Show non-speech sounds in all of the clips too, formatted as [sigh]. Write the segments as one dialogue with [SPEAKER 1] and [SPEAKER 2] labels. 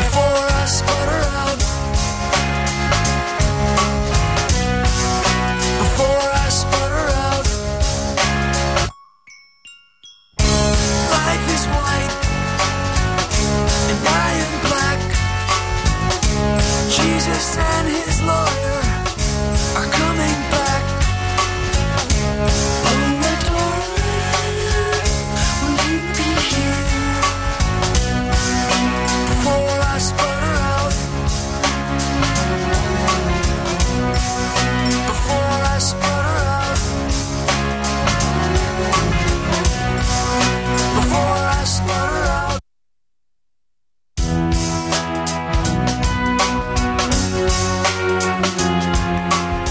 [SPEAKER 1] Before I sputter out. Before I sputter out. Life is white and I am black. Jesus and his lawyer are coming back. Oh, my darling, will you be here? Before I sputter out. Before I sputter out. Before I sputter out.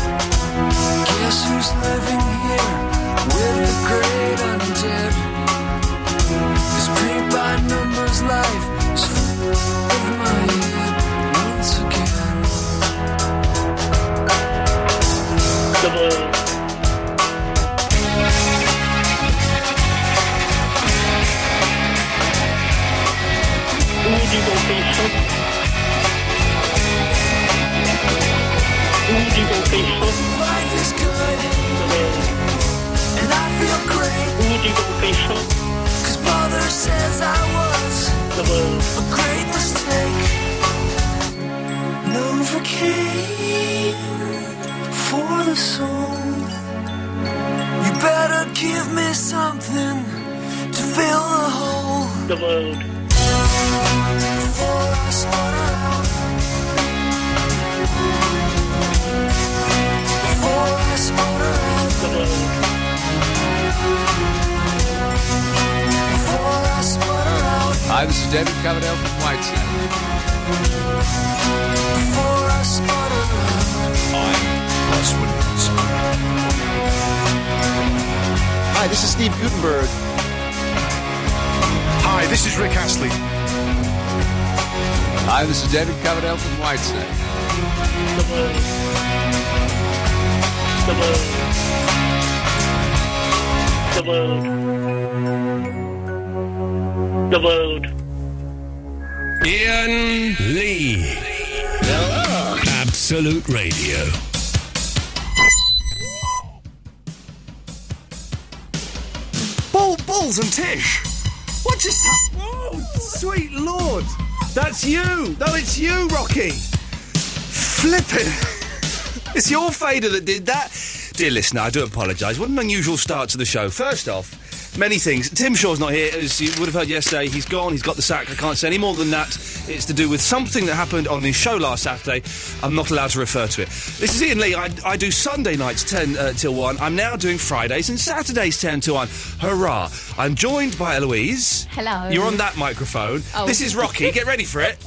[SPEAKER 1] Guess who's living here with the great undead? This paint by numbers life is of my head once again.
[SPEAKER 2] The Blue. Woody will be so. Woody will be so.
[SPEAKER 1] Life is good
[SPEAKER 2] The Blue.
[SPEAKER 1] and I feel great.
[SPEAKER 2] Woody will be so.
[SPEAKER 1] Cause mother says I was
[SPEAKER 2] The Blue.
[SPEAKER 1] a great mistake. Novocaine for the soul. You better give me something to fill the hole.
[SPEAKER 2] The Blue.
[SPEAKER 1] Before I sputter out. Before I sputter out.
[SPEAKER 2] The Blue.
[SPEAKER 1] Before I sputter out.
[SPEAKER 3] Hi, this is David Coverdale from Whitesnake.
[SPEAKER 1] Before I sputter out.
[SPEAKER 4] Hi, this is Steve Gutenberg.
[SPEAKER 5] Hi, this is Rick Astley.
[SPEAKER 3] Hi, this is David Coverdale from Whitesnake.
[SPEAKER 2] The Blue. The Blue. The Blue. The Blue.
[SPEAKER 6] Ian Lee. Absolute Radio.
[SPEAKER 5] Ball, balls and Tish. What just happened? Oh, sweet lord. That's you. No, it's you, Rocky. Flipping. it's your fader that did that. Dear listener, I do apologise. What an unusual start to the show. First off, many things. Tim Shaw's not here, as you would have heard yesterday. He's gone, he's got the sack. I can't say any more than that. It's to do with something that happened on his show last Saturday. I'm not allowed to refer to it. This is Ian Lee. I, I do Sunday nights 10 uh, till 1. I'm now doing Fridays and Saturdays 10 till 1. Hurrah. I'm joined by Eloise.
[SPEAKER 7] Hello.
[SPEAKER 5] You're on that microphone.
[SPEAKER 7] Oh.
[SPEAKER 5] This is Rocky. Get ready for it.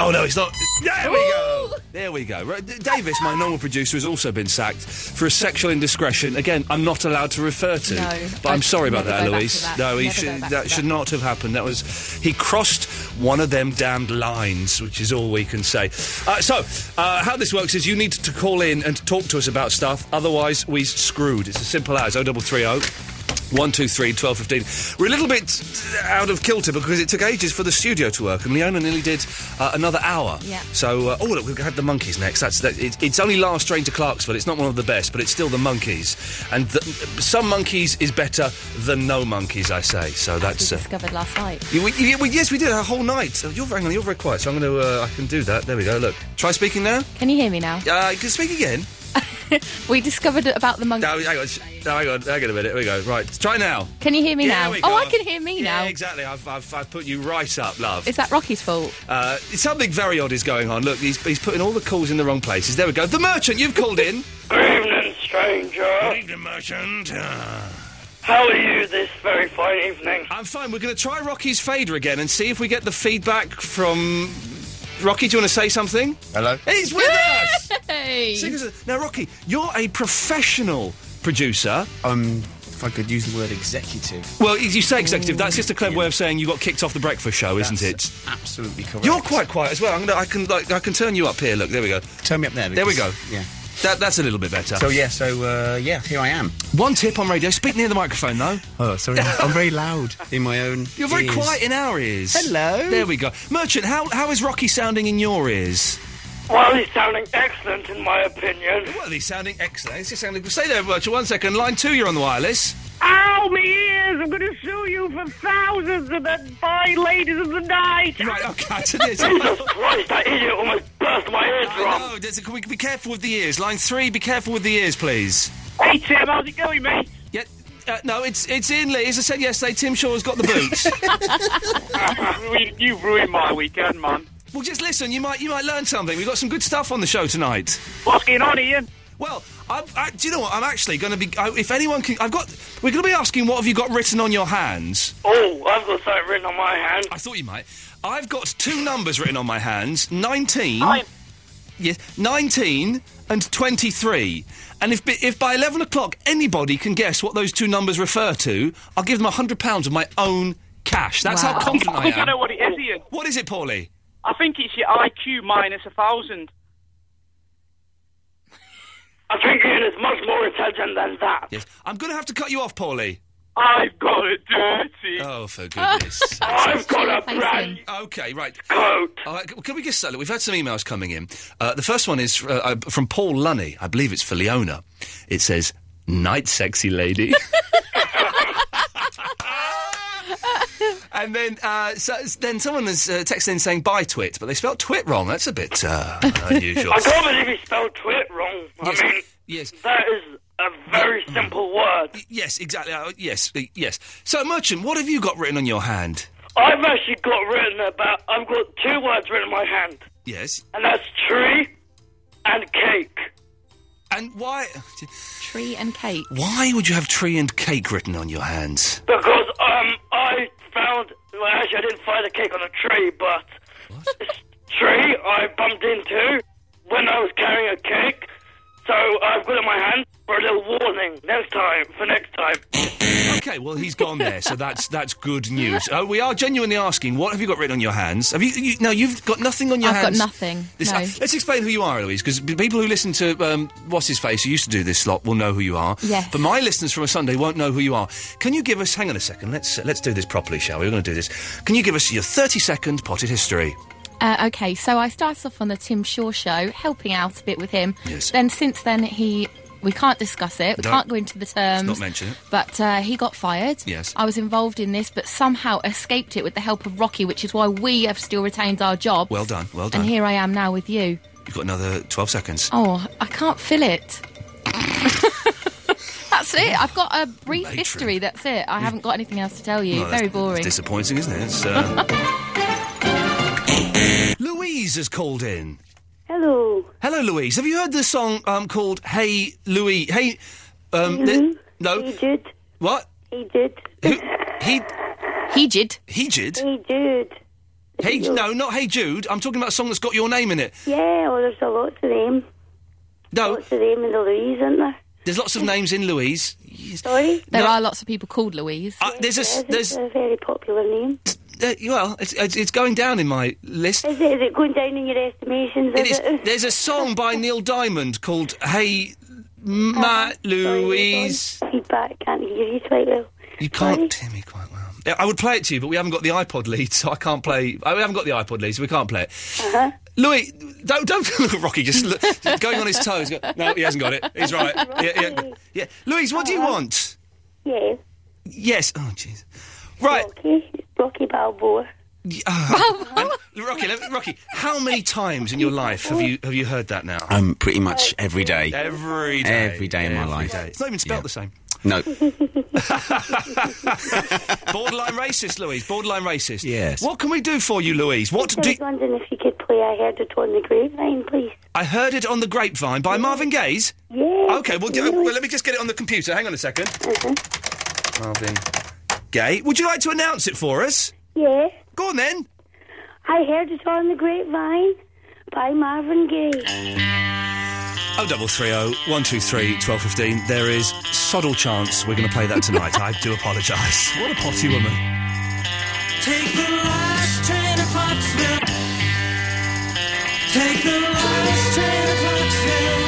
[SPEAKER 5] Oh no, it's not. There we go. There we go. Right, D- Davis, my normal producer, has also been sacked for a sexual indiscretion. Again, I'm not allowed to refer to.
[SPEAKER 7] No,
[SPEAKER 5] but I'm
[SPEAKER 7] I'd
[SPEAKER 5] sorry about
[SPEAKER 7] never
[SPEAKER 5] that,
[SPEAKER 7] go back
[SPEAKER 5] Eloise.
[SPEAKER 7] to that.
[SPEAKER 5] No,
[SPEAKER 7] Never
[SPEAKER 5] he
[SPEAKER 7] go
[SPEAKER 5] should,
[SPEAKER 7] back
[SPEAKER 5] that,
[SPEAKER 7] to
[SPEAKER 5] should
[SPEAKER 7] that.
[SPEAKER 5] not have happened. That was he crossed one of them damned lines, which is all we can say. Uh, so, uh, how this works is you need to call in and talk to us about stuff. Otherwise, we screwed. It's as simple as 0330. 1, 2, 3, 12, 15. We're a little bit out of kilter because it took ages for the studio to work, and Leona nearly did uh, another hour.
[SPEAKER 7] Yeah.
[SPEAKER 5] So, uh, oh, look, we've had the monkeys next. That's that, it, It's only last train to Clarksville. It's not one of the best, but it's still the monkeys. And the, some monkeys is better than no monkeys, I say. So that's.
[SPEAKER 7] we
[SPEAKER 5] Uh,
[SPEAKER 7] discovered last night.
[SPEAKER 5] yeah, we, yeah, we- yes, we did a whole night. Oh, you're, hang on, you're very quiet, so I'm going to. Uh, I can do that. There we go. Look. Try speaking now.
[SPEAKER 7] Can you hear me now?
[SPEAKER 5] Uh, you can speak again.
[SPEAKER 7] [laughs] We discovered about the monkey.
[SPEAKER 5] No, hang on. sh- No, hang on. Hang on a minute. Here we go. Right. Try now.
[SPEAKER 7] Can you hear me
[SPEAKER 5] Yeah,
[SPEAKER 7] now?
[SPEAKER 5] we
[SPEAKER 7] Oh, I
[SPEAKER 5] got-
[SPEAKER 7] can hear me now.
[SPEAKER 5] yeah, exactly. I've, I've, I've put you right up, love.
[SPEAKER 7] Is that Rocky's fault?
[SPEAKER 5] Uh, something very odd is going on. Look, he's, he's putting all the calls in the wrong places. There we go. The merchant, you've called in.
[SPEAKER 8] Good evening, stranger.
[SPEAKER 5] evening, merchant. Uh,
[SPEAKER 8] How are you this very fine evening?
[SPEAKER 5] I'm fine. We're going to try Rocky's fader again and see if we get the feedback from. Rocky, do you want to say something?
[SPEAKER 4] Hello.
[SPEAKER 5] He's with us!
[SPEAKER 7] [laughs] Hey.
[SPEAKER 5] Sing us a- Now, Rocky, you're a professional producer.
[SPEAKER 4] Um, if I could use the word executive.
[SPEAKER 5] Well, you say executive. That's just a clever way of saying you got kicked off the breakfast show, isn't it?
[SPEAKER 4] Absolutely correct.
[SPEAKER 5] You're quite quiet as well. I'm gonna, I can like I can turn you up here. Look, there we go.
[SPEAKER 4] Turn me up there.
[SPEAKER 5] There we go.
[SPEAKER 4] because- Yeah.
[SPEAKER 5] That, that's a little bit better.
[SPEAKER 4] So yeah, so uh, yeah, here I am.
[SPEAKER 5] One tip on radio: speak near the microphone, though.
[SPEAKER 4] Oh, sorry, I'm very loud in my own.
[SPEAKER 5] You're very
[SPEAKER 4] ears.
[SPEAKER 5] quiet in our ears.
[SPEAKER 4] Hello.
[SPEAKER 5] There we go. Merchant, how, how is Rocky sounding in your ears?
[SPEAKER 9] Well, he's sounding excellent in my opinion.
[SPEAKER 5] Well, he's sounding excellent. He's just sounding. Stay there, Merchant. One second. Line two, you're on the [laughs] wireless.
[SPEAKER 1] Ow, my ears! I'm going to sue you for thousands and then buy ladies of the night.
[SPEAKER 5] Right, oh, okay, to
[SPEAKER 10] [laughs]
[SPEAKER 5] this.
[SPEAKER 9] Jesus Christ, that idiot almost burst my eardrum.
[SPEAKER 5] No, there's a, can we be careful with the ears? Line three, be careful with the ears, please.
[SPEAKER 9] Hey, Tim, how's it going, mate?
[SPEAKER 5] Yeah, uh, no, it's it's in, Lee. As I said yesterday, Tim Shaw's got the [laughs]
[SPEAKER 9] You-
[SPEAKER 5] boots.
[SPEAKER 9] [laughs] you ruined my weekend, man.
[SPEAKER 5] well, just listen. You might you might learn something. We've got some good stuff on the show tonight.
[SPEAKER 9] What's going on, Ian?
[SPEAKER 5] Well, I'm, I, do you know what? I'm actually going to be. I, if anyone can, I've got. We're going to be asking what have you got written on your hands.
[SPEAKER 9] Oh, I've got something written on my hand.
[SPEAKER 5] I thought you might. I've got two numbers written on my hands: 19
[SPEAKER 9] I'm...
[SPEAKER 5] Yes, 19 and 23. And if, bi- if by 11 o'clock anybody can guess what those two numbers refer to, I'll give them £100 of my own cash. That's
[SPEAKER 7] Wow.
[SPEAKER 5] how confident
[SPEAKER 9] I [laughs]
[SPEAKER 5] I
[SPEAKER 9] think I know
[SPEAKER 5] am.
[SPEAKER 9] what it is, Ian.
[SPEAKER 5] What is it, Paulie?
[SPEAKER 9] I think it's your IQ minus a thousand. I think Ian is much more intelligent than that.
[SPEAKER 5] Yes. I'm going to have to cut you off, Paulie.
[SPEAKER 9] I've got it dirty.
[SPEAKER 5] Oh, for
[SPEAKER 9] [laughs]
[SPEAKER 5] goodness.
[SPEAKER 9] I've got a
[SPEAKER 7] Thanks,
[SPEAKER 9] brand
[SPEAKER 7] Ian.
[SPEAKER 5] okay, right.
[SPEAKER 9] coat.
[SPEAKER 5] All right, c- can we just settle it? We've had some emails coming in. Uh, the first one is uh, uh, from Paul Lunny. I believe it's for Leona. It says, Night sexy lady. [laughs] and then uh, so, then someone has uh, texted in saying, Bye twit, but they spelled twit wrong. That's a bit uh, unusual.
[SPEAKER 9] I can't believe he spelled twit wrong.
[SPEAKER 5] Yes.
[SPEAKER 9] I mean,
[SPEAKER 5] Yes.
[SPEAKER 9] that is a very simple word.
[SPEAKER 5] yes, exactly. Uh, yes, uh, yes. So, Merchant, what have you got written on your hand?
[SPEAKER 9] I've actually got written about. I've got two words written in my hand,
[SPEAKER 5] Yes.
[SPEAKER 9] and that's tree and cake.
[SPEAKER 5] And why
[SPEAKER 7] Tree and cake.
[SPEAKER 5] why would you have tree and cake written on
[SPEAKER 9] [laughs]
[SPEAKER 5] your hands?
[SPEAKER 9] Because um, I found. Well, actually, I didn't find a cake on a tree, but this tree I bumped into when I was carrying a cake. So I've got it in my hand for a little warning next time. For next time.
[SPEAKER 5] Okay, well he's gone there, so that's that's good news. Uh, we are genuinely asking, what have you got written on your hands? Have you, you no? You've got nothing on your
[SPEAKER 7] I've got
[SPEAKER 5] hands.
[SPEAKER 7] nothing, no.
[SPEAKER 5] let's explain who you are, Eloise, because people who listen to um, what's his face who used to do this slot will know who you are.
[SPEAKER 7] Yes.
[SPEAKER 5] But my listeners from a Sunday won't know who you are. Can you give us? Hang on a second. Let's uh, let's do this properly, shall we? We're going to do this. Can you give us your thirty second potted history?
[SPEAKER 7] Uh, okay, so I started off on the Tim Shaw show, helping out a bit with him.
[SPEAKER 5] Yes.
[SPEAKER 7] Then since then he. We can't discuss it. We
[SPEAKER 5] No.
[SPEAKER 7] can't go into the terms.
[SPEAKER 5] not mention it.
[SPEAKER 7] But uh, he got fired.
[SPEAKER 5] Yes.
[SPEAKER 7] I was involved in this, but somehow escaped it with the help of Rocky, which is why we have still retained our job.
[SPEAKER 5] Well done. Well done.
[SPEAKER 7] And here I am now with you.
[SPEAKER 5] You've got another twelve seconds.
[SPEAKER 7] Oh, I can't feel
[SPEAKER 5] [laughs]
[SPEAKER 7] it. that's it. I've got a brief
[SPEAKER 5] Matron.
[SPEAKER 7] history. That's it. I haven't got anything else to tell you.
[SPEAKER 5] Oh, that's-
[SPEAKER 7] Very boring.
[SPEAKER 5] It's disappointing, isn't it?
[SPEAKER 7] [laughs]
[SPEAKER 5] It's, uh... Louise has called in.
[SPEAKER 10] Hello.
[SPEAKER 5] Hello, Louise. Have you heard the song um, called "Hey Louise"? Hey, um, th- no,
[SPEAKER 10] Mm-hmm. He did.
[SPEAKER 5] what?
[SPEAKER 10] He did.
[SPEAKER 5] Who? He
[SPEAKER 7] he did.
[SPEAKER 5] he did.
[SPEAKER 10] He did.
[SPEAKER 5] Hey, no, not Hey Jude. I'm talking about a song that's got your name in it.
[SPEAKER 10] Yeah, well, there's a lot of them.
[SPEAKER 5] No,
[SPEAKER 10] Lots of them in the Louise, isn't there?
[SPEAKER 5] there's lots of names in Louise.
[SPEAKER 10] Sorry?
[SPEAKER 7] There
[SPEAKER 5] No.
[SPEAKER 7] are lots of people called Louise.
[SPEAKER 5] Uh, there's a
[SPEAKER 10] Yes,
[SPEAKER 5] s-
[SPEAKER 10] it's
[SPEAKER 5] there's
[SPEAKER 10] a very popular name.
[SPEAKER 5] uh, well, it's, it's it's going down in my list.
[SPEAKER 10] Is it, is it going down in your estimations?
[SPEAKER 5] It
[SPEAKER 10] Is
[SPEAKER 5] is.
[SPEAKER 10] it?
[SPEAKER 5] There's a
[SPEAKER 10] [laughs]
[SPEAKER 5] song by Neil Diamond called "Hey Ma
[SPEAKER 10] Uh-huh. Sorry, hold on.
[SPEAKER 5] Louise."
[SPEAKER 10] Feedback, can't hear you quite well.
[SPEAKER 5] You can't hear me quite well. Yeah, I would play it to you, but we haven't got the iPod lead, so I can't play. I, we haven't got the iPod lead, so we can't play it.
[SPEAKER 10] Uh-huh.
[SPEAKER 5] Louis, don't don't [laughs] look at Rocky. Just look, just going on his toes. Go, no, he hasn't got it.
[SPEAKER 10] [laughs]
[SPEAKER 5] He's right. Yeah, yeah, yeah. Louise, what do
[SPEAKER 10] Uh-huh.
[SPEAKER 5] you want?
[SPEAKER 10] Yeah,
[SPEAKER 5] Yes. Oh, jeez. Right, uh,
[SPEAKER 10] Rocky. It's Rocky Balboa.
[SPEAKER 5] Rocky. let- Rocky, how many times in your life have you have you heard that now?
[SPEAKER 4] Um, pretty much every day.
[SPEAKER 5] Every day.
[SPEAKER 4] Every day in my life.
[SPEAKER 5] It's not even spelt the same.
[SPEAKER 4] No.
[SPEAKER 5] Borderline racist, Louise. Borderline racist.
[SPEAKER 4] Yes.
[SPEAKER 5] What can we do for you, Louise? What
[SPEAKER 10] I
[SPEAKER 5] do
[SPEAKER 10] was wondering if you could play I Heard It on the Grapevine, please.
[SPEAKER 5] I heard it on the grapevine by Marvin Gaye's.
[SPEAKER 10] Yeah.
[SPEAKER 5] Okay, well, do, well, let me just get it on the computer. Hang on a 2nd Marvin Gaye. Would you like to announce it for us?
[SPEAKER 10] Yeah.
[SPEAKER 5] Go on then.
[SPEAKER 10] I Heard It on the Grapevine by Marvin Gaye.
[SPEAKER 5] Oh double three oh one two three twelve fifteen. There is soddle chance we're going to play that tonight. I do apologise. [laughs] What a potty woman.
[SPEAKER 1] Take the last train to Pottsville. Take the last train to Pottsville.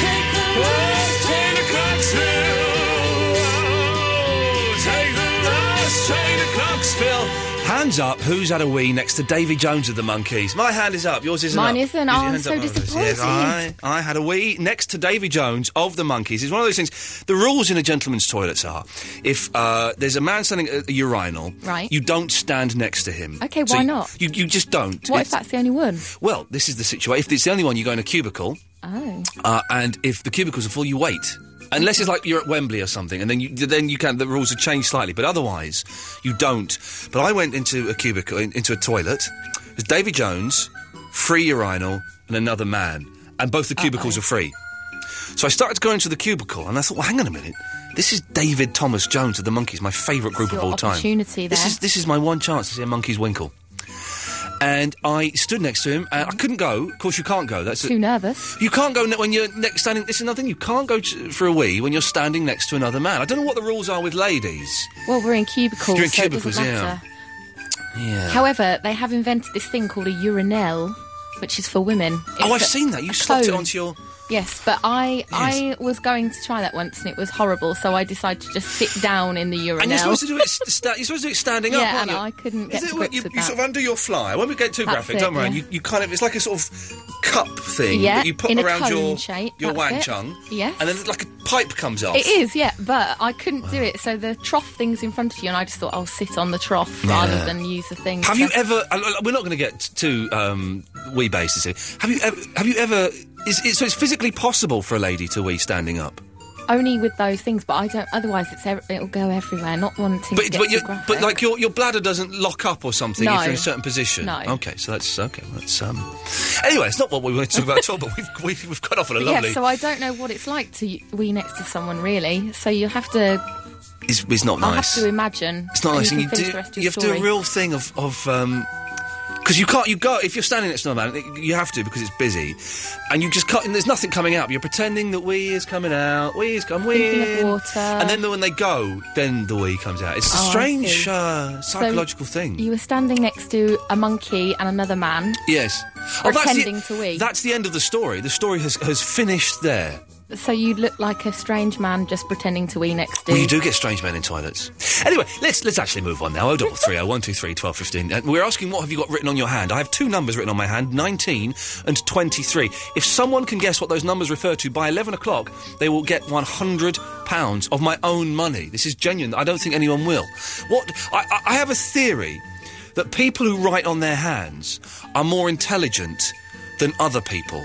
[SPEAKER 1] Take the last train to Pottsville. Take the last train to
[SPEAKER 5] Knoxville. Hands up, who's had a wee next to Davy Jones of the Monkeys? My hand is up, yours isn't
[SPEAKER 7] Mine
[SPEAKER 5] up.
[SPEAKER 7] isn't.
[SPEAKER 5] Use
[SPEAKER 7] Oh,
[SPEAKER 5] your
[SPEAKER 7] I'm
[SPEAKER 5] hands
[SPEAKER 7] so
[SPEAKER 5] up.
[SPEAKER 7] disappointed.
[SPEAKER 5] Yes, I, I had a wee next to Davy Jones of the Monkeys. It's one of those things. The rules in a gentleman's toilets are if uh, there's a man standing at a urinal,
[SPEAKER 7] Right.
[SPEAKER 5] you don't stand next to him.
[SPEAKER 7] Okay,
[SPEAKER 5] So
[SPEAKER 7] why
[SPEAKER 5] you-
[SPEAKER 7] not?
[SPEAKER 5] You, you just don't.
[SPEAKER 7] What if
[SPEAKER 5] It's-
[SPEAKER 7] that's the only one?
[SPEAKER 5] well, this is the situation. If it's the only one, you go in a cubicle.
[SPEAKER 7] Oh.
[SPEAKER 5] Uh, and if the cubicles are full, you wait. Unless it's like you're at Wembley or something, and then you then you can. The rules have changed slightly, but otherwise, you don't. But I went into a cubicle, in, into a toilet. There's Davy Jones, free urinal, and another man, and both the cubicles are free. So I started to go into the cubicle, and I thought, well, hang on a minute. This is David Thomas Jones of the Monkeys, my favourite group
[SPEAKER 7] Your
[SPEAKER 5] of all time.
[SPEAKER 7] opportunity there.
[SPEAKER 5] This is this is my one chance to see a monkey's winkle. And I stood next to him, and I couldn't go. Of course, you can't go. That's
[SPEAKER 7] Too nervous.
[SPEAKER 5] you can't go ne- when you're ne- standing. This is another thing. You can't go t- for a wee when you're standing next to another man. I don't know what the rules are with ladies.
[SPEAKER 7] Well, we're in cubicles,
[SPEAKER 5] You're in
[SPEAKER 7] so
[SPEAKER 5] cubicles,
[SPEAKER 7] it doesn't
[SPEAKER 5] yeah.
[SPEAKER 7] matter.
[SPEAKER 5] Yeah.
[SPEAKER 7] However, they have invented this thing called a urinelle, which is for women.
[SPEAKER 5] oh, I've
[SPEAKER 7] It's a-
[SPEAKER 5] seen that. You
[SPEAKER 7] a
[SPEAKER 5] slapped it
[SPEAKER 7] cone.
[SPEAKER 5] onto your.
[SPEAKER 7] Yes, but I I was going to try that once and it was horrible, so I decided to just sit down in the urinelle.
[SPEAKER 5] And you're supposed to do it. St- sta- you're supposed to do it standing up.
[SPEAKER 7] Yeah, and
[SPEAKER 5] aren't you?
[SPEAKER 7] I couldn't get
[SPEAKER 5] Is it
[SPEAKER 7] to
[SPEAKER 5] where
[SPEAKER 7] grips
[SPEAKER 5] you,
[SPEAKER 7] with
[SPEAKER 5] you
[SPEAKER 7] that.
[SPEAKER 5] sort of under your fly. When we get too
[SPEAKER 7] That's
[SPEAKER 5] graphic,
[SPEAKER 7] it,
[SPEAKER 5] don't worry.
[SPEAKER 7] yeah.
[SPEAKER 5] You, you kind of it's like a sort of cup thing
[SPEAKER 7] Yeah,
[SPEAKER 5] that you put
[SPEAKER 7] in a
[SPEAKER 5] around
[SPEAKER 7] cone
[SPEAKER 5] your
[SPEAKER 7] shape,
[SPEAKER 5] your
[SPEAKER 7] that's
[SPEAKER 5] wang
[SPEAKER 7] it.
[SPEAKER 5] chung.
[SPEAKER 7] Yes.
[SPEAKER 5] And then like a pipe comes off.
[SPEAKER 7] It is, yeah, but I couldn't do it. So the trough thing's in front of you, and I just thought I'll sit on the trough rather
[SPEAKER 5] Yeah.
[SPEAKER 7] than use the thing.
[SPEAKER 5] Have
[SPEAKER 7] So-
[SPEAKER 5] you ever? uh, uh, We're not going to get too um, wee bases here. Have you ever? Have you ever? Is, is, so it's physically possible for a lady to wee standing up,
[SPEAKER 7] only with those things? But I don't. Otherwise, it's ev- it'll go everywhere. Not wanting to
[SPEAKER 5] but
[SPEAKER 7] get
[SPEAKER 5] but,
[SPEAKER 7] too
[SPEAKER 5] you,
[SPEAKER 7] graphic.
[SPEAKER 5] but like your your bladder doesn't lock up or something
[SPEAKER 7] No.
[SPEAKER 5] if you're in a certain position.
[SPEAKER 7] No.
[SPEAKER 5] Okay, so that's okay. That's um. Anyway, it's not what we wanted to talk about at all. But we've we've, we've got off on a
[SPEAKER 7] But
[SPEAKER 5] lovely.
[SPEAKER 7] Yeah, so I don't know what it's like to y- wee next to someone really. So you have to.
[SPEAKER 5] it's, it's not
[SPEAKER 7] I'll
[SPEAKER 5] nice.
[SPEAKER 7] have to imagine.
[SPEAKER 5] It's not
[SPEAKER 7] and
[SPEAKER 5] nice.
[SPEAKER 7] You,
[SPEAKER 5] and
[SPEAKER 7] can finish
[SPEAKER 5] do-
[SPEAKER 7] the rest of your
[SPEAKER 5] you have to do
[SPEAKER 7] story.
[SPEAKER 5] a real thing of of um 'cause because you can't you go if you're standing next to another man you have to because it's busy and you just cut and there's nothing coming out but you're pretending that wee is coming out wee is coming
[SPEAKER 7] Thinking of
[SPEAKER 5] wee
[SPEAKER 7] water.
[SPEAKER 5] and then the- when they go then the wee comes out it's a
[SPEAKER 7] Oh, I
[SPEAKER 5] strange
[SPEAKER 7] see.
[SPEAKER 5] uh,
[SPEAKER 7] So
[SPEAKER 5] psychological thing
[SPEAKER 7] You were standing next to a monkey and another man.
[SPEAKER 5] yes Oh,
[SPEAKER 7] Pretending
[SPEAKER 5] that's the,
[SPEAKER 7] to wee.
[SPEAKER 5] that's the end of the story the story has has finished there
[SPEAKER 7] So you look like a strange man just pretending to wee next to.
[SPEAKER 5] Well, you do get strange men in toilets. Anyway, let's let's actually move on oh, now. 0330 123 1215. And Uh, We're asking what have you got written on your hand? I have two numbers written on my hand, 19 and 23. If someone can guess what those numbers refer to by 11 o'clock, they will get 100 pounds of my own money. This is genuine. I don't think anyone will. What I, I- I have a theory that people who write on their hands are more intelligent than other people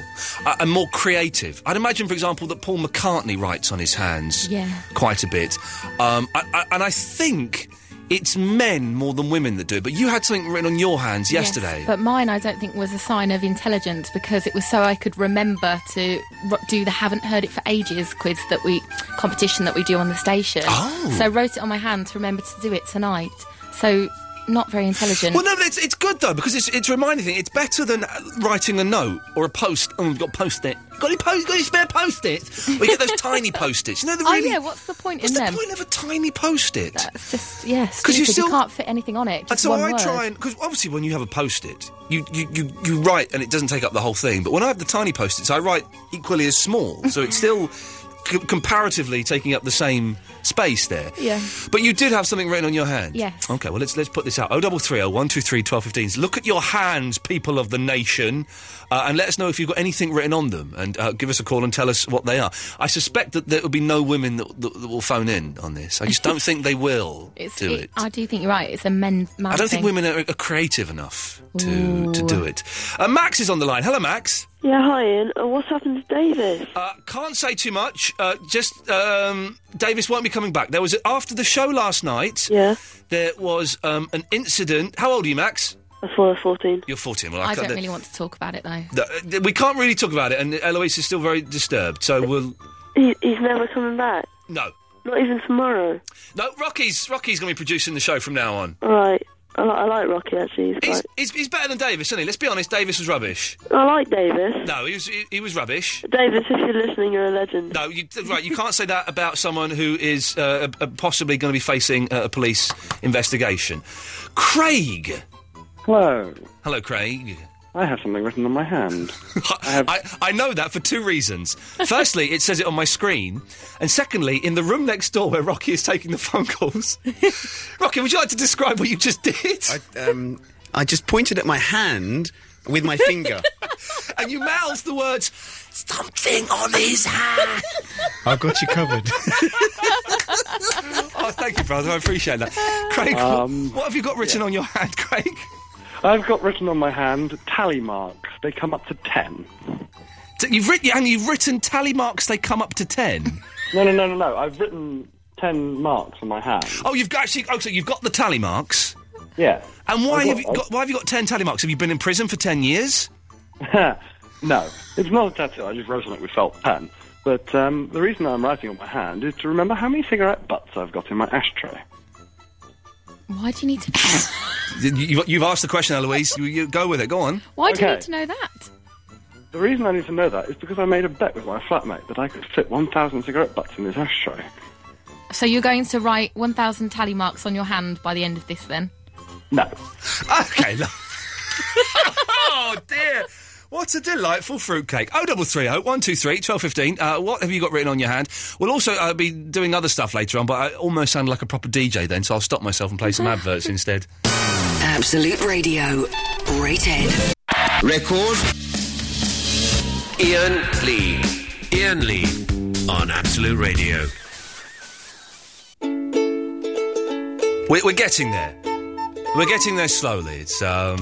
[SPEAKER 5] uh, and more creative. I'd imagine, for example, that Paul McCartney writes on his hands
[SPEAKER 1] Yeah.
[SPEAKER 5] quite a bit. Um, I, I, and I think it's men more than women that do it. But you had something written on your hands
[SPEAKER 7] Yes,
[SPEAKER 5] yesterday.
[SPEAKER 7] but mine, I don't think, was a sign of intelligence because it was so I could remember to r- do the "Haven't Heard It for Ages" quiz that we competition that we do on the station.
[SPEAKER 5] Oh.
[SPEAKER 7] So I wrote it on my hand to remember to do it tonight. So not very intelligent.
[SPEAKER 5] well, no, but it's, it's good though because it's, it's reminding thing. It's better than uh, writing a note or a post. Oh, we've got post it. Got any post? Got any spare post its? We
[SPEAKER 7] [laughs]
[SPEAKER 5] get those tiny post its. You know the really
[SPEAKER 7] oh yeah, what's the point
[SPEAKER 5] what's
[SPEAKER 7] in
[SPEAKER 5] the
[SPEAKER 7] them?
[SPEAKER 5] point of a tiny post it?
[SPEAKER 7] That's just yes,
[SPEAKER 5] you
[SPEAKER 7] because you,
[SPEAKER 5] still-
[SPEAKER 7] can't fit anything on it.
[SPEAKER 5] And
[SPEAKER 7] Just
[SPEAKER 5] so
[SPEAKER 7] one
[SPEAKER 5] I
[SPEAKER 7] word.
[SPEAKER 5] try and because obviously when you have a post-it, you, you, you, you write and it doesn't take up the whole thing. But when I have the tiny post-its, I write equally as small,
[SPEAKER 7] [laughs]
[SPEAKER 5] so it's still c- comparatively taking up the same space there.
[SPEAKER 1] Yeah.
[SPEAKER 5] But you did have something written on your hand.
[SPEAKER 1] Yes.
[SPEAKER 5] Okay. Well, let's let's put this out. Oh double three oh one two three twelve fifteen. Look at your hands, people of the nation, uh, and let us know if you've got anything written on them, and uh, give us a call and tell us what they are. I suspect that there will be no women that, that, that will phone in on this. I just don't think they will
[SPEAKER 7] [laughs] It's,
[SPEAKER 5] do
[SPEAKER 7] it-
[SPEAKER 5] it.
[SPEAKER 7] I do think you're right. It's a men. Man
[SPEAKER 5] I don't
[SPEAKER 7] thing.
[SPEAKER 5] think women are, are creative enough to, to do it. Uh, Max is on the line. Hello, Max.
[SPEAKER 11] Yeah, hi, Ian. Uh, what's happened to Davis?
[SPEAKER 5] Uh, can't say too much. Uh, just um, Davis won't be coming back. There was after the show last night. Yeah. There was um, an incident. How old are you, Max?
[SPEAKER 11] For 14.
[SPEAKER 5] You're 14. Well, I,
[SPEAKER 7] I
[SPEAKER 5] can't-
[SPEAKER 7] don't really want to talk about it though.
[SPEAKER 5] the- uh, we can't really talk about it, and Eloise is still very disturbed. So we'll.
[SPEAKER 11] He, he's never coming back.
[SPEAKER 5] No.
[SPEAKER 11] Not even tomorrow.
[SPEAKER 5] No, Rocky's Rocky's going to be producing the show from now on.
[SPEAKER 11] All right. I, li- I like Rocky actually. He's
[SPEAKER 5] He's,
[SPEAKER 11] quite-
[SPEAKER 5] he's, he's better than Davis, isn't he? Let's be honest, Davis was rubbish.
[SPEAKER 11] I like Davis.
[SPEAKER 5] No, he was, he, he was rubbish.
[SPEAKER 11] Davis, if you're listening, you're a legend.
[SPEAKER 5] No, you, right, you can't say that about someone who is uh, uh, possibly going to be facing uh, a police investigation. Craig!
[SPEAKER 3] Hello. [laughs]
[SPEAKER 5] Hello, Craig.
[SPEAKER 3] I have something written on my hand.
[SPEAKER 5] I, I know that for two reasons. Firstly, it says it on my screen. And secondly, in the room next door where Rocky is taking the phone calls. [laughs] Rocky, would you like to describe what you just did?
[SPEAKER 4] I, um, I just pointed at my hand with my finger.
[SPEAKER 5] and you mouthed the words, something on
[SPEAKER 3] [laughs]
[SPEAKER 5] his hand.
[SPEAKER 4] [laughs] I've got you covered.
[SPEAKER 5] oh, thank you, brother. I appreciate that. Craig, wh-
[SPEAKER 3] Um,
[SPEAKER 5] what have you got written on your hand, Craig?
[SPEAKER 3] I've got written on my hand tally marks. They come up to ten.
[SPEAKER 5] So you've written, and you've written tally marks, they come up to 10.
[SPEAKER 3] No, no, no, no, no. I've written ten marks on my hand.
[SPEAKER 5] oh, you've got- actually, oh, so you've got the tally marks.
[SPEAKER 3] Yeah.
[SPEAKER 5] And why
[SPEAKER 3] I've
[SPEAKER 5] have,
[SPEAKER 3] got-
[SPEAKER 5] you got, why have you got 10 tally marks? Have you been in prison for 10
[SPEAKER 3] [laughs]
[SPEAKER 5] years?
[SPEAKER 3] no, it's not a tattoo. I just wrote on it with felt pen. But um, the reason I'm writing on my hand is to remember how many cigarette butts I've got in my ashtray.
[SPEAKER 7] Why do you need to?
[SPEAKER 5] You, have asked the question, Eloise. You, you go with it. Go on.
[SPEAKER 7] Why do you
[SPEAKER 3] Okay.
[SPEAKER 7] need to know that?
[SPEAKER 3] The reason I need to know that is because I made a bet with my flatmate that I could fit 1,000 cigarette butts in his ashtray.
[SPEAKER 7] So you're going to write 1,000 tally marks on your hand by the end of this, then?
[SPEAKER 3] No.
[SPEAKER 5] Okay. lo- oh dear. What a delightful fruitcake. Oh, 0330 123 1215. Uh, what have you got written on your hand? We'll also uh, be doing other stuff later on, but I almost sound like a proper DJ then, so I'll stop myself and
[SPEAKER 7] [laughs]
[SPEAKER 5] play some adverts instead.
[SPEAKER 12] Absolute Radio. Rated.
[SPEAKER 6] Record. Ian Lee. Ian Lee on Absolute Radio.
[SPEAKER 5] We're, we're getting there. We're getting there slowly. It's um,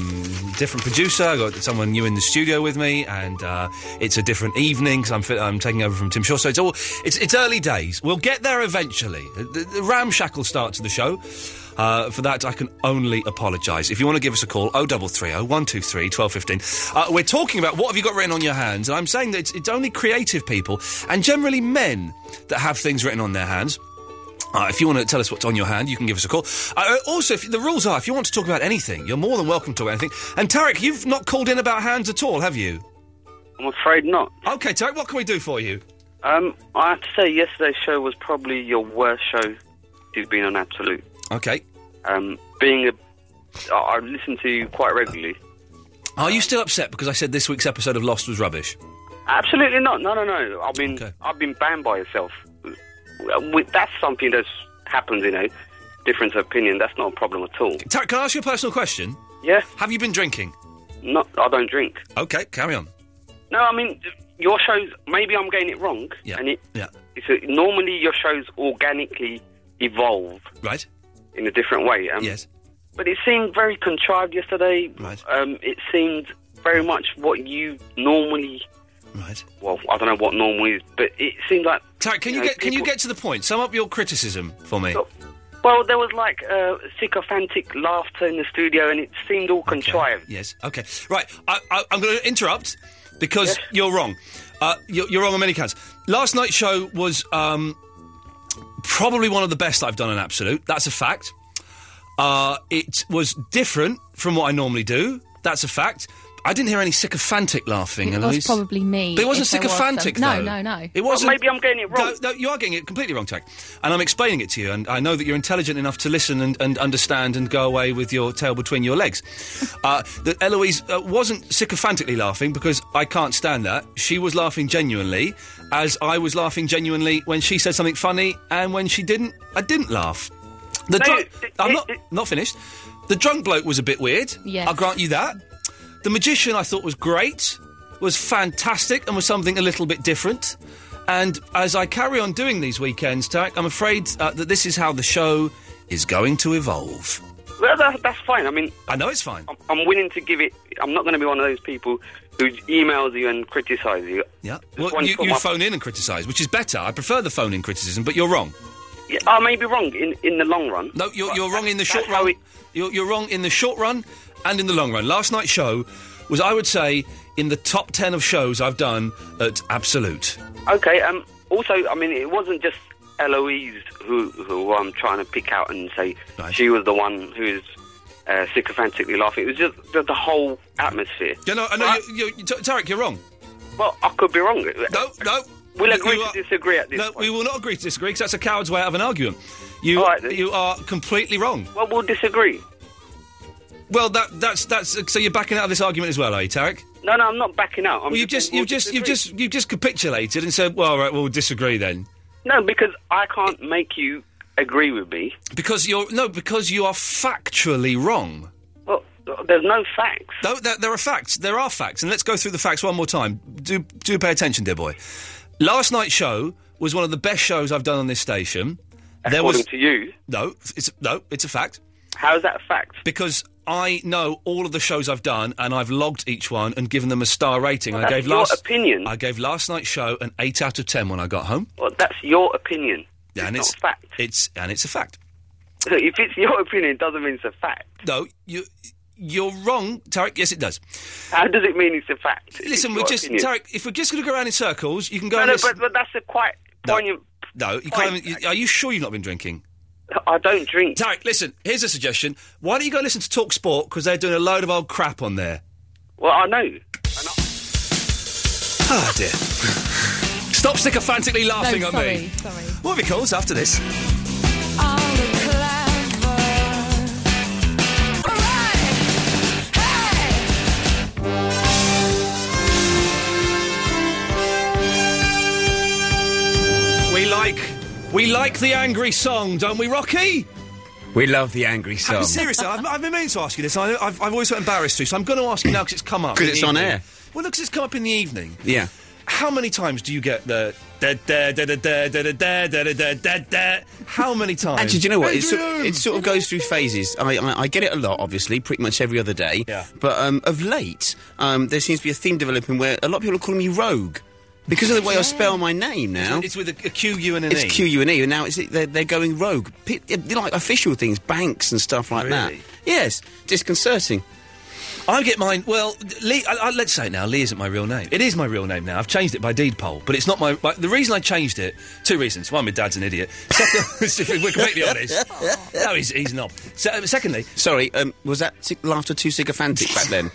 [SPEAKER 5] different producer. I got someone new in the studio with me, and uh, it's a different evening 'cause I'm, fi- I'm taking over from Tim Shaw. So it's all it's, it's early days. We'll get there eventually. The, the ramshackle start to the show. Uh, for that, I can only apologise. If you want to give us a call, 0330 123 1215. Uh, we're talking about what have you got written on your hands, and I'm saying that it's, it's only creative people, and generally men, that have things written on their hands. Uh, if you want to tell us what's on your hand, you can give us a call. Uh, also, if, the rules are if you want to talk about anything, you're more than welcome to anything. And Tarek, you've not called in about hands at all, have you?
[SPEAKER 13] I'm afraid not.
[SPEAKER 5] Okay, Tarek, what can we do for you?
[SPEAKER 13] Um, I have to say, yesterday's show was probably your worst show you've been on Absolute.
[SPEAKER 5] Okay.
[SPEAKER 13] Um, being a, I I listen to you quite regularly.
[SPEAKER 5] Are you still upset because I said this week's episode of Lost was rubbish?
[SPEAKER 13] Absolutely not. No, no, no. I mean, I've been banned by yourself. We, that's something that's happened, you know. Difference of opinion. That's not a problem at all.
[SPEAKER 5] Tarek, can I ask you a personal question?
[SPEAKER 13] Yeah.
[SPEAKER 5] Have you been drinking?
[SPEAKER 13] Not. I don't drink.
[SPEAKER 5] Okay, carry on.
[SPEAKER 13] No, I mean your shows. Maybe I'm getting it wrong.
[SPEAKER 5] Yeah.
[SPEAKER 13] And it,
[SPEAKER 5] Yeah.
[SPEAKER 13] it's a, normally your shows organically evolve.
[SPEAKER 5] Right.
[SPEAKER 13] In a different way. Um,
[SPEAKER 5] yes.
[SPEAKER 13] But it seemed very contrived yesterday.
[SPEAKER 5] Right.
[SPEAKER 13] Um, it seemed very much what you normally.
[SPEAKER 5] Right.
[SPEAKER 13] Well, I don't know what normal is, but it seemed like.
[SPEAKER 5] Tarek, can you,
[SPEAKER 13] know,
[SPEAKER 5] get can you
[SPEAKER 13] people-
[SPEAKER 5] get to the point? Sum up your criticism for me.
[SPEAKER 13] Well, there was like uh, sycophantic laughter in the studio, and it seemed all contrived.
[SPEAKER 5] Yes. Okay. Right. I, I, I'm going to interrupt because you're wrong. Uh, you're, you're wrong on many counts. Last night's show was um, probably one of the best I've done in absolute. That's a fact. Uh, it was different from what I normally do. That's a fact. I didn't hear any sycophantic laughing.
[SPEAKER 7] It was
[SPEAKER 5] Eloise.
[SPEAKER 7] probably me.
[SPEAKER 5] But it wasn't
[SPEAKER 7] if there was some.
[SPEAKER 5] sycophantic,
[SPEAKER 7] No, no,
[SPEAKER 5] though.
[SPEAKER 7] no.
[SPEAKER 5] It wasn't.
[SPEAKER 13] maybe I'm getting it wrong.
[SPEAKER 5] No, no, you are getting it completely wrong, Tech. And I'm explaining it to you, and I know that you're intelligent enough to listen and, and understand and go away with your tail between
[SPEAKER 7] [laughs]
[SPEAKER 5] your legs. uh, that Eloise uh, wasn't sycophantically laughing because I can't stand that. She was laughing genuinely, as I was laughing genuinely when she said something funny, and when she didn't, I didn't laugh. The
[SPEAKER 13] No,
[SPEAKER 5] drunk, I'm not not finished. The drunk bloke was a bit weird.
[SPEAKER 13] Yes.
[SPEAKER 5] I'll grant you that. The magician I thought was great, was fantastic, and was something a little bit different. And as I carry on doing these weekends, Tarek, I'm afraid uh, that this is how the show is going to evolve.
[SPEAKER 13] Well, that, that's fine. I mean,
[SPEAKER 5] I know it's fine.
[SPEAKER 13] I'm, I'm willing to give it. I'm not going to be one of those people who emails you and criticises you.
[SPEAKER 5] Yeah. Well,
[SPEAKER 13] one
[SPEAKER 5] you,
[SPEAKER 13] for
[SPEAKER 5] you
[SPEAKER 13] my-
[SPEAKER 5] phone in and criticise, which is better. I prefer the phone in criticism, but you're wrong.
[SPEAKER 13] Yeah, I may be wrong in, in the long run.
[SPEAKER 5] No, you're, you're wrong in the short run. You're, you're wrong in the short run and in the long run. Last night's show was, I would say, in the top 10 of shows I've done at Absolute.
[SPEAKER 13] Okay. Um. Also, I mean, it wasn't just um, Eloise who who I'm trying to pick out and say she was the one who's uh, sycophantically laughing. It was just the, the whole atmosphere.
[SPEAKER 5] You know, I know you, you, T- Tarek, you're wrong.
[SPEAKER 13] Well, I could be wrong.
[SPEAKER 5] No, no.
[SPEAKER 13] We'll
[SPEAKER 5] You-
[SPEAKER 13] agree
[SPEAKER 5] you
[SPEAKER 13] to
[SPEAKER 5] are-
[SPEAKER 13] disagree at this
[SPEAKER 5] No, we will not agree to disagree because that's a coward's way out of an argument. You, you are completely wrong.
[SPEAKER 13] Well, we'll disagree.
[SPEAKER 5] Well, that, that's that's so you're backing out of this argument as well, are you, Tarek?
[SPEAKER 13] No, no, I'm not backing out. I'm
[SPEAKER 5] Well, you've
[SPEAKER 13] just
[SPEAKER 5] just
[SPEAKER 13] saying we'll
[SPEAKER 5] you've just you've
[SPEAKER 13] disagree.
[SPEAKER 5] just you've just capitulated and said, well, all right, we'll disagree then.
[SPEAKER 13] No, because I can't make you agree with me.
[SPEAKER 5] Because you're no, because you are factually wrong.
[SPEAKER 13] Well, there's no facts.
[SPEAKER 5] No, there, there are facts. There are facts, and let's go through the facts one more time. Do do pay attention, dear boy. Last night's show was one of the best shows I've done on this station. there was
[SPEAKER 13] According to you.
[SPEAKER 5] no, it's no, it's a fact.
[SPEAKER 13] How is that a fact?
[SPEAKER 5] Because I know all of the shows I've done, and I've logged each one and given them a star rating. I
[SPEAKER 13] that's
[SPEAKER 5] gave
[SPEAKER 13] your
[SPEAKER 5] last
[SPEAKER 13] opinion.
[SPEAKER 5] I gave last night's show an eight out of ten when I got home.
[SPEAKER 13] Well, that's your opinion. [laughs]
[SPEAKER 5] Yeah, and
[SPEAKER 13] it's
[SPEAKER 5] it's
[SPEAKER 13] not fact.
[SPEAKER 5] It's and it's a fact.
[SPEAKER 13] Look, if it's your opinion, it doesn't mean it's a fact.
[SPEAKER 5] No, you you're wrong, Tarek. Yes, it does.
[SPEAKER 13] How does it mean it's a fact?
[SPEAKER 5] Listen,
[SPEAKER 13] It's
[SPEAKER 5] we're
[SPEAKER 13] your
[SPEAKER 5] just
[SPEAKER 13] opinion.
[SPEAKER 5] Tarek. If we're just going to go around in circles, you can go.
[SPEAKER 13] No,
[SPEAKER 5] and
[SPEAKER 13] no,
[SPEAKER 5] listen-
[SPEAKER 13] but, but that's a quite
[SPEAKER 5] No.
[SPEAKER 13] poignant.
[SPEAKER 5] No, you can't. Even, you- are you sure you've not been drinking?
[SPEAKER 13] I don't drink.
[SPEAKER 5] Tarek, listen. Here's a suggestion. Why don't you go listen to Talk Sport because they're doing a load of old crap on there.
[SPEAKER 13] Well, I know.
[SPEAKER 5] Ah, dear. Stop sycophantically laughing
[SPEAKER 1] No,
[SPEAKER 5] at me.
[SPEAKER 1] sorry, sorry.
[SPEAKER 5] What we calls after this?
[SPEAKER 1] All the clever.
[SPEAKER 5] We like, we like the angry song, don't we, Rocky?
[SPEAKER 14] We love the angry
[SPEAKER 5] I
[SPEAKER 14] song.
[SPEAKER 5] mean, seriously, I've, I've been meaning to ask you this. I, I've, I've always felt embarrassed to, so I'm going to ask you now because it's come up.
[SPEAKER 4] 'Cause
[SPEAKER 5] Oh, in the
[SPEAKER 4] it's on
[SPEAKER 5] evening.
[SPEAKER 4] air.
[SPEAKER 5] Well, look, 'cause it's come up in the evening.
[SPEAKER 4] Yeah.
[SPEAKER 5] How many times do you get the da da da da da da da da da da da da? How many times?
[SPEAKER 4] Actually, do you know what? It sort, it sort of goes through phases. I, I, I get it a lot, obviously, pretty much every other day. Yeah. But um, of late, um, there seems to be a theme developing where a lot of people are calling me Rogue because of the way I spell my name E now.
[SPEAKER 5] It's with a, a Q, U, and an
[SPEAKER 4] It's
[SPEAKER 5] E.
[SPEAKER 4] Q U and E, and now it's they're, they're going rogue. Pe- They're like official things, banks and stuff like that. Yes, disconcerting.
[SPEAKER 5] I get mine. Well, Lee, I, I, let's say it now. Lee isn't my real name. It is my real name now. I've changed it by deed poll, but it's not my. my the reason I changed it, two reasons. One, my dad's an idiot. [laughs] Second, if we're completely
[SPEAKER 7] [laughs]
[SPEAKER 5] honest. No, he's, he's not. So, uh, secondly,
[SPEAKER 4] sorry, um, was that sic- laughter too sycophantic back then?
[SPEAKER 7] [laughs]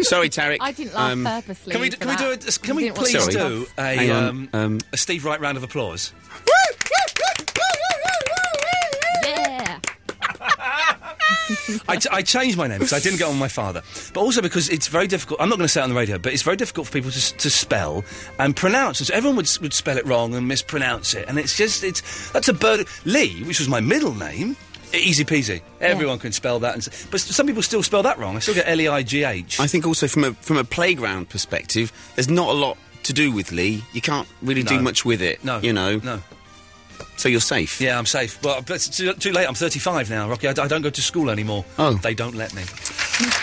[SPEAKER 4] sorry, Tarek.
[SPEAKER 7] I didn't laugh
[SPEAKER 4] Um,
[SPEAKER 7] purposely.
[SPEAKER 5] can we do-
[SPEAKER 7] for
[SPEAKER 5] can we do
[SPEAKER 7] that.
[SPEAKER 5] a- can
[SPEAKER 7] I
[SPEAKER 5] we
[SPEAKER 7] didn't want
[SPEAKER 5] please
[SPEAKER 7] to-
[SPEAKER 5] do a,
[SPEAKER 4] Hang on,
[SPEAKER 5] um, a Steve Wright round of applause.
[SPEAKER 7] Yeah.
[SPEAKER 5] I, t- I changed my name because I didn't get on with my father, but also because it's very difficult. I'm not going to say it on the radio, but it's very difficult for people to, s- to spell and pronounce. And so everyone would, s- would spell it wrong and mispronounce it, and it's just it's that's a bird. Lee, which was my middle name, e- easy peasy. Everyone can spell that, and s- but s- some people still spell that wrong. I still get L E I G H.
[SPEAKER 4] I think also from a from a playground perspective, there's not a lot to do with Lee. You can't really do
[SPEAKER 5] No.
[SPEAKER 4] much with it.
[SPEAKER 5] No,
[SPEAKER 4] you know.
[SPEAKER 5] No.
[SPEAKER 4] So you're safe.
[SPEAKER 5] Yeah, I'm safe. Well, but it's too, too late. I'm 35 now, Rocky. I, d- I don't go to school anymore. Oh. They don't let me.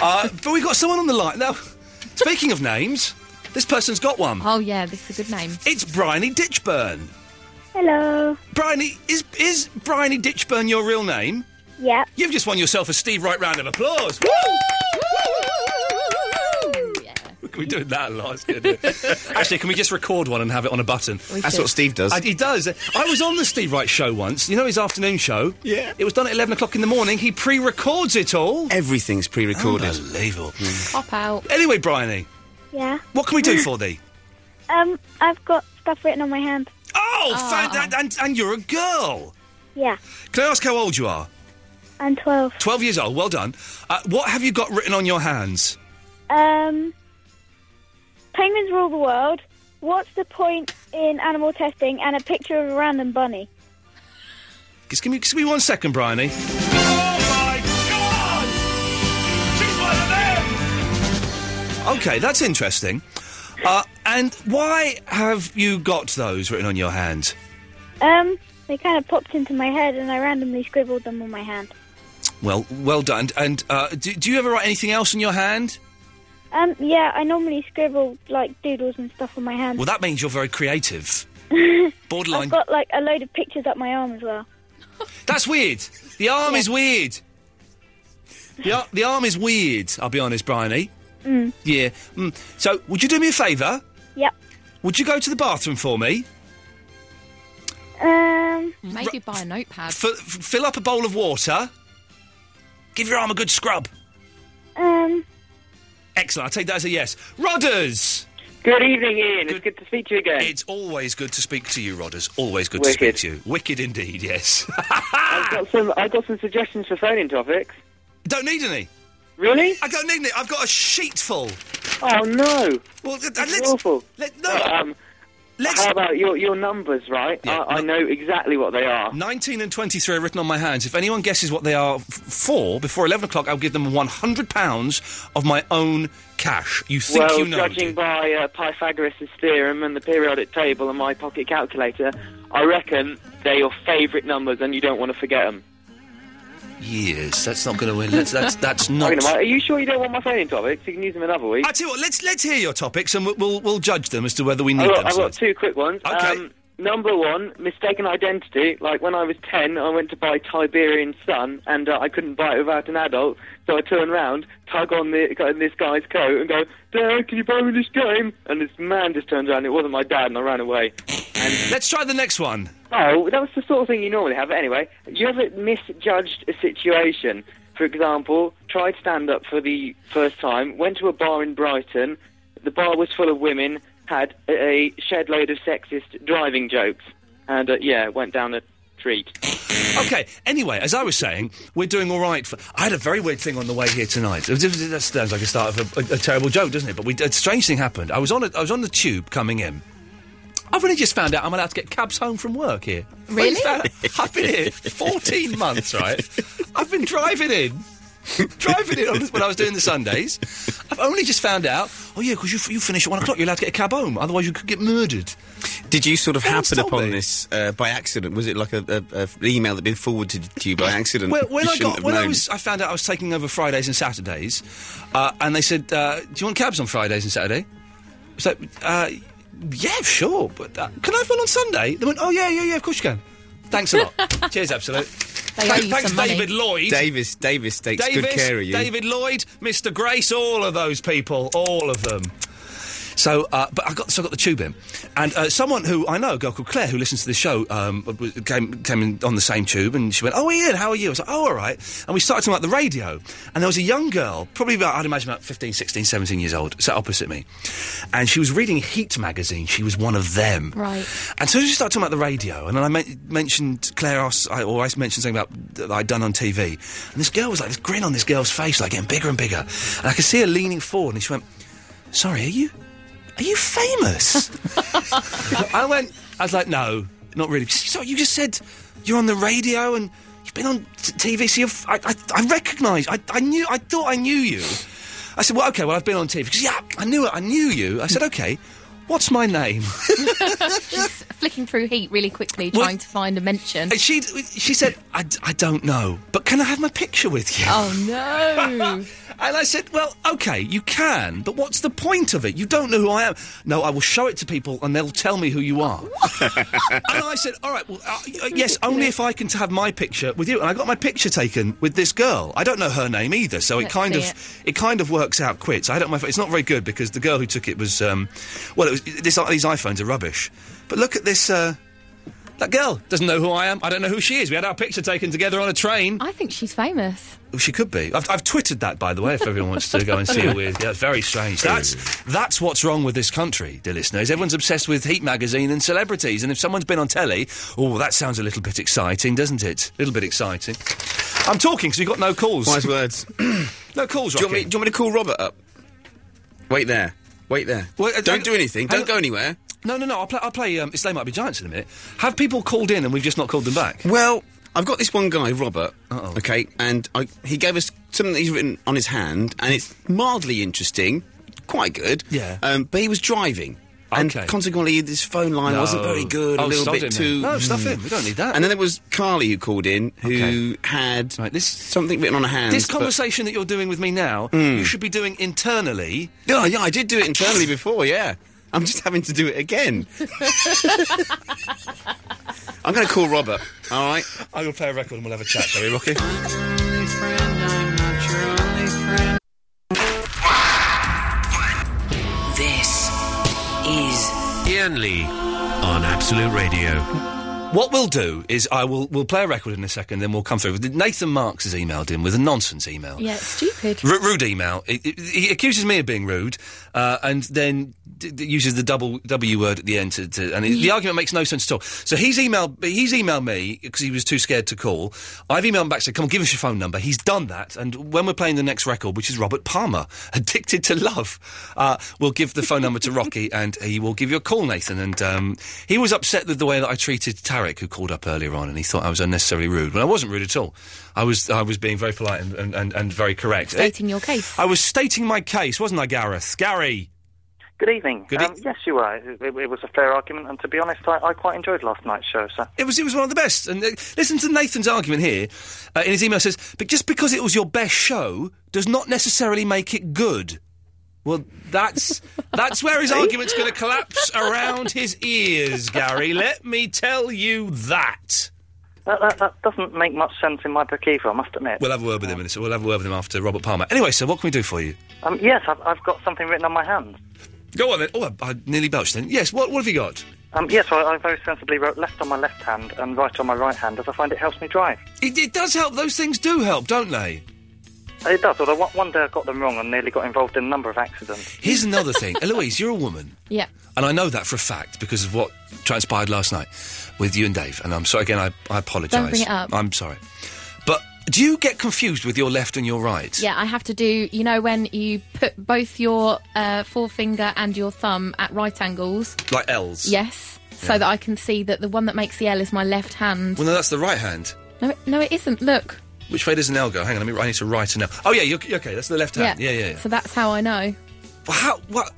[SPEAKER 5] uh, but we got someone on the line. Now, speaking of names, this person's got one.
[SPEAKER 7] Oh yeah, this is a good name.
[SPEAKER 5] It's Bryony Ditchburn.
[SPEAKER 10] Hello.
[SPEAKER 5] Bryony, is is Bryony Ditchburn your real name?
[SPEAKER 10] Yep.
[SPEAKER 5] You've just won yourself a Steve Wright round of applause. We're doing that a lot. It's good.
[SPEAKER 4] [laughs]
[SPEAKER 5] Actually, can we just record one and have it on a button?
[SPEAKER 4] We That's could. what Steve does.
[SPEAKER 5] I, he does. I was on the Steve Wright show once. You know his afternoon show.
[SPEAKER 4] Yeah.
[SPEAKER 5] It was done at eleven o'clock in the morning. He pre-records it all.
[SPEAKER 4] Everything's pre-recorded.
[SPEAKER 5] Unbelievable.
[SPEAKER 7] Pop out.
[SPEAKER 5] Anyway, Bryony,
[SPEAKER 10] Yeah.
[SPEAKER 5] what can we do
[SPEAKER 4] [laughs]
[SPEAKER 5] for thee?
[SPEAKER 10] Um, I've got stuff written on my hand.
[SPEAKER 5] Oh,
[SPEAKER 2] Ah.
[SPEAKER 4] Ah.
[SPEAKER 5] fan- and, and, and you're a girl.
[SPEAKER 10] Yeah.
[SPEAKER 5] Can I ask how old you are?
[SPEAKER 10] I'm 12.
[SPEAKER 5] Twelve years old. Well done. Uh, what have you got written on your hands?
[SPEAKER 10] Um, penguins rule the world. What's the point in animal testing and a picture of a random bunny?
[SPEAKER 5] Just give me, just give me one second, Bryony.
[SPEAKER 10] Oh,
[SPEAKER 5] Okay, that's interesting. Uh, and why have you got those written on your hand?
[SPEAKER 10] Um, they kind of popped into my head and I randomly scribbled them on my hand.
[SPEAKER 5] Well, well done. And uh, do, do you ever write anything else on your hand?
[SPEAKER 10] Um, yeah, I normally scribble like doodles and stuff on my hand.
[SPEAKER 5] Well, that means you're
[SPEAKER 10] [laughs]
[SPEAKER 5] very creative. Borderline.
[SPEAKER 10] I've got like a load of pictures up my arm as well.
[SPEAKER 5] That's weird. The arm is weird. The, ar- the arm is weird, I'll be honest, Bryony.
[SPEAKER 10] Mm.
[SPEAKER 5] Yeah. Mm. So, would you do me a favour?
[SPEAKER 10] Yep.
[SPEAKER 5] Would you go to the bathroom for me?
[SPEAKER 10] Um,
[SPEAKER 7] maybe buy a notepad.
[SPEAKER 5] F- f- fill up a bowl of water. Give your arm a good scrub.
[SPEAKER 10] Um,
[SPEAKER 5] Excellent. I'll take that as a yes. Rodders!
[SPEAKER 15] Good evening, Ian. It's good to speak to you again.
[SPEAKER 5] It's always good to speak to you, Rodders. Always good
[SPEAKER 15] Wicked.
[SPEAKER 5] to speak to you. Wicked indeed, yes. [laughs]
[SPEAKER 15] I've got some. I've got some suggestions for phoning topics.
[SPEAKER 5] don't need any.
[SPEAKER 15] Really?
[SPEAKER 5] I don't need any. I've got a sheet full.
[SPEAKER 15] Oh no!
[SPEAKER 5] Well, th-
[SPEAKER 15] That's
[SPEAKER 5] let's-
[SPEAKER 15] awful.
[SPEAKER 5] Let, no.
[SPEAKER 15] um, How about your your numbers? Right. I, I know exactly what they are.
[SPEAKER 5] 19 and 23 are written on my hands. If anyone guesses what they are f- for before 11 o'clock, I'll give them £100 of my own cash. You think
[SPEAKER 15] well,
[SPEAKER 5] you know.
[SPEAKER 15] judging by uh, Pythagoras' theorem and the periodic table and my pocket calculator, I reckon they're your favourite numbers, and you don't want to forget them.
[SPEAKER 5] Yes, that's not going to win. That's, that's,
[SPEAKER 15] [laughs]
[SPEAKER 5] that's not.
[SPEAKER 15] Are you sure you don't want my phoning topics? You can use them another week.
[SPEAKER 5] I tell you what, let's let's hear your topics and we'll we'll, we'll judge them as to whether we need
[SPEAKER 15] I've got,
[SPEAKER 5] them.
[SPEAKER 15] I've
[SPEAKER 5] so-
[SPEAKER 15] got two quick ones.
[SPEAKER 5] Okay.
[SPEAKER 15] Um, number one, mistaken identity. Like when I was 10, I went to buy Tiberian Sun and uh, I couldn't buy it without an adult. So I turn round, tug on the, gu- this guy's coat and go, Dad, can you buy me this game? And this man just turns around. It wasn't my dad and I ran away.
[SPEAKER 5] Let's try the next one.
[SPEAKER 15] Oh, that was the sort of thing you normally have. Anyway, you ever misjudged a situation? For example, tried stand up for the first time, went to a bar in Brighton, the bar was full of women, had a shed load of sexist driving jokes, and uh, yeah, went down a treat.
[SPEAKER 5] Okay. Anyway, as I was saying, we're doing all right. For, I had a very weird thing on the way here tonight. It was- it- That sounds like a start of a, a, a terrible joke, doesn't it? But we, a strange thing happened. I was on a, I was on the tube coming in. I've only just found out I'm allowed to get cabs home from work here. I've only
[SPEAKER 1] Really?
[SPEAKER 5] found- I've been here 14 months, right? I've been driving in. driving in on, when I was doing the Sundays. I've only just found out, oh, yeah, because you, f- you finish at one o'clock, you're allowed to get a cab home. Otherwise, you could get murdered.
[SPEAKER 4] Did you sort of
[SPEAKER 5] No one's
[SPEAKER 4] happen
[SPEAKER 5] told
[SPEAKER 4] upon
[SPEAKER 5] me.
[SPEAKER 4] this uh, by accident? Was it like a, a, a email that had been forwarded to you by accident?
[SPEAKER 5] Well, when
[SPEAKER 4] You
[SPEAKER 5] I
[SPEAKER 4] shouldn't
[SPEAKER 5] got
[SPEAKER 4] have
[SPEAKER 5] when I
[SPEAKER 4] known?
[SPEAKER 5] was, I found out I was taking over Fridays and Saturdays, uh, and they said, uh, "Do you want cabs on Fridays and Saturday?" I was like, uh, "Yeah, sure, but uh, can I have one on Sunday?" They went, "Oh yeah, yeah, yeah, of course you can. Thanks a
[SPEAKER 4] [laughs]
[SPEAKER 5] lot. Cheers, absolute. Thank- Thanks, David Lloyd.
[SPEAKER 4] Davis, Davis takes good
[SPEAKER 5] Davis,
[SPEAKER 4] care of you.
[SPEAKER 5] David Lloyd, Mr. Grace, all of those people, all of them. So, uh, but I got so I got the tube in, and uh, someone who I know, a girl called Claire, who listens to the show, um, w- came came in on the same tube, and she went, "Oh, Ian, how are you?" I was like, "Oh, all right." And we started talking about the radio, and there was a young girl, probably about I'd imagine about 15, 16, 17 years old, sat opposite me, and she was reading Heat magazine. She was one of them,
[SPEAKER 1] Right.
[SPEAKER 5] and so we started talking about the radio, and then I men- mentioned Claire asked, I, or I mentioned something about that I'd done on TV, and this girl was like this grin on this girl's face, like getting bigger and bigger, and I could see her leaning forward, and she went, "Sorry, are you, are you famous?" [laughs] I went, I was like, "No, not really." She said, "So you just said you're on the radio and you've been on t- TV, so you've, I, I, I recognise, I, I knew, I thought I knew you." I said, "Well, okay, well I've been on TV." She said, "Yeah, I knew it, I knew you." I said, "Okay, what's my
[SPEAKER 7] [laughs]
[SPEAKER 5] name?"
[SPEAKER 7] She's flicking through heat really quickly,
[SPEAKER 5] Well-
[SPEAKER 7] trying to find a mention.
[SPEAKER 5] And she she said, I, d- I don't know, but can I have my picture with you?
[SPEAKER 7] Oh no!
[SPEAKER 5] [laughs] and I said, well, okay, you can, but what's the point of it? You don't know who I am. No, I will show it to people and they'll tell me who
[SPEAKER 7] [laughs]
[SPEAKER 5] you are. and I said, all right, well, uh, uh, yes, only if I can t- have my picture with you. And I got my picture taken with this girl. I don't know her name either, so it
[SPEAKER 1] Let's
[SPEAKER 5] kind
[SPEAKER 1] see
[SPEAKER 5] of
[SPEAKER 1] it.
[SPEAKER 5] it kind of works out quits. I don't know if it's not very good because the girl who took it was um, well, it was this, these iPhones are rubbish. But look at this. Uh, that girl doesn't know who I am. I don't know who she is. We had our picture taken together on a train.
[SPEAKER 7] I think she's famous.
[SPEAKER 5] Well, She could be. I've, I've twittered that, by the way, if everyone wants to go and see a weird. Yeah, it's very strange. That's that's what's wrong with this country, dear listeners. Everyone's obsessed with Heat magazine and celebrities, and if someone's been on telly, oh, that sounds a little bit exciting, doesn't it? A little bit exciting. I'm talking because we've got no calls.
[SPEAKER 4] Wise words.
[SPEAKER 5] [clears throat] no calls.
[SPEAKER 4] Do you, want me,
[SPEAKER 5] Rocky.
[SPEAKER 4] do you want me to call Robert up? Wait there. Wait there.
[SPEAKER 5] Well, uh,
[SPEAKER 4] don't
[SPEAKER 5] uh,
[SPEAKER 4] do anything.
[SPEAKER 5] hang
[SPEAKER 4] Don't
[SPEAKER 5] on.
[SPEAKER 4] go anywhere.
[SPEAKER 5] No, no, no. I'll play. I'll play. Um, it's they might be giants in a minute. Have people called in and we've just not called them back?
[SPEAKER 4] Well, Oh, I've got this one guy, Robert. Okay, and I, he gave us something that he's written on his hand, and it's mildly interesting, quite good.
[SPEAKER 5] Yeah.
[SPEAKER 4] Um, but he was driving.
[SPEAKER 5] Okay.
[SPEAKER 4] And consequently, this phone line
[SPEAKER 5] No.
[SPEAKER 4] wasn't very good.
[SPEAKER 5] Oh,
[SPEAKER 4] a little
[SPEAKER 5] sod
[SPEAKER 4] bit
[SPEAKER 5] him then.
[SPEAKER 4] too. Hmm.
[SPEAKER 5] No, stuff him. We don't need that.
[SPEAKER 4] And then there was Carly who called in, who had
[SPEAKER 5] this,
[SPEAKER 4] something written on her hand.
[SPEAKER 5] this
[SPEAKER 4] but-
[SPEAKER 5] conversation that you're doing with me now,
[SPEAKER 4] Mm.
[SPEAKER 5] you should be doing internally.
[SPEAKER 4] Yeah, yeah, I did do it
[SPEAKER 5] [laughs]
[SPEAKER 4] internally before. Yeah, I'm just having to do it again. I'm going to call Robert. All right.
[SPEAKER 5] I will play a record and we'll have a chat, shall we, Rocky?
[SPEAKER 12] This is
[SPEAKER 6] Ian Lee on Absolute Radio.
[SPEAKER 5] What we'll do is I will we'll play a record in a second, then we'll come through. Nathan Marks has emailed in with a nonsense email.
[SPEAKER 7] Yeah, it's stupid.
[SPEAKER 5] Ru rude email. He- he- he accuses me of being rude, uh, and then d- d- uses the double W word at the end. To, to, and it- the argument makes no sense at all. So he's emailed. He's emailed me because he was too scared to call. I've emailed him back said, "Come on, give us your phone number." He's done that, and when we're playing the next record, which is Robert Palmer, "Addicted to Love," uh, we'll give the phone
[SPEAKER 7] [laughs]
[SPEAKER 5] number to Rocky, and he will give you a call, Nathan. And um, he was upset with the way that I treated Tarek, who called up earlier on, and he thought I was unnecessarily rude. But I wasn't rude at all. I was I was being very polite and, and, and, and very correct.
[SPEAKER 7] Stating your case.
[SPEAKER 5] I was stating my case, wasn't I, Gareth? Gary.
[SPEAKER 16] Good evening.
[SPEAKER 5] Good e-
[SPEAKER 16] um, yes, you were. It, it- it was a fair argument, and to be honest, I, I quite enjoyed last night's show, sir.
[SPEAKER 5] It was it was one of the best. And uh, listen to Nathan's argument here uh, in his email says, "But just because it was your best show does not necessarily make it good." Well, that's that's where his argument's going to collapse around his ears, Gary. Let me tell you that.
[SPEAKER 16] That, that, that doesn't make much sense in my book either, I must admit.
[SPEAKER 5] We'll have a word with him. In a, se- we'll have a word with him after Robert Palmer. Anyway, so what can we do for you?
[SPEAKER 16] Um, yes, I've, I've got something written on my hand.
[SPEAKER 5] Go on then. Oh, I, I nearly belched then. Yes. What what have you got?
[SPEAKER 16] Um, yes, I, I very sensibly wrote left on my left hand and right on my right hand, as I find it helps me drive.
[SPEAKER 5] It, it does help. Those things do help, don't they?
[SPEAKER 16] Uh, It does, although one- one day I got them wrong and nearly got involved in a number of accidents.
[SPEAKER 7] [laughs]
[SPEAKER 5] Here's another thing, Eloise. You're a woman.
[SPEAKER 7] Yeah.
[SPEAKER 5] And I know that for a fact because of what transpired last night with you and Dave. And I'm sorry again. I, I apologise.
[SPEAKER 7] Don't bring it up.
[SPEAKER 5] I'm sorry. But do you get confused with your left and your right?
[SPEAKER 7] Yeah, I have to do. You know when you put both your uh, forefinger and your thumb at right angles.
[SPEAKER 5] Like L's.
[SPEAKER 7] Yes, so
[SPEAKER 5] Yeah.
[SPEAKER 7] that I can see that the one that makes the L is my left hand.
[SPEAKER 5] Well, no, that's the right hand.
[SPEAKER 7] No, it- no, it isn't. Look.
[SPEAKER 5] Which way does an L go? Hang on, let me, I need to write an L. Oh yeah, you're, you're okay. That's the left hand. Yeah, yeah. yeah.
[SPEAKER 7] So that's how I know.
[SPEAKER 5] Well, how? What?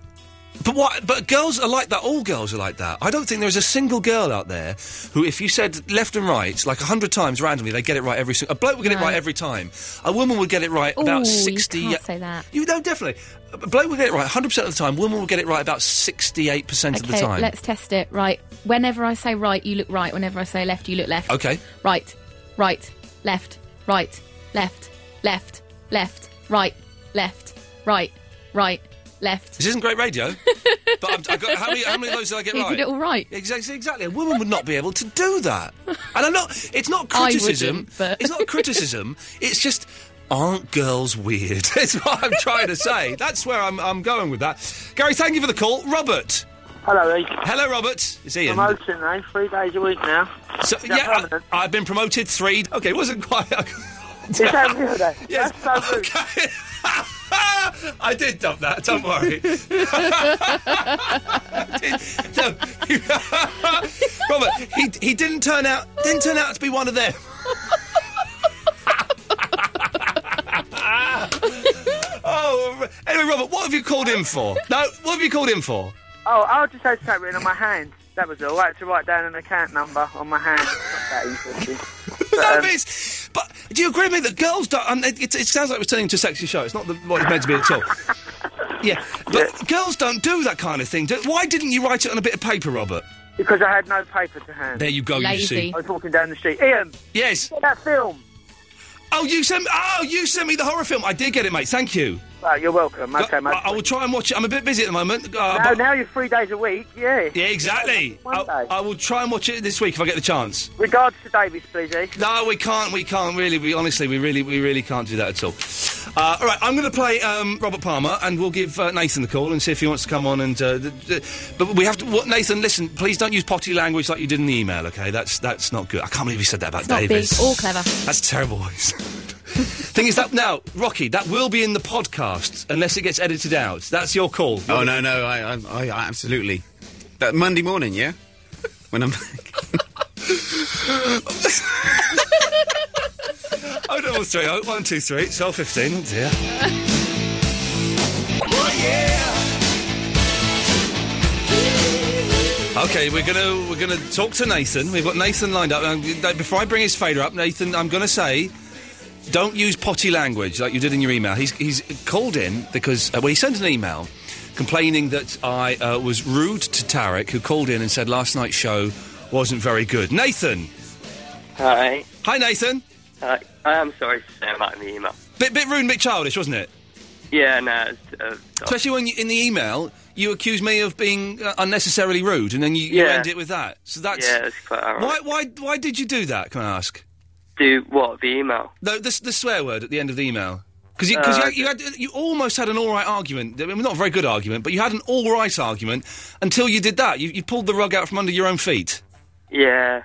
[SPEAKER 5] But what? But girls are like that. All girls are like that. I don't think there is a single girl out there who, if you said left and right like a hundred times randomly, they get it right every. sing- A bloke would get it right
[SPEAKER 7] No.
[SPEAKER 5] every time. A woman would get it right
[SPEAKER 7] Ooh,
[SPEAKER 5] about sixty.
[SPEAKER 7] You can't say that.
[SPEAKER 5] You know, definitely. A bloke will get it right 100% of the time. Women will get it right about 68% of the
[SPEAKER 7] okay,
[SPEAKER 5] time.
[SPEAKER 7] let's test it. Right. Whenever I say right, you look right. Whenever I say left, you look left.
[SPEAKER 5] Okay.
[SPEAKER 7] Right, right, left, right, left, left, left, right, left, right, right, left.
[SPEAKER 5] This isn't great
[SPEAKER 7] [laughs]
[SPEAKER 5] radio. but I'm, I got, how, many, how many of those did I get
[SPEAKER 7] You
[SPEAKER 5] right?
[SPEAKER 7] did it all right.
[SPEAKER 5] Exactly, exactly. A woman would not be able to do that. And I'm not. It's not
[SPEAKER 7] [laughs] I
[SPEAKER 5] criticism.
[SPEAKER 7] wouldn't, but- [laughs]
[SPEAKER 5] It's not criticism. It's just. Aren't girls weird? [laughs] That's what I'm trying to say. That's where I'm, I'm going with that. Gary, thank you for the call. Robert.
[SPEAKER 17] Hello, Ian.
[SPEAKER 5] Hello, Robert. It's Ian.
[SPEAKER 17] Promotion, eh? Three days a week now.
[SPEAKER 5] So,
[SPEAKER 17] Is that
[SPEAKER 5] yeah, I, have been promoted three. Okay, it wasn't quite. [laughs] Is
[SPEAKER 17] that rude, eh?
[SPEAKER 5] Yes.
[SPEAKER 17] That's so rude.
[SPEAKER 5] I did dump that. Don't worry. I
[SPEAKER 3] [laughs]
[SPEAKER 5] did- no, [laughs] Robert, he, he didn't turn out didn't turn out to be one of them. [laughs] oh, anyway, Robert, what have you called in for? No, what have you called in
[SPEAKER 17] [laughs]
[SPEAKER 5] for?
[SPEAKER 17] Oh, I just had something written on my hand. That was all. I had to write down an account number on my hand. Not that interesting.
[SPEAKER 5] no, but, it's, but do you agree with me that girls don't? Um, it, it, it sounds like we're turning into a sexy show. It's not the, what it's meant to be
[SPEAKER 17] [laughs]
[SPEAKER 5] at all. Yeah, but girls don't do that kind of thing. Do, why didn't you write it on a bit of paper, Robert?
[SPEAKER 17] Because I had no paper to hand.
[SPEAKER 5] There you go, you Lazy. see.
[SPEAKER 17] I was walking down the street. Ian.
[SPEAKER 5] Yes.
[SPEAKER 17] Get that film.
[SPEAKER 5] Oh, you sent. Oh, you sent me the horror film. I did get it, mate. Thank you.
[SPEAKER 17] Oh, you're welcome. Okay, mate.
[SPEAKER 5] I, I will try and watch it. I'm a bit busy at the moment. Uh,
[SPEAKER 17] No,
[SPEAKER 5] but-
[SPEAKER 17] now you're three days a week. Yeah.
[SPEAKER 5] Yeah, exactly. I, I will try and watch it this week if I get the chance.
[SPEAKER 17] Regards to Davies, please.
[SPEAKER 5] [laughs]
[SPEAKER 17] Eh?
[SPEAKER 5] No, we can't. We can't really. We honestly, we really, we really can't do that at all. Uh, all right, I'm going to play um, Robert Palmer, and we'll give uh, Nathan the call and see if he wants to come on. And uh, th- th- but we have to. What, Nathan, listen, please don't use potty language like you did in the email. Okay, that's that's not good. I can't believe you said that about
[SPEAKER 7] It's not big
[SPEAKER 5] Davis.
[SPEAKER 7] or clever.
[SPEAKER 5] That's terrible. [laughs] Thing is that now, Rocky, that will be in the podcast unless it gets edited out. That's your call.
[SPEAKER 4] Oh no, no, I, I, I I- absolutely. That Monday morning, yeah. When I'm [laughs]
[SPEAKER 5] [laughs] Oh, double three, oh, one, two, three. It's all fifteen. Oh dear. Okay, we're gonna we're gonna talk to Nathan. We've got Nathan lined up. Um, before I bring his fader up, Nathan, I'm gonna say, don't use potty language like you did in your email. He's he's called in because uh, well, he sent an email complaining that I uh, was rude to Tarek, who called in and said last night's show wasn't very good. Nathan,
[SPEAKER 17] Hi.
[SPEAKER 5] Hi, Nathan.
[SPEAKER 17] Hi. I am sorry to say about the email.
[SPEAKER 5] bit bit rude, bit childish, wasn't it?
[SPEAKER 14] Yeah, no. it's, Uh,
[SPEAKER 5] Especially when you, in the email you accuse me of being uh, unnecessarily rude, and then you, you
[SPEAKER 14] Yeah.
[SPEAKER 5] end it with that. Uh, So that's
[SPEAKER 14] Yeah, it's quite alright.
[SPEAKER 5] why why why did you do that? Can I ask?
[SPEAKER 14] Do what? The email?
[SPEAKER 5] No, the, the swear word at the end of the email. Because you, 'cause
[SPEAKER 14] Uh,
[SPEAKER 5] you, had- you, had- you almost had an all right argument. I mean, not a very good argument, but you had an all right argument until you did that. You, you pulled the rug out from under your own feet.
[SPEAKER 14] Yeah.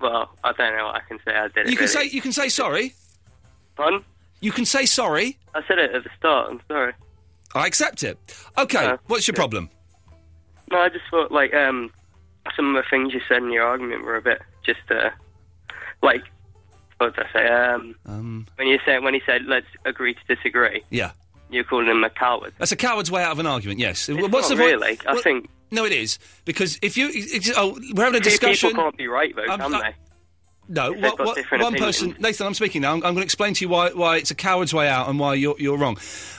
[SPEAKER 14] Well, I don't know what I can say. I did it.
[SPEAKER 5] You can
[SPEAKER 14] really.
[SPEAKER 5] say you can say sorry.
[SPEAKER 14] Pardon?
[SPEAKER 5] You can say sorry.
[SPEAKER 14] I said it at the start. I'm sorry.
[SPEAKER 5] I accept it. Okay,
[SPEAKER 14] Uh,
[SPEAKER 5] what's your problem?
[SPEAKER 14] No, I just thought like um, some of the things you said in your argument were a bit just uh, like what did I say? Um,
[SPEAKER 5] Um,
[SPEAKER 14] when you said when he said let's agree to disagree,
[SPEAKER 5] yeah,
[SPEAKER 14] you're calling him a coward.
[SPEAKER 5] that's a coward's way out of an argument. Yes.
[SPEAKER 14] What's
[SPEAKER 5] the
[SPEAKER 14] not
[SPEAKER 5] point-
[SPEAKER 14] really? I
[SPEAKER 5] what-
[SPEAKER 14] think
[SPEAKER 5] No, it is because if you, it's, oh, we're having a
[SPEAKER 14] two
[SPEAKER 5] discussion.
[SPEAKER 14] people can't be right though,
[SPEAKER 5] Um,
[SPEAKER 14] can
[SPEAKER 5] uh,
[SPEAKER 14] they?
[SPEAKER 5] No,
[SPEAKER 14] If they've
[SPEAKER 5] what,
[SPEAKER 14] got
[SPEAKER 5] what-
[SPEAKER 14] different
[SPEAKER 5] one person,
[SPEAKER 14] opinions.
[SPEAKER 5] Nathan. I'm speaking now. I'm, I'm going to explain to you why why it's a coward's way out and why you're you're wrong,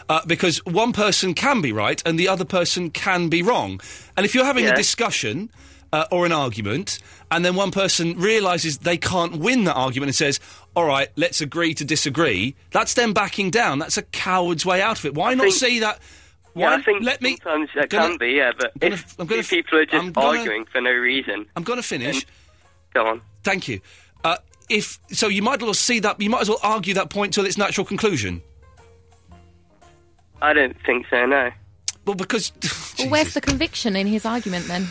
[SPEAKER 5] uh, because one person can be right and the other person can be wrong, and if you're having
[SPEAKER 18] Yeah.
[SPEAKER 5] a discussion. Uh, or an argument, and then one person realizes they can't win that argument and says, "All right, let's agree to disagree." That's them backing down. That's a coward's way out of it. Why not
[SPEAKER 14] think-
[SPEAKER 5] see that? Why
[SPEAKER 14] Yeah, I think
[SPEAKER 5] let me?
[SPEAKER 14] sometimes that
[SPEAKER 5] gonna-
[SPEAKER 14] can be, yeah, but
[SPEAKER 5] gonna
[SPEAKER 14] if,
[SPEAKER 5] f- I'm gonna
[SPEAKER 14] if
[SPEAKER 5] f-
[SPEAKER 14] people are
[SPEAKER 5] I'm
[SPEAKER 14] just
[SPEAKER 5] gonna-
[SPEAKER 14] arguing for no reason,
[SPEAKER 5] I'm going to finish.
[SPEAKER 14] Mm-hmm. go on.
[SPEAKER 5] Thank you. Uh, if so, you might as well see that. You might as well argue that point till its natural conclusion.
[SPEAKER 14] I don't think so. No.
[SPEAKER 5] Well, because [laughs]
[SPEAKER 7] Well, where's the conviction in his argument then?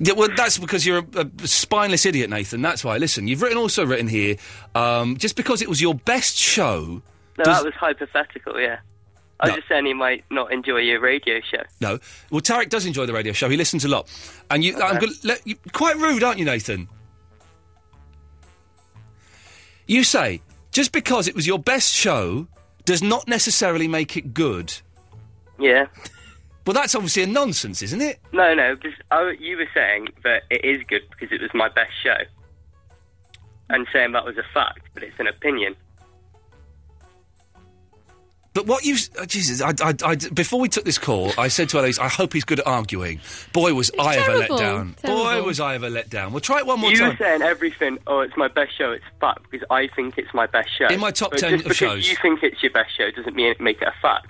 [SPEAKER 5] Yeah, well, that's because you're a, a spineless idiot, Nathan. That's why. Listen, you've written also written here. Um, just because it was your best show,
[SPEAKER 14] No,
[SPEAKER 5] does-
[SPEAKER 14] that was hypothetical. Yeah, I was just saying he might not enjoy your radio show.
[SPEAKER 5] no. Well, Tarek does enjoy the radio show. He listens a lot, and you. I'm gonna let you quite rude, aren't you, Nathan? You say just because it was your best show does not necessarily make it good.
[SPEAKER 14] Yeah.
[SPEAKER 5] Well, that's obviously a nonsense, isn't it?
[SPEAKER 14] No, no, because I, you were saying that it is good because it was my best show, and saying that was a fact, but it's an opinion.
[SPEAKER 5] But what you, s- oh, Jesus, I, I, I, before we took this call, I said to Elise, I hope he's good at arguing. Boy, was I ever
[SPEAKER 14] terrible,
[SPEAKER 5] let down. Boy,
[SPEAKER 14] terrible.
[SPEAKER 5] was I ever let down. We'll try it one more
[SPEAKER 14] you
[SPEAKER 5] time.
[SPEAKER 14] were saying everything. Oh, it's my best show. It's fact because I think it's my best show.
[SPEAKER 5] In my top
[SPEAKER 14] But
[SPEAKER 5] 10
[SPEAKER 14] just
[SPEAKER 5] of
[SPEAKER 14] because
[SPEAKER 5] shows.
[SPEAKER 14] you think it's your best show doesn't mean it make it a fact.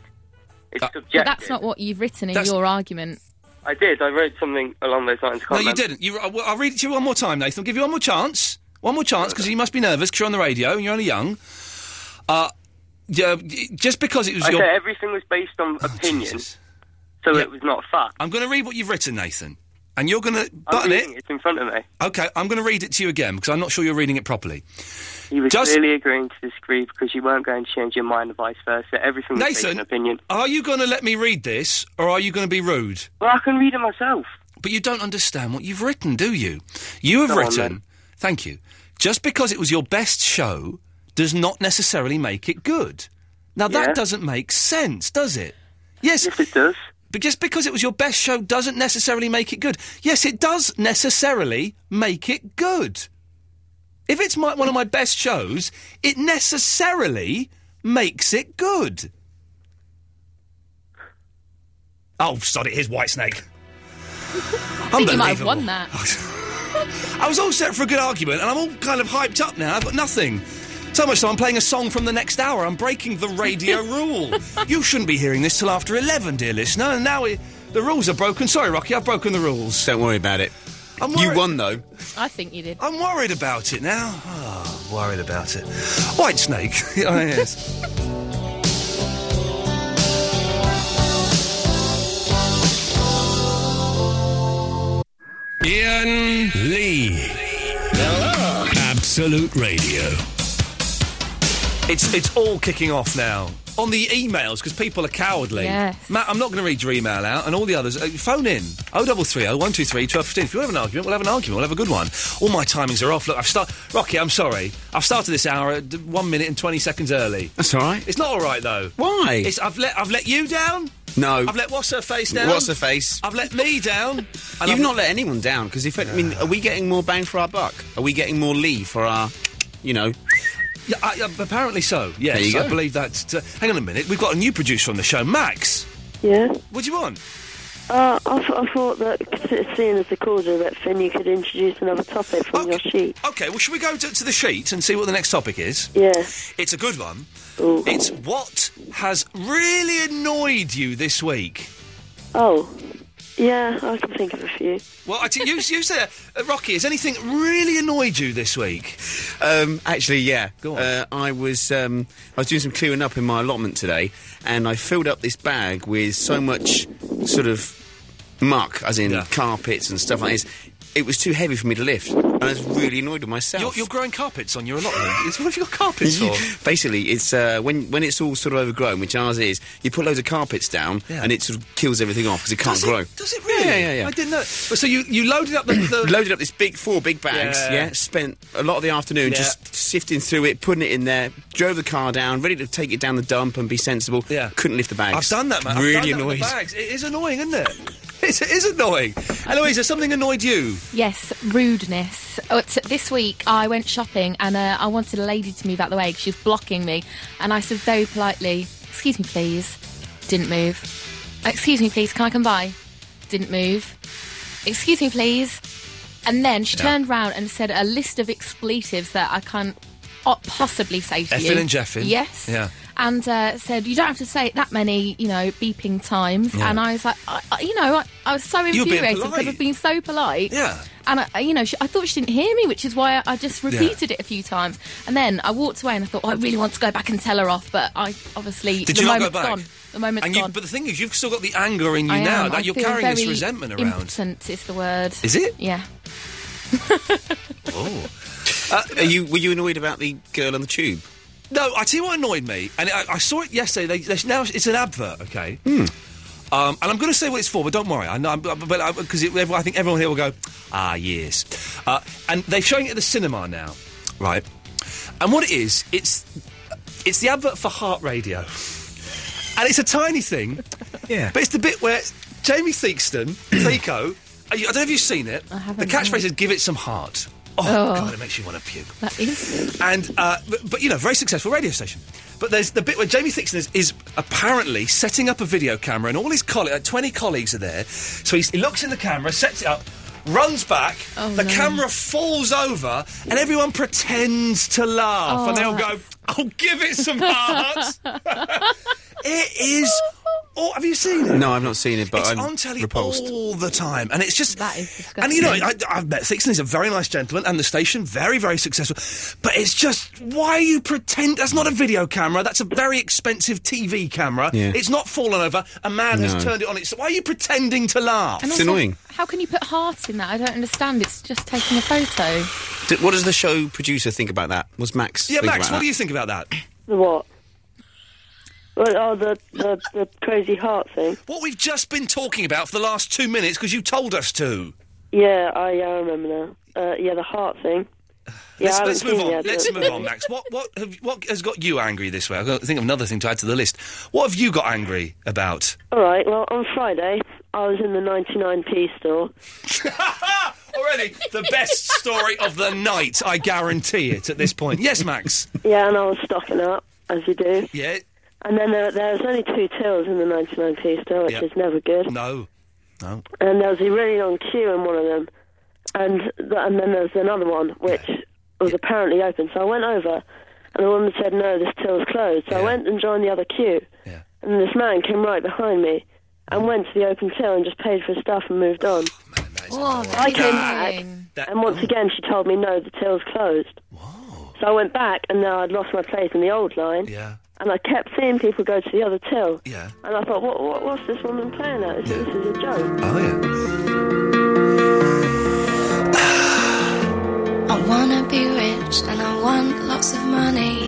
[SPEAKER 14] It's
[SPEAKER 7] But
[SPEAKER 14] subjective.
[SPEAKER 7] that's not what you've written in
[SPEAKER 5] That's-
[SPEAKER 7] your argument.
[SPEAKER 14] I did. I wrote something along those lines.
[SPEAKER 5] no,
[SPEAKER 14] Can't
[SPEAKER 5] you
[SPEAKER 14] remember.
[SPEAKER 5] didn't. You, I, will read it to you one more time, Nathan. I'll give you one more chance. One more chance, because you must be nervous, because you're on the radio and you're only young. Uh, yeah, y- just because it was
[SPEAKER 14] I
[SPEAKER 5] your. Oh,
[SPEAKER 14] said everything was based on opinion, so it was not fact.
[SPEAKER 5] I'm going to read what you've written, Nathan, and you're going to button it.
[SPEAKER 14] reading It's in front of me.
[SPEAKER 5] Okay, I'm going to read it to you again, because I'm not sure you're reading it properly.
[SPEAKER 14] You were
[SPEAKER 5] Just-
[SPEAKER 14] clearly agreeing to disagree because you weren't going to change your mind, and vice versa. Everything was based on
[SPEAKER 5] Nathan,
[SPEAKER 14] opinion.
[SPEAKER 5] are you going to let me read this, or are you going to be rude?
[SPEAKER 14] Well, I can read it myself.
[SPEAKER 5] But you don't understand what you've written, do you? You have
[SPEAKER 14] Go on,
[SPEAKER 5] written,
[SPEAKER 14] then.
[SPEAKER 5] thank you, just because it was your best show does not necessarily make it good. Now, that
[SPEAKER 14] Yeah.
[SPEAKER 5] doesn't make sense, does it? Yes. Yes,
[SPEAKER 14] it does.
[SPEAKER 5] But just because it was your best show doesn't necessarily make it good. Yes, it does necessarily make it good. If it's my, one of my best shows, it necessarily makes it good. Oh, sod it, here's Whitesnake.
[SPEAKER 7] I think you might have
[SPEAKER 5] Unbelievable.
[SPEAKER 7] won that.
[SPEAKER 5] I was all set for a good argument, and I'm all kind of hyped up now. I've got nothing. So much so I'm playing a song from the next hour. I'm breaking the [laughs] radio rule. You shouldn't be hearing this till after 11, dear listener. And now it, the rules are broken. Sorry, Rocky, I've broken the rules. Don't worry about it. I'm
[SPEAKER 4] You
[SPEAKER 5] won, though.
[SPEAKER 7] I think you did.
[SPEAKER 5] I'm worried about it now. Oh, worried about it. White Snake. [laughs] oh, yes.
[SPEAKER 1] Ian Lee. Absolute Radio.
[SPEAKER 5] It's it's all kicking off now on the emails because people are cowardly.
[SPEAKER 1] Yes.
[SPEAKER 5] Matt, I'm not going to read your email out, and all the others. Uh, phone in 0330 123 1215. If you have an argument, we'll have an argument. We'll have a good one. All my timings are off. Look, I've started. Rocky, I'm sorry. I've started this hour at d- one minute and twenty seconds early.
[SPEAKER 4] That's all right.
[SPEAKER 5] It's not all right though.
[SPEAKER 4] Why?
[SPEAKER 5] It's, I've let I've let you down.
[SPEAKER 4] No.
[SPEAKER 5] I've let what's her face down.
[SPEAKER 4] What's her face?
[SPEAKER 5] I've let me down.
[SPEAKER 4] You've not let anyone down because if I mean, are we getting more bang for our buck? Are we getting more Lee for our, you know?
[SPEAKER 5] Yeah, I, uh, apparently so. Yes,
[SPEAKER 4] There you
[SPEAKER 5] I
[SPEAKER 4] go.
[SPEAKER 5] believe that. Uh, hang on a minute. We've got a new producer on the show, Max.
[SPEAKER 11] Yeah.
[SPEAKER 5] What do you want?
[SPEAKER 11] Uh, I, th- I thought that s- seeing as the calls are a bit thin, you could introduce another topic from your sheet.
[SPEAKER 5] Okay, well, should we go to, to the sheet and see what the next topic is?
[SPEAKER 11] Yeah.
[SPEAKER 5] It's a good one. It's what has really annoyed you this week.
[SPEAKER 11] Oh, yeah, I can think of a few.
[SPEAKER 5] Well, I think you,
[SPEAKER 4] [laughs]
[SPEAKER 5] you said, uh, Rocky, has anything really annoyed you this week?
[SPEAKER 4] Um, actually, yeah. Go on. Uh, I was um, I was doing some clearing up in my allotment today, and I filled up this bag with so much sort of muck, as in carpets and stuff like this. It was too heavy for me to lift, and I was really annoyed with myself.
[SPEAKER 5] You're, you're growing carpets on your allotment. It's- what have you got carpets
[SPEAKER 4] You-
[SPEAKER 5] [laughs] for?
[SPEAKER 4] Basically, it's uh, when when it's all sort of overgrown, which ours is. You put loads of carpets down,
[SPEAKER 5] Yeah.
[SPEAKER 4] and it sort of kills everything off because it can't
[SPEAKER 5] Does it-
[SPEAKER 4] grow.
[SPEAKER 5] does it really?
[SPEAKER 4] Yeah, yeah, yeah.
[SPEAKER 5] I didn't know. But so you, you loaded up the,
[SPEAKER 4] [clears throat]
[SPEAKER 5] the
[SPEAKER 4] loaded up this big four big bags.
[SPEAKER 5] Yeah.
[SPEAKER 4] Yeah. spent a lot of the afternoon
[SPEAKER 5] Yeah.
[SPEAKER 4] just sifting through it, putting it in there. Drove the car down, ready to take it down the dump and be sensible. Yeah, couldn't lift the bags.
[SPEAKER 5] I've done that, man. I've
[SPEAKER 4] Really
[SPEAKER 5] done that with
[SPEAKER 4] annoyed.
[SPEAKER 5] the bags. It is annoying, isn't it? It's, it is annoying. Eloise, has something annoyed you?
[SPEAKER 7] Yes, rudeness. Oh, it's, this week I went shopping and uh, I wanted a lady to move out the way because she was blocking me. And I said very politely, Excuse me, please. Didn't move. Uh, Excuse me, please. Can I come by? Didn't move. Excuse me, please. And then she
[SPEAKER 5] Yeah.
[SPEAKER 7] turned round and said a list of expletives that I can't o- possibly say to you.
[SPEAKER 5] Effin and Jeffin.
[SPEAKER 7] Yes
[SPEAKER 5] Yeah.
[SPEAKER 7] and uh, said, "You don't have to say it that many, you know, beeping times."
[SPEAKER 5] Yeah.
[SPEAKER 7] And I was like, I, I, "You know, I, I was so
[SPEAKER 5] You were being
[SPEAKER 7] infuriated because
[SPEAKER 5] polite.
[SPEAKER 7] I've been so polite."
[SPEAKER 5] Yeah.
[SPEAKER 7] And I, I- you know, she, I thought she didn't hear me, which is why I, I just
[SPEAKER 5] Yeah.
[SPEAKER 7] repeated it a few times. And then I walked away and I thought, oh, "I really want to go back and tell her off," but I obviously
[SPEAKER 5] Did
[SPEAKER 7] the
[SPEAKER 5] you not go
[SPEAKER 7] moment's
[SPEAKER 5] back?
[SPEAKER 7] gone. The moment's
[SPEAKER 5] and you,
[SPEAKER 7] gone.
[SPEAKER 5] but the thing is, you've still got the anger in you
[SPEAKER 7] I
[SPEAKER 5] now.
[SPEAKER 7] am.
[SPEAKER 5] That
[SPEAKER 7] I
[SPEAKER 5] you're
[SPEAKER 7] feel
[SPEAKER 5] carrying this
[SPEAKER 7] very
[SPEAKER 5] resentment around.
[SPEAKER 7] Impotent is the word.
[SPEAKER 5] Is it?
[SPEAKER 7] Yeah.
[SPEAKER 5] oh.
[SPEAKER 4] Uh, Are you were you annoyed about the girl on the tube?
[SPEAKER 5] No, I tell you what annoyed me, and I, I saw it yesterday. They, they, now it's an advert, okay? Um, and I'm going to say what it's for, but don't worry. I know, I'm, but because I think everyone here will go, ah, yes. Uh, and they're showing it at the cinema now, right? And what it is, it's it's the advert for Heart Radio, and it's a tiny thing, yeah. But it's the bit where Jamie Theakston, Theco, I don't know if you've seen it.
[SPEAKER 7] I
[SPEAKER 5] The
[SPEAKER 7] haven't, no.
[SPEAKER 5] catchphrase is "Give it some heart." Oh,
[SPEAKER 7] Oh.
[SPEAKER 5] God, it makes you want to puke.
[SPEAKER 7] That is.
[SPEAKER 5] And uh, but, but you know, very successful radio station. But there's the bit where Jamie Thixton is, is apparently setting up a video camera, and all his colleagues, uh, twenty colleagues, are there. So he's, he looks in the camera, sets it up, runs back.
[SPEAKER 7] Oh,
[SPEAKER 5] the
[SPEAKER 1] no.
[SPEAKER 5] camera falls over, and everyone pretends to laugh, and they all
[SPEAKER 1] Oh,
[SPEAKER 5] go, "Oh, give it some hearts." [laughs] it is. Oh, have you seen it?
[SPEAKER 4] No, I've not seen it, but
[SPEAKER 5] it's
[SPEAKER 4] I'm
[SPEAKER 5] on telly
[SPEAKER 4] repulsed.
[SPEAKER 5] all the time, and it's just that is
[SPEAKER 7] disgusting.
[SPEAKER 5] And you know, I, I've met Thixton; he's a very nice gentleman, and the station very, very successful. But it's just why you pretend? That's not a video camera. That's a very expensive TV camera.
[SPEAKER 4] Yeah.
[SPEAKER 5] It's not fallen over. A man
[SPEAKER 4] No.
[SPEAKER 5] has turned it on. It's why are you pretending to laugh?
[SPEAKER 7] And also, How can you put heart in that? I don't understand. It's just taking a photo.
[SPEAKER 4] D- what does the show producer think about that? What's Max?
[SPEAKER 5] Yeah,
[SPEAKER 4] think
[SPEAKER 5] Max,
[SPEAKER 4] about
[SPEAKER 5] what
[SPEAKER 4] that?
[SPEAKER 5] do you think about that?
[SPEAKER 11] The what? Well, oh, the, the, the crazy heart thing.
[SPEAKER 5] What we've just been talking about for the last two minutes because you told us to.
[SPEAKER 11] Yeah, I, yeah, I remember now. Uh, yeah, the heart thing. Yeah, I
[SPEAKER 5] let's
[SPEAKER 11] haven't
[SPEAKER 5] let's move
[SPEAKER 11] seen
[SPEAKER 5] on.
[SPEAKER 11] the advert.
[SPEAKER 5] Let's move on, Max. What what have, what has got you angry this way? I've got to think of another thing to add to the list. What have you got angry about?
[SPEAKER 11] All right. Well, on Friday, I was in the 99p store.
[SPEAKER 5] Already, the best story of the night, I guarantee it. At this point, yes, Max.
[SPEAKER 11] Yeah, and I was stocking up as you do.
[SPEAKER 5] Yeah.
[SPEAKER 11] And then uh, there, there was only two tills in the 99p store, which
[SPEAKER 5] Yeah.
[SPEAKER 11] is never good.
[SPEAKER 5] No, no.
[SPEAKER 11] And there was a really long queue in one of them, and th- and then there was another one which was apparently open. So I went over, and the woman said, "No, this till's closed." So I went and joined the other queue, and this man came right behind me.
[SPEAKER 5] Mm.
[SPEAKER 11] And went to the open till and just paid for his stuff and moved
[SPEAKER 5] [laughs]
[SPEAKER 11] on.
[SPEAKER 7] Oh, that
[SPEAKER 11] I
[SPEAKER 7] is
[SPEAKER 11] came back,
[SPEAKER 7] annoying.
[SPEAKER 11] and
[SPEAKER 5] Mm.
[SPEAKER 11] once again she told me no, the till's closed. So I went back, and now I'd lost my place in the old line.
[SPEAKER 5] Yeah.
[SPEAKER 11] And I kept seeing people go to the other till.
[SPEAKER 5] Yeah.
[SPEAKER 11] And I thought, what, what, what's this woman playing at? Is This is a joke.
[SPEAKER 5] Oh
[SPEAKER 19] [sighs]
[SPEAKER 5] yeah.
[SPEAKER 19] I wanna be rich and I want lots of money.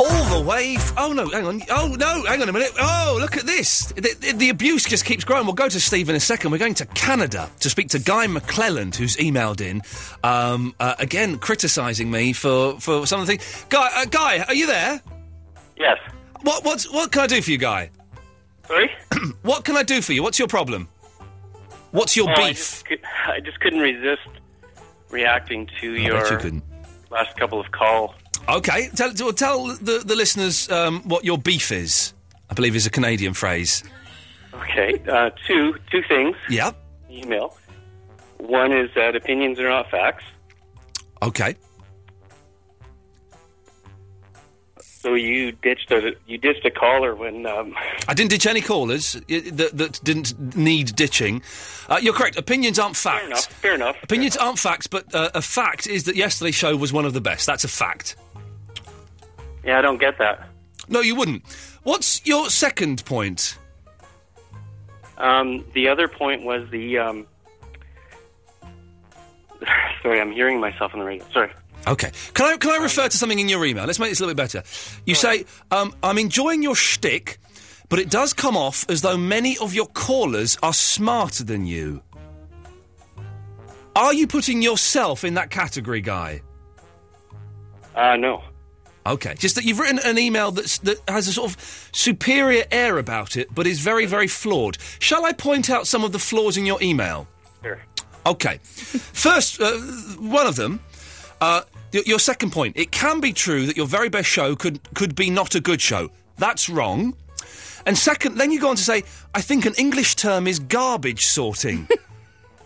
[SPEAKER 5] All the way. F- oh no, hang on. Oh no, hang on a minute. Oh, look at this. The, the, the abuse just keeps growing. We'll go to Steve in a second. We're going to Canada to speak to Guy McClelland, who's emailed in um, uh, again, criticising me for for some of the things. Guy, uh, Guy, are you there?
[SPEAKER 9] Yes.
[SPEAKER 5] What what's what can I do for you, Guy?
[SPEAKER 9] Sorry.
[SPEAKER 5] [clears throat] what can I do for you? What's your problem? What's your
[SPEAKER 9] Oh, I
[SPEAKER 5] beef?
[SPEAKER 9] just, cou- I just couldn't resist reacting to
[SPEAKER 5] I
[SPEAKER 9] your
[SPEAKER 5] bet you couldn't.
[SPEAKER 9] last couple of call.
[SPEAKER 5] Okay, tell
[SPEAKER 9] [laughs]
[SPEAKER 5] tell- tell the the listeners um, what your beef is. I believe is a Canadian phrase.
[SPEAKER 9] Okay, uh, two two things.
[SPEAKER 5] Yep.
[SPEAKER 9] Email. One is that opinions are not facts.
[SPEAKER 5] Okay.
[SPEAKER 9] So you ditched a you ditched a caller when um, [laughs]
[SPEAKER 5] I didn't ditch any callers uh, that, that didn't need ditching. Uh, you're correct. Opinions aren't facts. Fair enough.
[SPEAKER 9] Fair enough.
[SPEAKER 5] Opinions aren't facts, but uh, a fact is that yesterday's show was one of the best. That's a fact.
[SPEAKER 9] yeah I don't get that.
[SPEAKER 5] No, you wouldn't. What's your second point?
[SPEAKER 9] Um, the other point was the um, [laughs] sorry I'm hearing myself on the radio. Sorry.
[SPEAKER 5] Okay. Can I can I refer to something in your email? Let's make this a little bit better. You say um, I'm enjoying your shtick, but it does come off as though many of your callers are smarter than you. Are you putting yourself in that category, guy?
[SPEAKER 9] Uh, no.
[SPEAKER 5] Okay, just that you've written an email that's, that has a sort of superior air about it, but is very, very flawed. Shall I point out some of the flaws in your email?
[SPEAKER 9] Sure.
[SPEAKER 5] Okay. First, uh, one of them, uh, y- your second point. It can be true that your very best show could, could be not a good show. That's wrong. And second, then you go on to say, I think an English term is garbage sorting.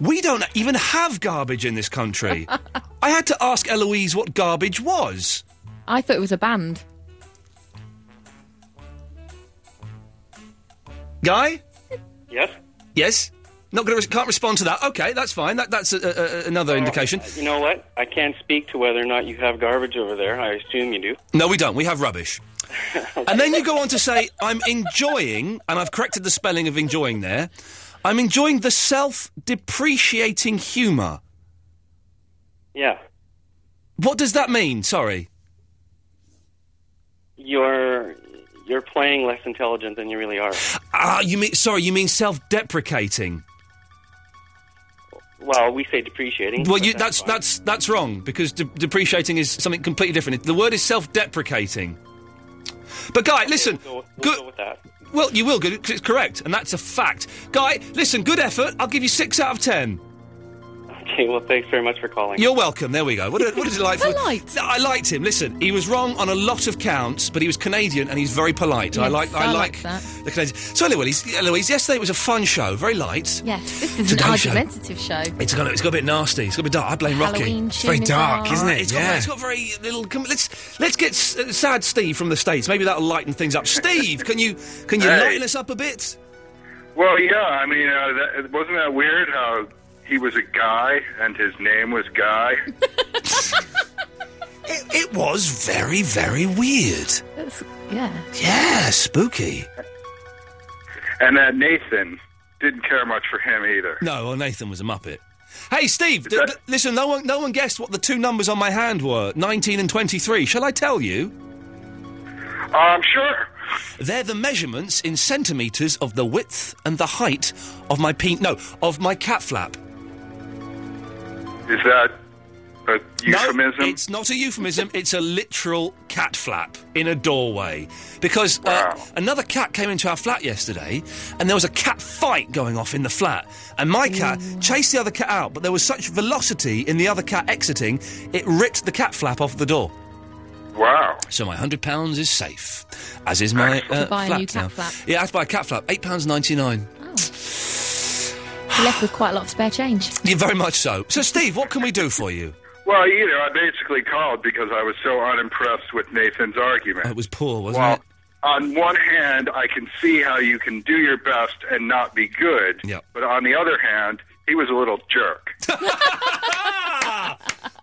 [SPEAKER 5] we don't even have garbage in this country. I had to ask Eloise what garbage was.
[SPEAKER 7] I thought it was a band.
[SPEAKER 5] Guy?
[SPEAKER 9] Yes.
[SPEAKER 5] Yes. Not going to can't respond to that. Okay, that's fine. That, that's a, a, a- another indication.
[SPEAKER 9] You know what? I can't speak to whether or not you have garbage over there. I assume you do.
[SPEAKER 5] No, we don't. We have rubbish. and then you go on to say, I'm enjoying, and I've corrected the spelling of enjoying there. I'm enjoying the self depreciating humour.
[SPEAKER 9] Yeah.
[SPEAKER 5] What does that mean? Sorry.
[SPEAKER 9] You're you're playing less intelligent than you really are.
[SPEAKER 5] Ah, you mean, sorry, you mean self deprecating.
[SPEAKER 9] Well, we say depreciating.
[SPEAKER 5] Well,
[SPEAKER 9] but
[SPEAKER 5] you, that's, that's, that's wrong, because de- depreciating is something completely different. The word is self deprecating. But, Guy, listen. good, Well, you will, good, 'cause it's correct, and that's a fact. Guy, listen, good effort. I'll give you six out of ten.
[SPEAKER 9] [laughs] Okay, well, thanks very much for calling.
[SPEAKER 5] You're welcome. There we go. What a, what
[SPEAKER 7] [laughs]
[SPEAKER 5] a delightful.
[SPEAKER 9] Polite.
[SPEAKER 5] No, I liked him. Listen, he was wrong on a lot of counts, but he was Canadian and he's very polite. I
[SPEAKER 7] Yes,
[SPEAKER 5] like.
[SPEAKER 7] I like
[SPEAKER 5] I like,
[SPEAKER 7] that.
[SPEAKER 5] the Canadian. So, Eloise, Eloise, yesterday was a fun show, very light.
[SPEAKER 7] Yes, this is
[SPEAKER 5] Today
[SPEAKER 7] an
[SPEAKER 5] show.
[SPEAKER 7] argumentative show.
[SPEAKER 5] It's got, it's got a bit nasty. It's got a bit dark. I blame Rocky.
[SPEAKER 7] Halloween It's very tune is dark, on. isn't it?
[SPEAKER 5] It's got-
[SPEAKER 7] Yeah.
[SPEAKER 5] it's got very little. Come, let's let's get S- uh, sad Steve from the states. Maybe that'll lighten things up. Steve, can you can you
[SPEAKER 3] Hey.
[SPEAKER 5] lighten us up a bit?
[SPEAKER 3] [laughs] Well, yeah. I mean, uh, that, wasn't that weird how he was a guy and his name was Guy?
[SPEAKER 5] It was very very weird.
[SPEAKER 7] That's, yeah.
[SPEAKER 5] Yeah, spooky.
[SPEAKER 3] and that Nathan didn't care much for him either.
[SPEAKER 5] No, well, Nathan was a muppet. Hey, Steve, d-
[SPEAKER 3] [laughs]
[SPEAKER 5] d- listen, no one, no one guessed what the two numbers on my hand were 19 and 23. Shall I tell you?
[SPEAKER 3] Um, sure.
[SPEAKER 5] They're the measurements in centimetres of the width and the height of my pe- no, of my cat flap.
[SPEAKER 3] Is that a euphemism?
[SPEAKER 5] No, it's not a euphemism. It's a literal cat flap in a doorway. Because uh, another cat came into our flat yesterday, and there was a cat fight going off in the flat. And my cat
[SPEAKER 7] Mm.
[SPEAKER 5] chased the other cat out, but there was such velocity in the other cat exiting, it ripped the cat flap off the door.
[SPEAKER 3] Wow.
[SPEAKER 5] So my hundred pounds is safe, as is my uh,
[SPEAKER 7] To buy a
[SPEAKER 5] flap
[SPEAKER 7] new cat
[SPEAKER 5] now.
[SPEAKER 7] flap. Oh.
[SPEAKER 5] Yeah, I have to buy a cat flap. Eight pounds ninety nine.
[SPEAKER 7] You're left with quite a lot of spare change.
[SPEAKER 5] Yeah, very much so. So Steve, what can we do for you?
[SPEAKER 3] Well, you know, I basically called because I was so unimpressed with Nathan's argument.
[SPEAKER 5] It was poor, wasn't
[SPEAKER 3] well,
[SPEAKER 5] it?
[SPEAKER 3] on one hand, I can see how you can do your best and not be good. But on the other hand, he was a little jerk.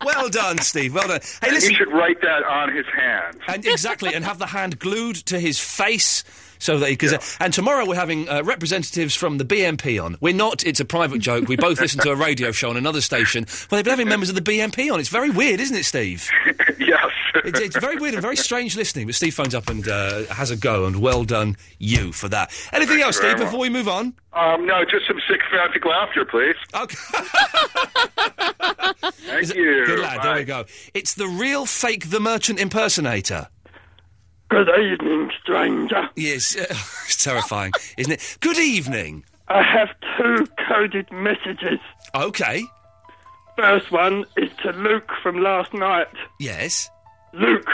[SPEAKER 5] Well done, Steve. Well done. Hey, listen.
[SPEAKER 3] He should write that on his hand.
[SPEAKER 5] And exactly, and have the hand glued to his face so that he can. And tomorrow we're having uh, representatives from the BNP on. We're not. It's a private joke. We both listen to a radio show on another station where they've been having members of the BNP on. It's very weird, isn't it, Steve?
[SPEAKER 3] [laughs] yes.
[SPEAKER 5] It's, it's very weird and very strange listening. But Steve phones up and uh, has a go, and well done you for that. Anything
[SPEAKER 3] Thank
[SPEAKER 5] else,
[SPEAKER 3] you very
[SPEAKER 5] Steve?
[SPEAKER 3] much.
[SPEAKER 5] Before we move on.
[SPEAKER 3] Um, no, just some sycophantic laughter, please.
[SPEAKER 5] Okay.
[SPEAKER 3] Thank
[SPEAKER 5] Is it-
[SPEAKER 3] you.
[SPEAKER 5] Good lad. There we go. It's the real fake the merchant impersonator.
[SPEAKER 1] Good evening, stranger.
[SPEAKER 5] Yes, [laughs] uh, it's terrifying, isn't it? Good evening.
[SPEAKER 1] I have two coded messages.
[SPEAKER 5] Okay.
[SPEAKER 1] First one is to Luke from last night.
[SPEAKER 5] Yes.
[SPEAKER 1] Luke,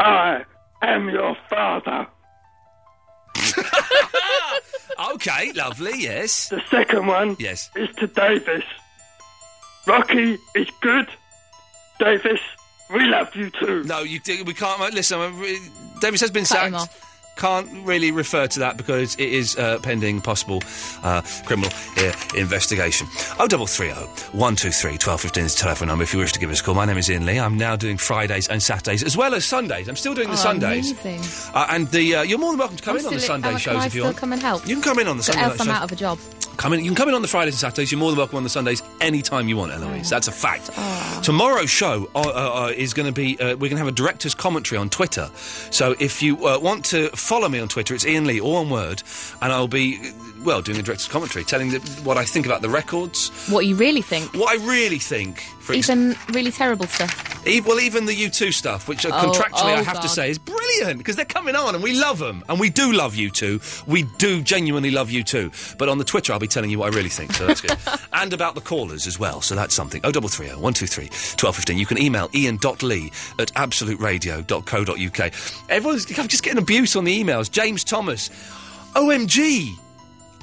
[SPEAKER 1] I am your father.
[SPEAKER 5] [laughs] okay, lovely, yes.
[SPEAKER 20] The second one
[SPEAKER 5] Yes.
[SPEAKER 20] is to Davis. Rocky is good. Davis, we love you too.
[SPEAKER 5] No, you do, we can't. uh, Listen, uh, re- Davis has been sacked. Can't really refer to that because it is uh, pending possible uh, criminal uh, investigation. Oh double three oh one two three twelve fifteen is the telephone number if you wish to give us a call. My name is Ian Lee. I'm now doing Fridays and Saturdays as well as Sundays. I'm still doing the
[SPEAKER 7] Oh,
[SPEAKER 5] Sundays.
[SPEAKER 7] amazing.
[SPEAKER 5] Uh, and the uh, you're more than welcome to come in on the
[SPEAKER 7] Absolute-
[SPEAKER 5] Sunday
[SPEAKER 7] oh,
[SPEAKER 5] shows
[SPEAKER 7] can I
[SPEAKER 5] if you
[SPEAKER 7] still
[SPEAKER 5] want.
[SPEAKER 7] come and help?
[SPEAKER 5] You can come in on the
[SPEAKER 7] But
[SPEAKER 5] Sunday
[SPEAKER 7] else I'm
[SPEAKER 5] shows.
[SPEAKER 7] out of a job.
[SPEAKER 5] Come in. You can come in on the Fridays and Saturdays. You're more than welcome on the Sundays anytime you want, Eloise. That's a fact. Tomorrow's show uh, uh, uh, is going to be. Uh, we're going to have a director's commentary on Twitter. So if you uh, want to follow me on Twitter, it's Ian Lee, all one word, and I'll be uh, well doing the director's commentary, telling the, what I think about the records,
[SPEAKER 7] What you really think?
[SPEAKER 5] what I really think. For ex-
[SPEAKER 7] Even really terrible stuff.
[SPEAKER 5] e- well, even the U2 stuff, which uh,
[SPEAKER 7] Oh,
[SPEAKER 5] contractually I
[SPEAKER 7] oh,
[SPEAKER 5] have to
[SPEAKER 7] God.
[SPEAKER 5] say is brilliant because they're coming on and we love them and we do love you two. We do genuinely love you two. But on the Twitter, I'll be telling you what I really think, so that's
[SPEAKER 7] [laughs]
[SPEAKER 5] good. and about the callers as well, so that's something. Oh, double three oh one two three twelve fifteen. You can email ian.lee at absoluteradio.co.uk. Everyone's I'm just getting abuse on the emails. James Thomas, OMG.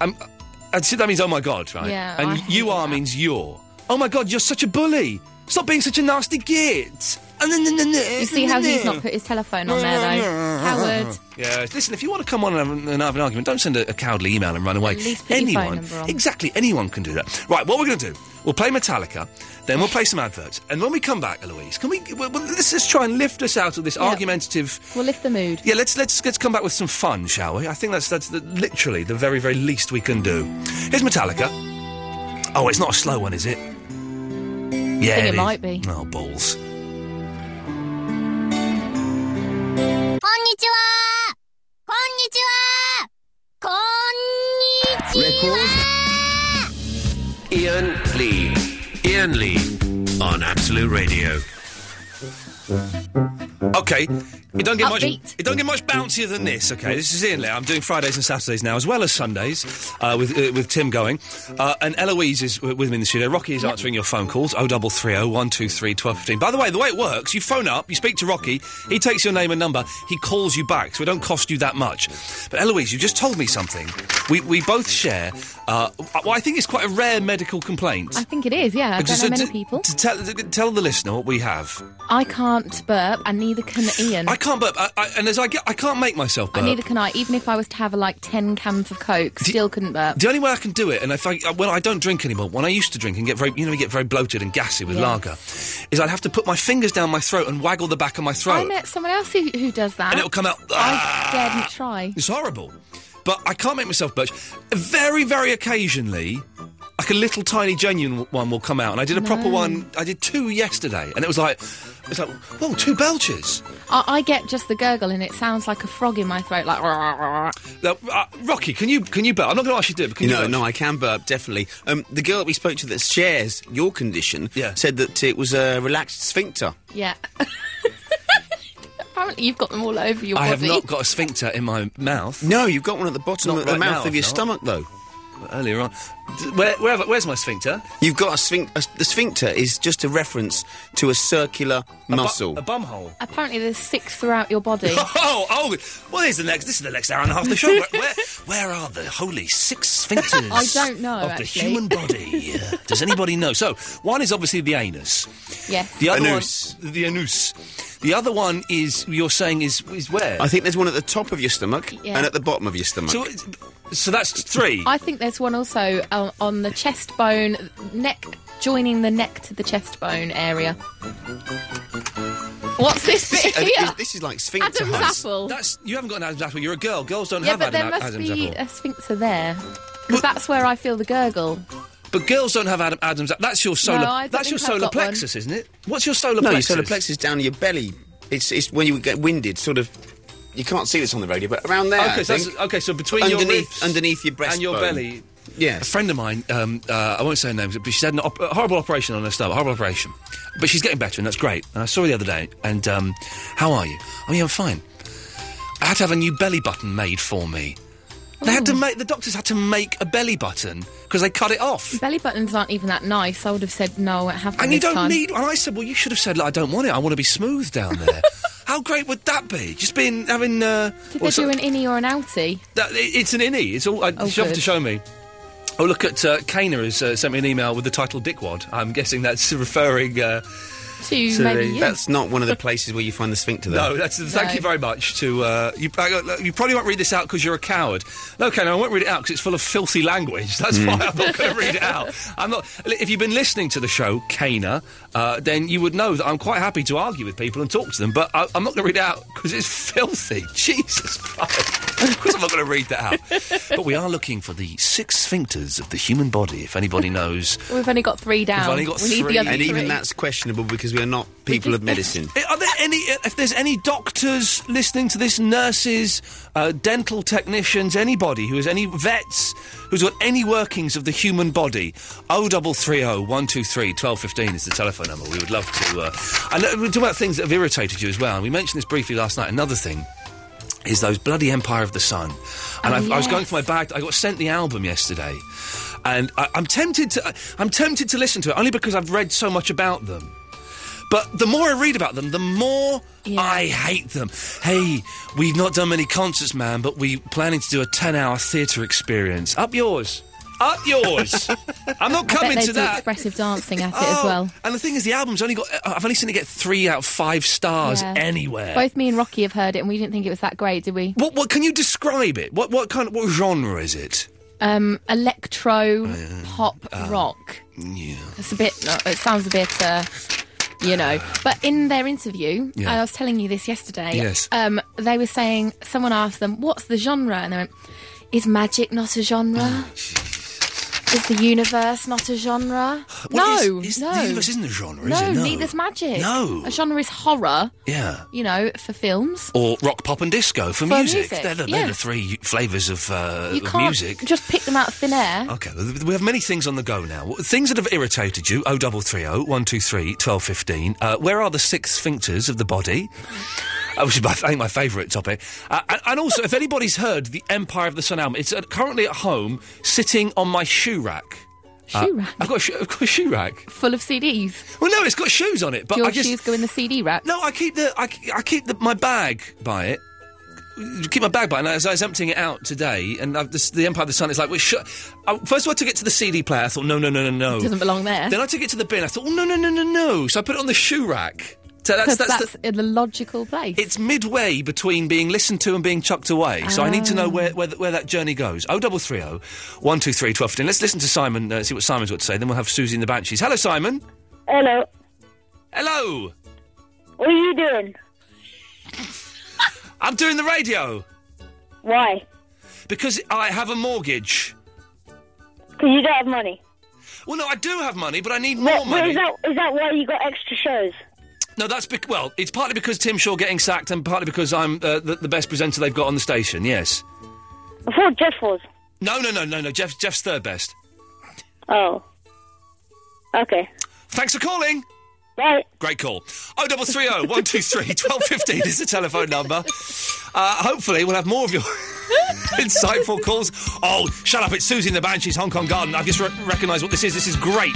[SPEAKER 5] Um, and so that means oh my god, right?
[SPEAKER 1] Yeah,
[SPEAKER 5] and
[SPEAKER 1] I
[SPEAKER 5] you are means you're. Oh my god, you're such a bully. Stop being such a nasty git.
[SPEAKER 7] You
[SPEAKER 5] You
[SPEAKER 7] see how he's not put his telephone on there though,
[SPEAKER 5] [laughs]
[SPEAKER 7] Howard.
[SPEAKER 5] Yeah, listen, if you want to come on and have, an- and have an argument, don't send a, a cowardly email and run away.
[SPEAKER 7] At least put your phone
[SPEAKER 5] anyone.
[SPEAKER 7] number on.
[SPEAKER 5] Exactly, anyone can do that. Right, what we're going to do, we'll play Metallica, then we'll play some adverts, and when we come back, Eloise, can we, well, well, let's just try and lift us out of this
[SPEAKER 7] Yeah.
[SPEAKER 5] argumentative
[SPEAKER 7] We'll lift the mood.
[SPEAKER 5] yeah, let's let's let's come back with some fun, shall we? I think that's that's the, literally the very very least we can do. Here's Metallica. Oh, it's not a slow one, is it?
[SPEAKER 7] I
[SPEAKER 5] Yeah,
[SPEAKER 7] think it
[SPEAKER 5] is.
[SPEAKER 7] might be.
[SPEAKER 5] Oh, balls.
[SPEAKER 6] Ian Lee. Ian Lee on Absolute Radio.
[SPEAKER 5] Okay, it don't get much. It don't get much bouncier than this. Okay, this is Ian Lee. I'm doing Fridays and Saturdays now, as well as Sundays, uh, with uh, with Tim going, uh, and Eloise is w- with me in the studio. Rocky is answering your phone calls. Oh double three oh one two three twelve fifteen. By the way, the way it works, you phone up, you speak to Rocky, he takes your name and number, he calls you back, so it don't cost you that much. But Eloise, you just told me something. We we both share. Uh, well, I think it's quite a rare medical complaint.
[SPEAKER 7] I think it is, yeah. I don't
[SPEAKER 5] Just,
[SPEAKER 7] know
[SPEAKER 5] uh,
[SPEAKER 7] many
[SPEAKER 5] d-
[SPEAKER 7] people.
[SPEAKER 5] To tell, to tell the listener what we have.
[SPEAKER 7] I can't burp and neither can Ian.
[SPEAKER 5] I can't burp, I, I, and as I get, I can't make myself burp.
[SPEAKER 7] And neither can I. Even if I was to have like ten cans of Coke, still couldn't burp.
[SPEAKER 5] the only way I can do it, and if I when I don't drink anymore, when I used to drink and get very, you know, you get very bloated and gassy with
[SPEAKER 7] Yes.
[SPEAKER 5] lager, is I'd have to put my fingers down my throat and waggle the back of my
[SPEAKER 7] I
[SPEAKER 5] throat,
[SPEAKER 7] met someone else who, who does that.
[SPEAKER 5] and it'll come Ah. out.
[SPEAKER 7] I daren't try.
[SPEAKER 5] It's horrible, but I can't make myself burp. Very, very occasionally, like a little tiny genuine one will come out, and I did a proper
[SPEAKER 7] No.
[SPEAKER 5] one. I did two yesterday, and it was like, it's like, whoa, two belches.
[SPEAKER 7] I, I get just the gurgle, and it sounds like a frog in my throat, like.
[SPEAKER 5] Now, uh, Rocky, can you can you burp? I'm not going to ask you to do it. But can you
[SPEAKER 4] no,
[SPEAKER 5] burp?
[SPEAKER 4] no, I can burp definitely. Um, the girl that we spoke to that shares your condition said that it was a relaxed sphincter.
[SPEAKER 7] Yeah. [laughs] Apparently, you've got them all over your
[SPEAKER 5] I
[SPEAKER 7] body.
[SPEAKER 5] have not got a sphincter in my mouth.
[SPEAKER 4] No, you've got one at the bottom
[SPEAKER 5] Not
[SPEAKER 4] of the
[SPEAKER 5] right
[SPEAKER 4] mouth
[SPEAKER 5] now,
[SPEAKER 4] of your
[SPEAKER 5] I've not.
[SPEAKER 4] stomach, though.
[SPEAKER 5] Earlier on, D- where, where, have I- where's my sphincter?
[SPEAKER 4] You've got a sphincter. The sphincter is just a reference to a circular
[SPEAKER 5] bu-
[SPEAKER 4] muscle.
[SPEAKER 5] a bum hole.
[SPEAKER 7] Apparently, there's six throughout your body.
[SPEAKER 5] [laughs] Oh, oh! Well, here's the next. This is the next hour and a half of the show. Where, where, where are the holy six sphincters?
[SPEAKER 7] I don't know,
[SPEAKER 5] Of the
[SPEAKER 7] actually.
[SPEAKER 5] human
[SPEAKER 21] [laughs]
[SPEAKER 5] body. Does anybody know? So, one is obviously the anus.
[SPEAKER 7] yes.
[SPEAKER 5] The other one, the anus. The other one is you're saying is is where?
[SPEAKER 4] I think there's one at the top of your stomach
[SPEAKER 7] Yeah.
[SPEAKER 4] and at the bottom of your stomach.
[SPEAKER 5] So, it's- so that's three.
[SPEAKER 7] I think there's one also uh, on the chest bone, neck joining the neck to the chest bone area. What's this
[SPEAKER 5] uh,
[SPEAKER 7] bit
[SPEAKER 4] This is-
[SPEAKER 7] here?
[SPEAKER 4] this is like sphincter
[SPEAKER 7] Adam's
[SPEAKER 4] heights.
[SPEAKER 7] apple.
[SPEAKER 5] That's you haven't got an Adam's apple. You're a girl. Girls don't
[SPEAKER 7] yeah,
[SPEAKER 5] have
[SPEAKER 7] but
[SPEAKER 5] Adam,
[SPEAKER 7] there must
[SPEAKER 5] Adam's
[SPEAKER 7] be
[SPEAKER 5] apple.
[SPEAKER 7] a sphincter there. 'Cause that's where I feel the gurgle.
[SPEAKER 5] But girls don't have Adam, Adam's. a- That's your solar.
[SPEAKER 7] No, I don't
[SPEAKER 5] that's your
[SPEAKER 7] think I've
[SPEAKER 5] solar
[SPEAKER 7] got one.
[SPEAKER 5] plexus, isn't it? What's your solar
[SPEAKER 4] no, your
[SPEAKER 5] plexus?
[SPEAKER 4] solar plexus is down in your belly. It's it's when you get winded, sort of. You can't see this on the radio, but around there.
[SPEAKER 5] Okay,
[SPEAKER 4] I
[SPEAKER 5] so that's-
[SPEAKER 4] think.
[SPEAKER 5] okay, so between your
[SPEAKER 4] underneath,
[SPEAKER 5] ribs
[SPEAKER 4] underneath your breast
[SPEAKER 5] and your belly.
[SPEAKER 4] Yeah.
[SPEAKER 5] A friend of mine, um, uh, I won't say her name, but she's had an op- a horrible operation on her stomach, horrible operation. But she's getting better, and that's great. And I saw her the other day, and um, how are you? Oh, yeah, I'm fine. I had to have a new belly button made for me. They had to make the doctors had to make a belly button because they cut it off.
[SPEAKER 7] Belly buttons aren't even that nice. I would have said no, I won't have them
[SPEAKER 5] And you
[SPEAKER 7] this
[SPEAKER 5] don't
[SPEAKER 7] time. [laughs]
[SPEAKER 5] need. And I said, well, you should have said, like, I don't want it. I want to be smooth down there. How great would that be? Just being having. Uh,
[SPEAKER 7] Did
[SPEAKER 5] what's
[SPEAKER 7] they do
[SPEAKER 5] that-
[SPEAKER 7] an innie or an outie?
[SPEAKER 5] that, it, it's an innie. It's all. I,
[SPEAKER 7] Oh,
[SPEAKER 5] she'll have to
[SPEAKER 7] good.
[SPEAKER 5] show me. Oh, look at uh, Kana has uh, sent me an email with the title "Dickwad." I'm guessing that's [laughs] referring. Uh,
[SPEAKER 7] To
[SPEAKER 5] So
[SPEAKER 7] maybe
[SPEAKER 5] they-
[SPEAKER 7] you.
[SPEAKER 4] That's not one
[SPEAKER 7] [laughs]
[SPEAKER 4] of the places where you find the sphincter. Though.
[SPEAKER 5] no, that's thank
[SPEAKER 7] No.
[SPEAKER 5] you very much to uh, you. I, you probably won't read this out because you're a coward. No, Kana, I won't read it out because it's full of filthy language. [laughs] That's
[SPEAKER 4] Mm.
[SPEAKER 5] why I'm not going to read it out. I'm not. li- If you've been listening to the show, Kana, uh, then you would know that I'm quite happy to argue with people and talk to them, but I, I'm not going to read it out because it's filthy. [laughs] Jesus Christ! Of course, I'm not going to read that out. but we are looking for the six sphincters of the human body. If anybody knows.
[SPEAKER 7] We've only got three down. we need the other
[SPEAKER 4] and
[SPEAKER 7] three.
[SPEAKER 4] even that's questionable because we are not people of medicine.
[SPEAKER 5] Uh, Are there any? uh, If there's any doctors listening to this, nurses, uh, dental technicians, anybody who has any vets who's got any workings of the human body, O double three O one two three twelve fifteen is the telephone number. We would love to. Uh, and let- we'll talk about things that have irritated you as well. And we mentioned this briefly last night. Another thing is those bloody Empire of the Sun. And
[SPEAKER 22] Oh,
[SPEAKER 5] I've, I was
[SPEAKER 22] yes.
[SPEAKER 5] going for my bag. I got sent the album yesterday, and I, I'm tempted to. uh, I'm tempted to listen to it only because I've read so much about them. But the more I read about them, the more I hate them. Hey, we've not done many concerts, man, but we're planning to do a 10 hour theatre experience. Up yours. Up
[SPEAKER 7] [laughs]
[SPEAKER 5] yours. I'm not
[SPEAKER 7] I bet
[SPEAKER 5] coming
[SPEAKER 7] they
[SPEAKER 5] to
[SPEAKER 7] do
[SPEAKER 5] that.
[SPEAKER 7] expressive dancing at it as
[SPEAKER 5] [laughs] Oh,
[SPEAKER 7] well.
[SPEAKER 5] And the thing is, the album's only got. uh, I've only seen it get three out of five stars
[SPEAKER 7] Yeah.
[SPEAKER 5] anywhere.
[SPEAKER 7] Both me and Rocky have heard it, and we didn't think it was that great, did we?
[SPEAKER 5] What, what can you describe it? What what kind of what genre is it?
[SPEAKER 7] Um, electro
[SPEAKER 5] Uh,
[SPEAKER 7] pop
[SPEAKER 5] uh,
[SPEAKER 7] rock.
[SPEAKER 5] Yeah.
[SPEAKER 7] It's a bit. no, It sounds a bit. Uh, you know, but in their interview, and
[SPEAKER 5] Yeah.
[SPEAKER 7] I was telling you this yesterday.
[SPEAKER 5] Yes.
[SPEAKER 7] Um, they were saying someone asked them, "What's the genre?" And they went, "Is magic not a
[SPEAKER 5] Ah,
[SPEAKER 7] genre? is the universe not a genre?
[SPEAKER 5] Well,
[SPEAKER 7] no,
[SPEAKER 5] is- is-
[SPEAKER 7] no.
[SPEAKER 5] The universe isn't a genre,
[SPEAKER 7] no,
[SPEAKER 5] is it? No,
[SPEAKER 7] neither's magic.
[SPEAKER 5] No.
[SPEAKER 7] a genre is horror.
[SPEAKER 5] Yeah.
[SPEAKER 7] you know, for films.
[SPEAKER 5] Or rock, pop, and disco
[SPEAKER 7] For
[SPEAKER 5] for, music.
[SPEAKER 7] music,
[SPEAKER 5] They're, the,
[SPEAKER 7] yeah.
[SPEAKER 5] they're the three flavours of, uh,
[SPEAKER 7] you
[SPEAKER 5] of
[SPEAKER 7] can't
[SPEAKER 5] music.
[SPEAKER 7] just pick them out of thin air.
[SPEAKER 5] Okay, well, th- we have many things on the go now. What- Things that have irritated you, 0330 123 1215. Uh, where are the six sphincters of the body? [laughs] Uh, Which is, my, I think, my favourite topic. Uh, and, and also, if anybody's heard the Empire of the Sun album, it's uh, currently at home, sitting on my shoe rack. Uh,
[SPEAKER 7] Shoe rack?
[SPEAKER 5] I've got a, shoe- I've got a shoe rack.
[SPEAKER 7] Full of CDs.
[SPEAKER 5] Well, no, it's got shoes on it, but
[SPEAKER 7] Do your
[SPEAKER 5] I just
[SPEAKER 7] shoes go in the CD rack?
[SPEAKER 5] no, I keep the I, I keep the, my bag by it. Keep my bag by, it, and as I was emptying it out today, and I've, this, the Empire of the Sun is like, well, sh- I, first of all, I took it to the CD player. I thought, no, no, no, no, no.
[SPEAKER 7] It doesn't belong there.
[SPEAKER 5] Oh. Then I took it to the bin. I thought, oh, no, no, no, no, no. So I put it on the shoe rack. So that's,
[SPEAKER 7] Because
[SPEAKER 5] that's, the,
[SPEAKER 7] in the logical place.
[SPEAKER 5] it's midway between being listened to and being chucked away. So I need
[SPEAKER 7] Oh.
[SPEAKER 5] to know where where, th- where that journey goes. Oh, double three oh, one two three twelve fifteen. Let's listen to Simon. Uh, see what Simon's got to say. Then we'll have Susie in the Banshees. Hello, Simon.
[SPEAKER 2] Hello.
[SPEAKER 5] Hello.
[SPEAKER 2] [laughs] What are you doing?
[SPEAKER 5] I'm doing the radio
[SPEAKER 2] Why?
[SPEAKER 5] because I have a mortgage.
[SPEAKER 2] Because you don't have money.
[SPEAKER 5] Well, no, I do have money, but I need more
[SPEAKER 2] Well, well,
[SPEAKER 5] money.
[SPEAKER 2] is that is that why you got extra shows?
[SPEAKER 5] No, that's bec well. It's partly because Tim Shaw getting sacked, and partly because I'm uh, the, the best presenter they've got on the station. Yes.
[SPEAKER 2] I thought Jeff was.
[SPEAKER 5] No, no, no, no, no. Jeff, Jeff's third best.
[SPEAKER 2] Oh. Okay.
[SPEAKER 5] Thanks for calling.
[SPEAKER 2] Right.
[SPEAKER 5] Great call. Oh, double three oh one two three twelve fifteen
[SPEAKER 2] [laughs]
[SPEAKER 5] is the telephone number. Uh, hopefully, we'll have more of your [laughs] [laughs] insightful calls. Oh, shut up! It's Susie in the Banshees, Hong Kong Garden. I've just re- recognised what this is. This is great.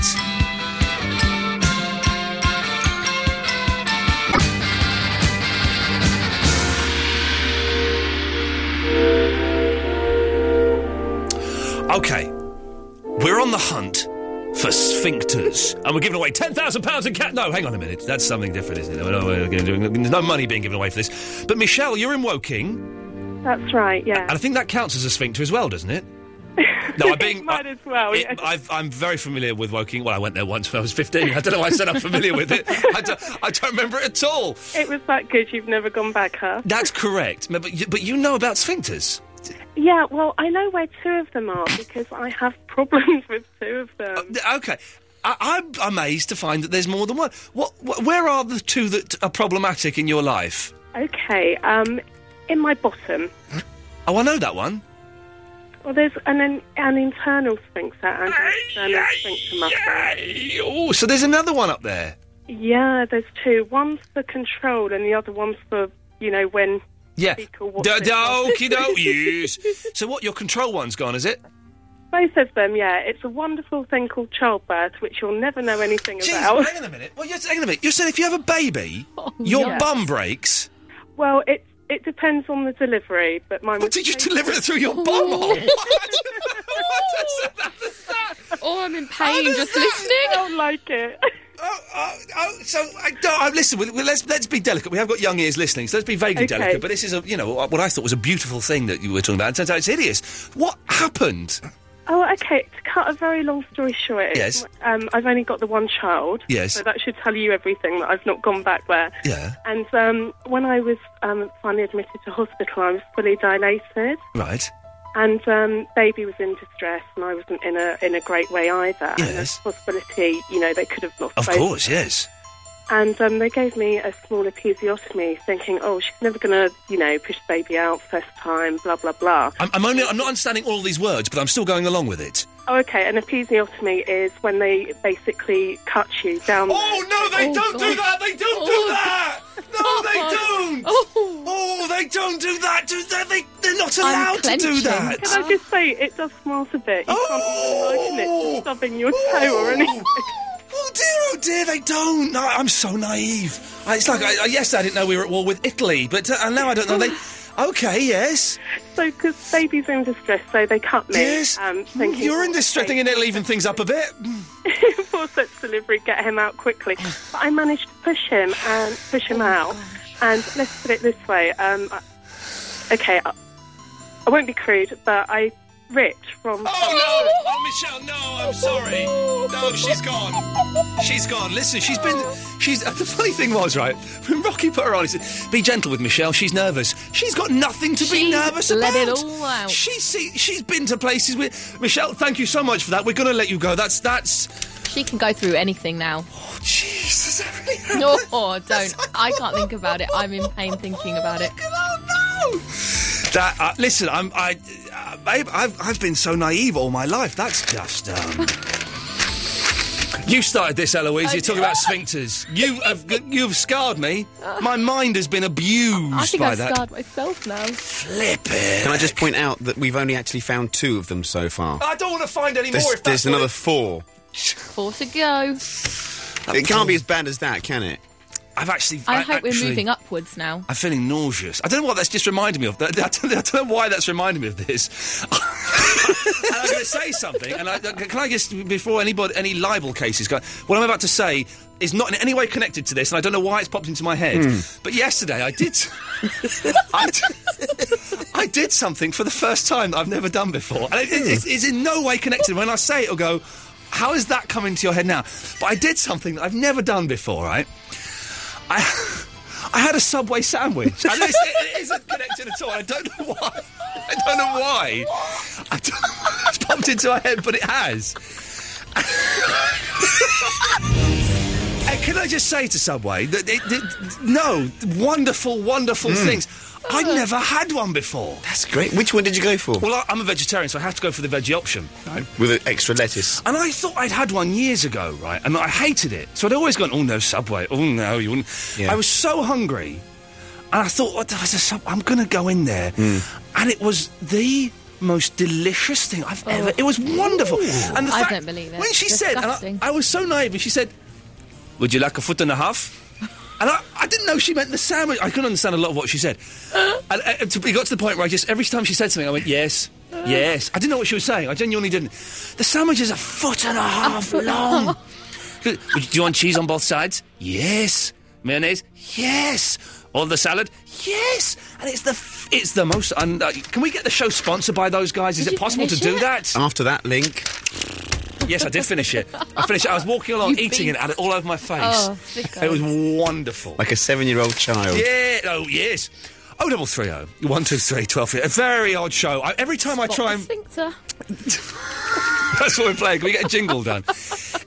[SPEAKER 5] Okay, we're on the hunt for sphincters, and we're giving away ten thousand pounds in cat. No, hang on a minute, that's something different, isn't it? We're not- we're gonna do- There's no money being given away for this. But Michelle, you're in Woking,
[SPEAKER 21] That's right, yeah.
[SPEAKER 5] and I think that counts as a sphincter as
[SPEAKER 21] [laughs]
[SPEAKER 5] well, doesn't it? No, I'm being.
[SPEAKER 21] Might as well,
[SPEAKER 5] It- I've, I'm very familiar with Woking. Well, I went there once when I was 15. I don't know why I said I'm familiar with it. I don't, I don't remember it at all.
[SPEAKER 21] It was that good you've never gone back, huh?
[SPEAKER 5] That's correct. No, But you, but you know about sphincters.
[SPEAKER 21] Yeah, well, I know where two of them are because I have problems with two of them.
[SPEAKER 5] Uh, Okay. I, I'm amazed to find that there's more than one. What, wh- where are the two that are problematic in your life?
[SPEAKER 21] Okay, um, in my bottom.
[SPEAKER 5] Oh, I know that one.
[SPEAKER 21] Well, there's an, an, an internal sphincter and an external sphincter muscle.
[SPEAKER 5] Oh, so there's another one up there.
[SPEAKER 21] Yeah, there's two. One's for control and the other one's for, you know, when...
[SPEAKER 5] Yeah.
[SPEAKER 21] fecal wa-
[SPEAKER 5] Da- da- Okie doke. Yes. So what? Your control one's gone, is it?
[SPEAKER 21] Both of them, yeah. It's a wonderful thing called childbirth, which you'll never know anything
[SPEAKER 5] Jeez,
[SPEAKER 21] about.
[SPEAKER 5] hang on a minute. Well, yes, hang on a minute. You said if you have a baby, your
[SPEAKER 21] yes.
[SPEAKER 5] bum breaks.
[SPEAKER 21] Well, it it depends on the delivery, but mine. But
[SPEAKER 5] did you deliver it through your bum Oh, hole?
[SPEAKER 21] oh, I'm in
[SPEAKER 5] pain just
[SPEAKER 21] listening. I don't like it.
[SPEAKER 5] Oh, oh, so I don't. I, listen, we- we- let's let's be delicate. We have got young ears listening, so let's be vaguely
[SPEAKER 21] Okay.
[SPEAKER 5] delicate. But this is a you know what I thought was a beautiful thing that you were talking about. It turns out it's hideous. What happened?
[SPEAKER 21] Oh, okay. To cut a very long story short,
[SPEAKER 5] Yes.
[SPEAKER 21] um, I've only got the one child.
[SPEAKER 5] Yes.
[SPEAKER 21] So that should tell you everything that I've not gone back there.
[SPEAKER 5] Yeah.
[SPEAKER 21] And um, when I was um, finally admitted to hospital, I was fully dilated,
[SPEAKER 5] Right.
[SPEAKER 21] and um, baby was in distress, and I wasn't in a in a great way either. And
[SPEAKER 5] Yes.
[SPEAKER 21] there's a possibility, you know, they could have lost.
[SPEAKER 5] Of
[SPEAKER 21] both.
[SPEAKER 5] course. Yes.
[SPEAKER 21] And um, they gave me a small episiotomy, thinking, oh, she's never going to, you know, push the baby out first time, blah blah blah.
[SPEAKER 5] I'm, I'm only I'm not understanding all these words, but I'm still going along with it.
[SPEAKER 21] Oh, okay. An episiotomy is when they basically cut you down.
[SPEAKER 5] Oh no, they don't do that. They don't do that. No, they don't.
[SPEAKER 21] Oh.
[SPEAKER 5] they don't do that. Do that. They they're not allowed to do that.
[SPEAKER 21] Can I just say it does smart a bit? You can't even imagine it stubbing your toe or anything.
[SPEAKER 5] Oh dear, oh dear, they don't. No, I'm so naive. I- It's like I, I, yesterday I didn't know we were at war with Italy, but uh, and now I don't know. They okay, yes.
[SPEAKER 21] So because baby's in distress, so they cut me.
[SPEAKER 5] Yes.
[SPEAKER 21] Um, thinking
[SPEAKER 5] You're in this threatening and it'll even things up
[SPEAKER 21] [laughs]
[SPEAKER 5] a bit.
[SPEAKER 21] for such delivery, get him out quickly. But I managed to push him and push him out. And let's put it this way. Um, I- okay, I, I won't be crude, but I ripped from.
[SPEAKER 5] Oh no, oh Michelle, no, I'm sorry. No, she's gone. She's gone. Listen, she's been. She's. [laughs] The funny thing was, right? When Rocky put her on, he said, "Be gentle with Michelle. She's nervous. She's got nothing to be
[SPEAKER 1] She's
[SPEAKER 5] nervous
[SPEAKER 1] let
[SPEAKER 5] about.
[SPEAKER 1] it all out.
[SPEAKER 5] She see. She's been to places with Michelle. Thank you so much for that. We're gonna let you go. That's that's.
[SPEAKER 7] She can go through anything now. Oh,
[SPEAKER 5] Jesus, that really
[SPEAKER 7] No, oh, don't. I can't think about it. I'm in pain thinking about it.
[SPEAKER 5] That uh, listen, I'm I, uh, babe, I've I've been so naive all my life. That's just um. [laughs] You started this, Eloise. You're talking about sphincters. You have you've scarred me. My mind has been abused
[SPEAKER 7] Uh. I think
[SPEAKER 5] by
[SPEAKER 7] I've
[SPEAKER 5] that.
[SPEAKER 7] scarred myself now.
[SPEAKER 5] Flip it.
[SPEAKER 4] Can I just point out that we've only actually found two of them so far?
[SPEAKER 5] I don't want to find any
[SPEAKER 4] There's,
[SPEAKER 5] more. If
[SPEAKER 4] there's
[SPEAKER 5] that's what
[SPEAKER 4] another
[SPEAKER 5] it-
[SPEAKER 4] four.
[SPEAKER 7] Four to go.
[SPEAKER 4] It can't be as bad as that, can it?
[SPEAKER 5] I've actually.
[SPEAKER 7] I, hope we're
[SPEAKER 5] actually-
[SPEAKER 7] moving upwards now.
[SPEAKER 5] I'm feeling nauseous. I don't know what that's just reminded me of. [laughs] I don't, I don't know why that's reminded me of this. [laughs] and I'm going to say something. And I, can I just, before anybody, any libel cases go, what I'm about to say is not in any way connected to this, and I don't know why it's popped into my head.
[SPEAKER 1] Hmm.
[SPEAKER 5] But yesterday I did, [laughs] I, d- I did something for the first time that I've never done before, and it, it, it's, it's in no way connected. When I say it, it'll go, "How is that coming to your head now?" But I did something that I've never done before. Right, I. I had a Subway sandwich. And it's, it isn't connected at all. I don't know why. I don't know why. I don't, [laughs] it's popped into my head, but it has. [laughs] And can I just say to Subway that it, it- no wonderful, wonderful things. I never had one before.
[SPEAKER 4] That's great. Which one did you go for?
[SPEAKER 5] Well, I, I'm a vegetarian, so I have to go for the veggie option. right?
[SPEAKER 4] With an extra lettuce.
[SPEAKER 5] And I thought I'd had one years ago, right? And I hated it. So I'd always gone, oh no, Subway. Oh no, you wouldn't. I was so hungry. And I thought, what the- I said, "Sub- I'm going to go in there.
[SPEAKER 4] Hmm.
[SPEAKER 5] And it was the most delicious thing I've ever. It was wonderful. And the
[SPEAKER 7] I
[SPEAKER 5] fact-
[SPEAKER 7] don't believe it.
[SPEAKER 5] When she said,
[SPEAKER 7] Disgusting.
[SPEAKER 5] and I, I was so naive, and she said, Would you like a foot and a half? And I, I didn't know she meant the sandwich. I couldn't understand a lot of what she said. And uh, to- it got to the point where I just, every time she said something, I went, Yes, yes. I didn't know what she was saying. I genuinely didn't. The sandwich is a foot and a half
[SPEAKER 1] foot and a
[SPEAKER 5] long. Good. Would you- Do you want cheese on both sides? Yes. Mayonnaise? Yes. All the salad? Yes. And it's the f- it's the most. Un- uh, can we get the show sponsored by those guys? Is
[SPEAKER 4] Did
[SPEAKER 5] it
[SPEAKER 4] you
[SPEAKER 5] possible to
[SPEAKER 4] finish
[SPEAKER 5] do
[SPEAKER 4] it?
[SPEAKER 5] that?
[SPEAKER 4] After that link.
[SPEAKER 5] Yes, I did finish it. I finished it. I was walking along
[SPEAKER 4] You
[SPEAKER 5] eating it,
[SPEAKER 4] beast.
[SPEAKER 5] had it all over my face.
[SPEAKER 4] Oh, sicko.
[SPEAKER 5] it was wonderful.
[SPEAKER 4] Like a seven year old child.
[SPEAKER 5] Yeah. Oh, yes. Oh, double three oh one two three twelve. A very odd show. I, every time I try
[SPEAKER 7] Spot the
[SPEAKER 5] and
[SPEAKER 7] sphincter.
[SPEAKER 5] that's what we're playing. Can we get a jingle done?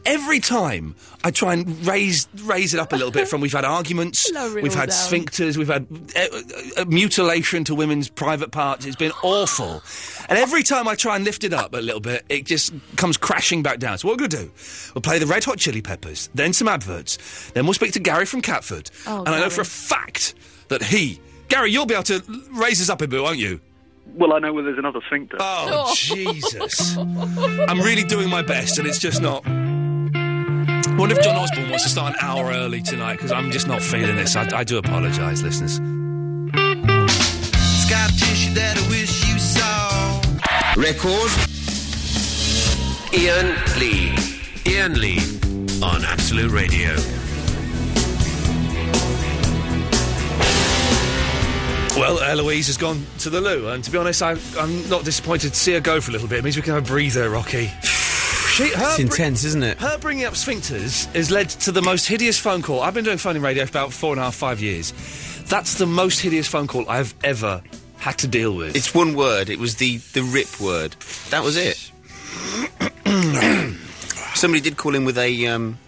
[SPEAKER 5] Every time I try and raise raise it up a little bit. From we've had arguments,
[SPEAKER 1] Lower it
[SPEAKER 5] we've
[SPEAKER 1] all
[SPEAKER 5] had
[SPEAKER 1] down.
[SPEAKER 5] sphincters, we've had uh, uh, uh, mutilation to women's private parts. It's been awful. And every time I try and lift it up a little bit, it just comes crashing back down. So what we're going to do? We'll play the Red Hot Chili Peppers, then some adverts, then we'll speak to Gary from Catford.
[SPEAKER 1] Oh,
[SPEAKER 5] and I know for a
[SPEAKER 1] Gary.
[SPEAKER 5] fact that he, Gary, you'll be able to l- raise us up a bit, won't you?
[SPEAKER 16] Well, I know where there's another sphincter.
[SPEAKER 7] [laughs]
[SPEAKER 5] Oh, Jesus. I'm really doing my best, and it's just not. I wonder if John Osborne wants to start an hour early tonight because I'm just not feeling this. I, I do apologise, listeners.
[SPEAKER 1] that I wish you saw.
[SPEAKER 6] Record. Ian Lee. Ian Lee on Absolute Radio.
[SPEAKER 5] Well, Eloise has gone to the loo, and to be honest, I, I'm not disappointed to see her go for a little bit. It means we can have a breather, Rocky. She, her
[SPEAKER 4] It's
[SPEAKER 5] bri-
[SPEAKER 4] intense, isn't it?
[SPEAKER 5] Her bringing up sphincters has led to the most hideous phone call. I've been doing phone in radio for about four and a half, five years. That's the most hideous phone call I've ever had to deal with.
[SPEAKER 4] It's one word. It was the the rip word. That was it. [clears throat] Somebody did call in with a um,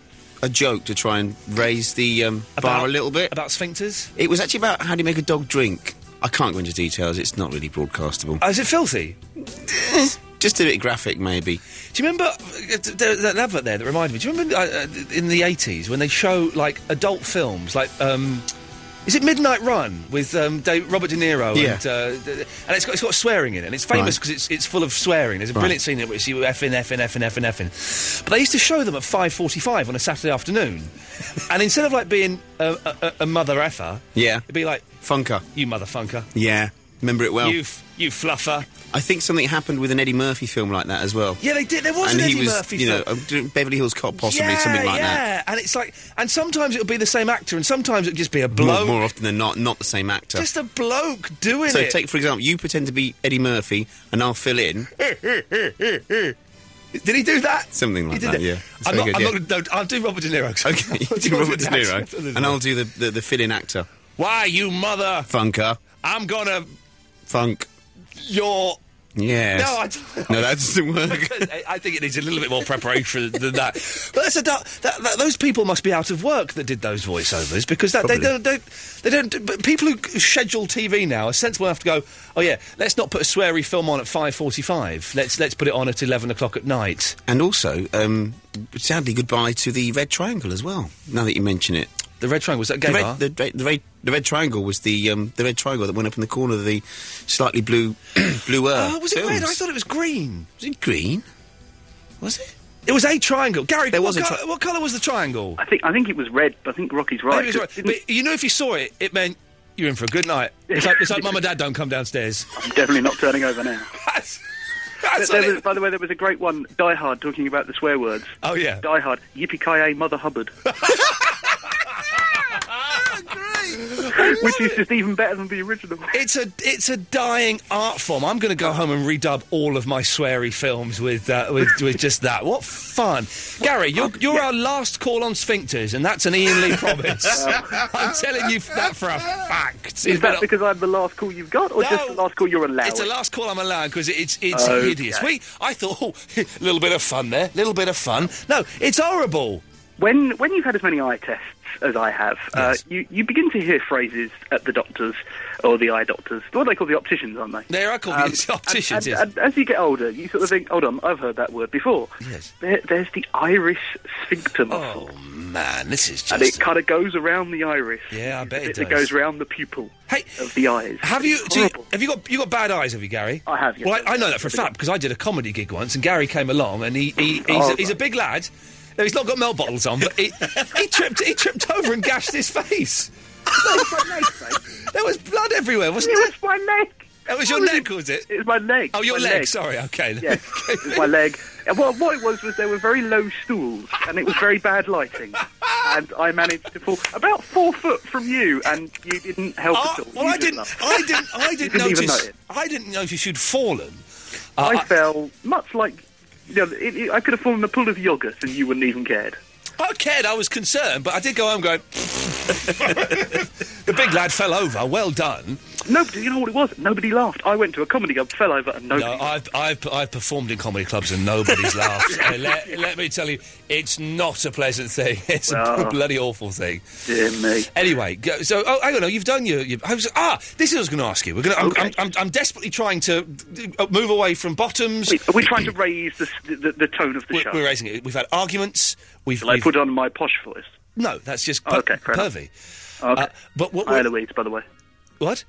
[SPEAKER 4] a joke to try and raise the um, bar a little bit
[SPEAKER 5] about sphincters.
[SPEAKER 4] It was actually about how do you make a dog drink. I can't go into details. It's not really broadcastable.
[SPEAKER 5] Oh, is it filthy?
[SPEAKER 4] [laughs] Just a bit graphic, maybe.
[SPEAKER 5] Do you remember uh, th- th- that advert there that reminded me? Do you remember uh, uh, in the eighties when they show like adult films, like um, is it Midnight Run with um, Dave, Robert De Niro?
[SPEAKER 4] Yeah.
[SPEAKER 5] And, uh, th- and it's got it's got swearing in it, and it's famous
[SPEAKER 4] Right.
[SPEAKER 5] because it's it's full of swearing. There's a
[SPEAKER 4] Right.
[SPEAKER 5] brilliant scene in it where you see effing, effing, effing, effing, effing. But they used to show them at five forty-five on a Saturday
[SPEAKER 4] [laughs]
[SPEAKER 5] afternoon, and instead of like being a, a, a- a mother effer,
[SPEAKER 4] Yeah.
[SPEAKER 5] it'd be like
[SPEAKER 4] funker,
[SPEAKER 5] you motherfunker,
[SPEAKER 4] Yeah, remember it well.
[SPEAKER 5] you f- you fluffer.
[SPEAKER 4] I think something happened with an Eddie Murphy film like that as well.
[SPEAKER 5] Yeah, they did. There was
[SPEAKER 4] and
[SPEAKER 5] an
[SPEAKER 4] he
[SPEAKER 5] Eddie
[SPEAKER 4] was,
[SPEAKER 5] Murphy
[SPEAKER 4] you
[SPEAKER 5] film.
[SPEAKER 4] know, a- Beverly Hills Cop, possibly
[SPEAKER 5] yeah,
[SPEAKER 4] something like
[SPEAKER 5] yeah.
[SPEAKER 4] that.
[SPEAKER 5] and it's like, and sometimes it'll be the same actor, and sometimes it'll just be a bloke,
[SPEAKER 4] More, more often than not, not the same actor.
[SPEAKER 5] just a bloke doing
[SPEAKER 4] so
[SPEAKER 5] it.
[SPEAKER 4] take for example, you pretend to be Eddie Murphy, and I'll fill in
[SPEAKER 5] [laughs] Did he do that?
[SPEAKER 4] something
[SPEAKER 5] He
[SPEAKER 4] like
[SPEAKER 5] did
[SPEAKER 4] that.
[SPEAKER 5] that.
[SPEAKER 4] Yeah,
[SPEAKER 5] I'm not.
[SPEAKER 4] Very good,
[SPEAKER 5] I'm
[SPEAKER 4] yeah.
[SPEAKER 5] not. gonna- No, I'll do Robert De Niro. [laughs] 'cause
[SPEAKER 4] Okay, [laughs] you do Robert De Niro, and I'll do the the, the fill in actor.
[SPEAKER 5] Why you mother?
[SPEAKER 4] Funker,
[SPEAKER 5] I'm gonna
[SPEAKER 4] funk.
[SPEAKER 5] your.
[SPEAKER 4] Yes.
[SPEAKER 5] No, I d-
[SPEAKER 4] No, that doesn't work.
[SPEAKER 5] I- I think it needs a little bit more preparation than that. [laughs] But that's a, du- that, that, those people must be out of work that did those voiceovers because that, they
[SPEAKER 4] Probably.
[SPEAKER 5] don't, don't they don't. do- But people who c- schedule TV now are sensible enough to go, oh yeah, let's not put a sweary film on at five forty-five. Let's let's put it on at eleven o'clock at night.
[SPEAKER 4] And also, um, sadly, goodbye to the Red Triangle as well. Now that you mention it,
[SPEAKER 5] the Red Triangle was that gay
[SPEAKER 4] the red,
[SPEAKER 5] bar?
[SPEAKER 4] The, red- the red, the Red Triangle was the um, the Red Triangle that went up in the corner of the slightly blue [clears throat] bluer.
[SPEAKER 5] Oh, was it red?
[SPEAKER 4] uh, films.
[SPEAKER 5] I thought it was green.
[SPEAKER 4] Was it green? Was it?
[SPEAKER 5] It was a triangle. Gary,
[SPEAKER 4] There
[SPEAKER 5] what,
[SPEAKER 4] was a
[SPEAKER 5] colour,
[SPEAKER 4] tri-
[SPEAKER 5] what colour was the triangle?
[SPEAKER 16] I think I think it was red. But I think Rocky's right.
[SPEAKER 5] Maybe it's right. But you know, if you saw it, it meant you're in for a good night. It's like, it's like mum and dad don't come [laughs] downstairs.
[SPEAKER 16] I'm definitely not turning over now.
[SPEAKER 5] That's
[SPEAKER 16] There
[SPEAKER 5] what it-
[SPEAKER 16] was- by the way, there was a great one, Die Hard, talking about the swear words.
[SPEAKER 5] Oh yeah,
[SPEAKER 16] Die Hard, yippee ki Mother Hubbard. Which is just even better than the original.
[SPEAKER 5] It's a it's a dying art form. I'm going to go home and redub all of my sweary films with uh, with, with just that. What fun, Gary! You're you're our last call on sphincters, and that's an [laughs] Ian Lee
[SPEAKER 16] [laughs]
[SPEAKER 5] promise. I'm telling you that for a fact.
[SPEAKER 16] Um, Is
[SPEAKER 5] It's been
[SPEAKER 16] that
[SPEAKER 5] a-
[SPEAKER 16] because I'm the last call you've got, or just the last call you're allowed?
[SPEAKER 5] It's the last call I'm allowed because it's it's
[SPEAKER 16] Okay.
[SPEAKER 5] hideous. We, I thought, [laughs] oh, a little bit of fun there, little bit of fun. No, it's horrible.
[SPEAKER 16] When when you've had as many eye tests as I have, uh, you you begin to hear phrases at the doctors or the eye doctors. What they call the opticians, aren't they?
[SPEAKER 5] They are called [laughs] the opticians,
[SPEAKER 16] Um, And,
[SPEAKER 5] yes.
[SPEAKER 16] and as you get older, you sort of think, "Hold on, I've heard that word before."
[SPEAKER 5] Yes.
[SPEAKER 16] There, there's the iris sphincter muscle.
[SPEAKER 5] Oh man, this is just.
[SPEAKER 16] And it kind of goes around the iris.
[SPEAKER 5] Yeah, I bet it
[SPEAKER 16] It,
[SPEAKER 5] does.
[SPEAKER 16] it goes around the pupil Um, of the eyes.
[SPEAKER 5] Have you,
[SPEAKER 16] It's
[SPEAKER 5] do you-
[SPEAKER 16] horrible.
[SPEAKER 5] have you got you got bad eyes? Have you, Gary? I
[SPEAKER 16] have, yes.
[SPEAKER 5] Well, I, I know that for a fact because I did a comedy gig once, and Gary came along, and he, he he's,
[SPEAKER 16] Oh,
[SPEAKER 5] a, he's a big lad. No, he's not got milk bottles on, but he,
[SPEAKER 16] [laughs]
[SPEAKER 5] he tripped he tripped over and gashed his face. there was blood everywhere, wasn't there?
[SPEAKER 16] It was my neck.
[SPEAKER 5] That was your neck, was it?
[SPEAKER 16] It was my leg.
[SPEAKER 5] Oh, your
[SPEAKER 16] my
[SPEAKER 5] leg. Sorry, okay. [laughs]
[SPEAKER 16] Yes, it was my leg. And what, what it was was there were very low stools and it was very bad lighting. and I managed to fall about four foot from you and you didn't help
[SPEAKER 5] Ah,
[SPEAKER 16] at all.
[SPEAKER 5] well,
[SPEAKER 16] You
[SPEAKER 5] I
[SPEAKER 16] just
[SPEAKER 5] didn't.
[SPEAKER 16] laughed.
[SPEAKER 5] I didn't. I
[SPEAKER 16] You
[SPEAKER 5] didn't,
[SPEAKER 16] didn't
[SPEAKER 5] notice.
[SPEAKER 16] even notice.
[SPEAKER 5] I didn't notice you'd fallen. Uh,
[SPEAKER 16] I fell much like. You know, it, it- I could have fallen in a pool of yogurt and you wouldn't even cared.
[SPEAKER 5] I cared. I was concerned, but I did go home
[SPEAKER 16] [laughs]
[SPEAKER 5] going. [laughs] the big lad fell over. Well done.
[SPEAKER 16] No, but you know what it was? Nobody laughed. I went to a comedy club, fell over, and nobody.
[SPEAKER 5] No, I've, I've, I've performed in comedy clubs and
[SPEAKER 16] [laughs]
[SPEAKER 5] nobody's laughed. Uh, let, let me tell you, it's not a pleasant thing. [laughs] It's a
[SPEAKER 16] Well.
[SPEAKER 5] bloody awful thing.
[SPEAKER 16] Dear me.
[SPEAKER 5] Anyway, go, so oh, hang on, no, you've done your. your I was, ah, this is what I was going to ask you. We're going. to. I'm, I'm, I'm desperately trying to uh, move away from bottoms.
[SPEAKER 16] are
[SPEAKER 5] [clears throat]
[SPEAKER 16] we trying to raise the, s- the, the tone of the
[SPEAKER 5] we're,
[SPEAKER 16] show?
[SPEAKER 5] we're raising it. We've had arguments. We've.
[SPEAKER 16] Shall I
[SPEAKER 5] we've-
[SPEAKER 16] put on my posh voice?
[SPEAKER 5] No, that's just per-
[SPEAKER 16] okay, fair enough.
[SPEAKER 5] pervy.
[SPEAKER 16] Okay.
[SPEAKER 5] Uh, but what?
[SPEAKER 16] Hi, Eloise, by the way.
[SPEAKER 5] What?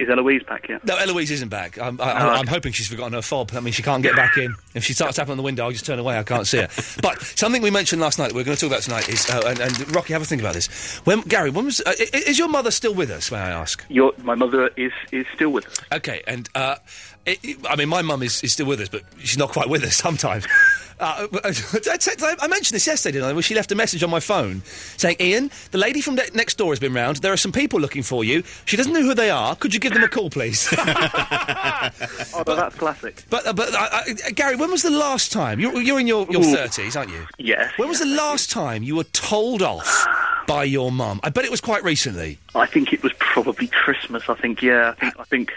[SPEAKER 16] Is Eloise back
[SPEAKER 5] [laughs]
[SPEAKER 16] yet?
[SPEAKER 5] No, Eloise isn't back. I'm, I,
[SPEAKER 16] Oh,
[SPEAKER 5] I, I'm hoping she's forgotten her fob. That means she can't get back in. If she starts tapping on the window, I'll just turn away. I can't see her. but something we mentioned last night that we're going to talk about tonight is, uh, and, and Rocky, have a think about this. When Gary, when was uh, i- i- is your mother still with us? May I ask?
[SPEAKER 16] Your, my mother is is still with us.
[SPEAKER 5] Okay, and uh, it, it- I mean, my mum is, is still with us, but she's not quite with us [laughs] sometimes. Uh, [laughs] I, I- I mentioned this yesterday, didn't I? Well, she left a message on my phone saying, Ian, the lady from ne- next door has been round. There are some people looking for you. She doesn't know who they are. Could you give them a call, please? [laughs]
[SPEAKER 16] Oh, no, that's classic.
[SPEAKER 5] But uh, but uh, uh, Gary, when was the last time you're, you're in your your
[SPEAKER 16] Ooh.
[SPEAKER 5] thirties, aren't you?
[SPEAKER 16] Yes.
[SPEAKER 5] When was the last time you were told off by your mum? I bet it was quite recently.
[SPEAKER 16] I think it was probably Christmas. I think yeah. I think I think,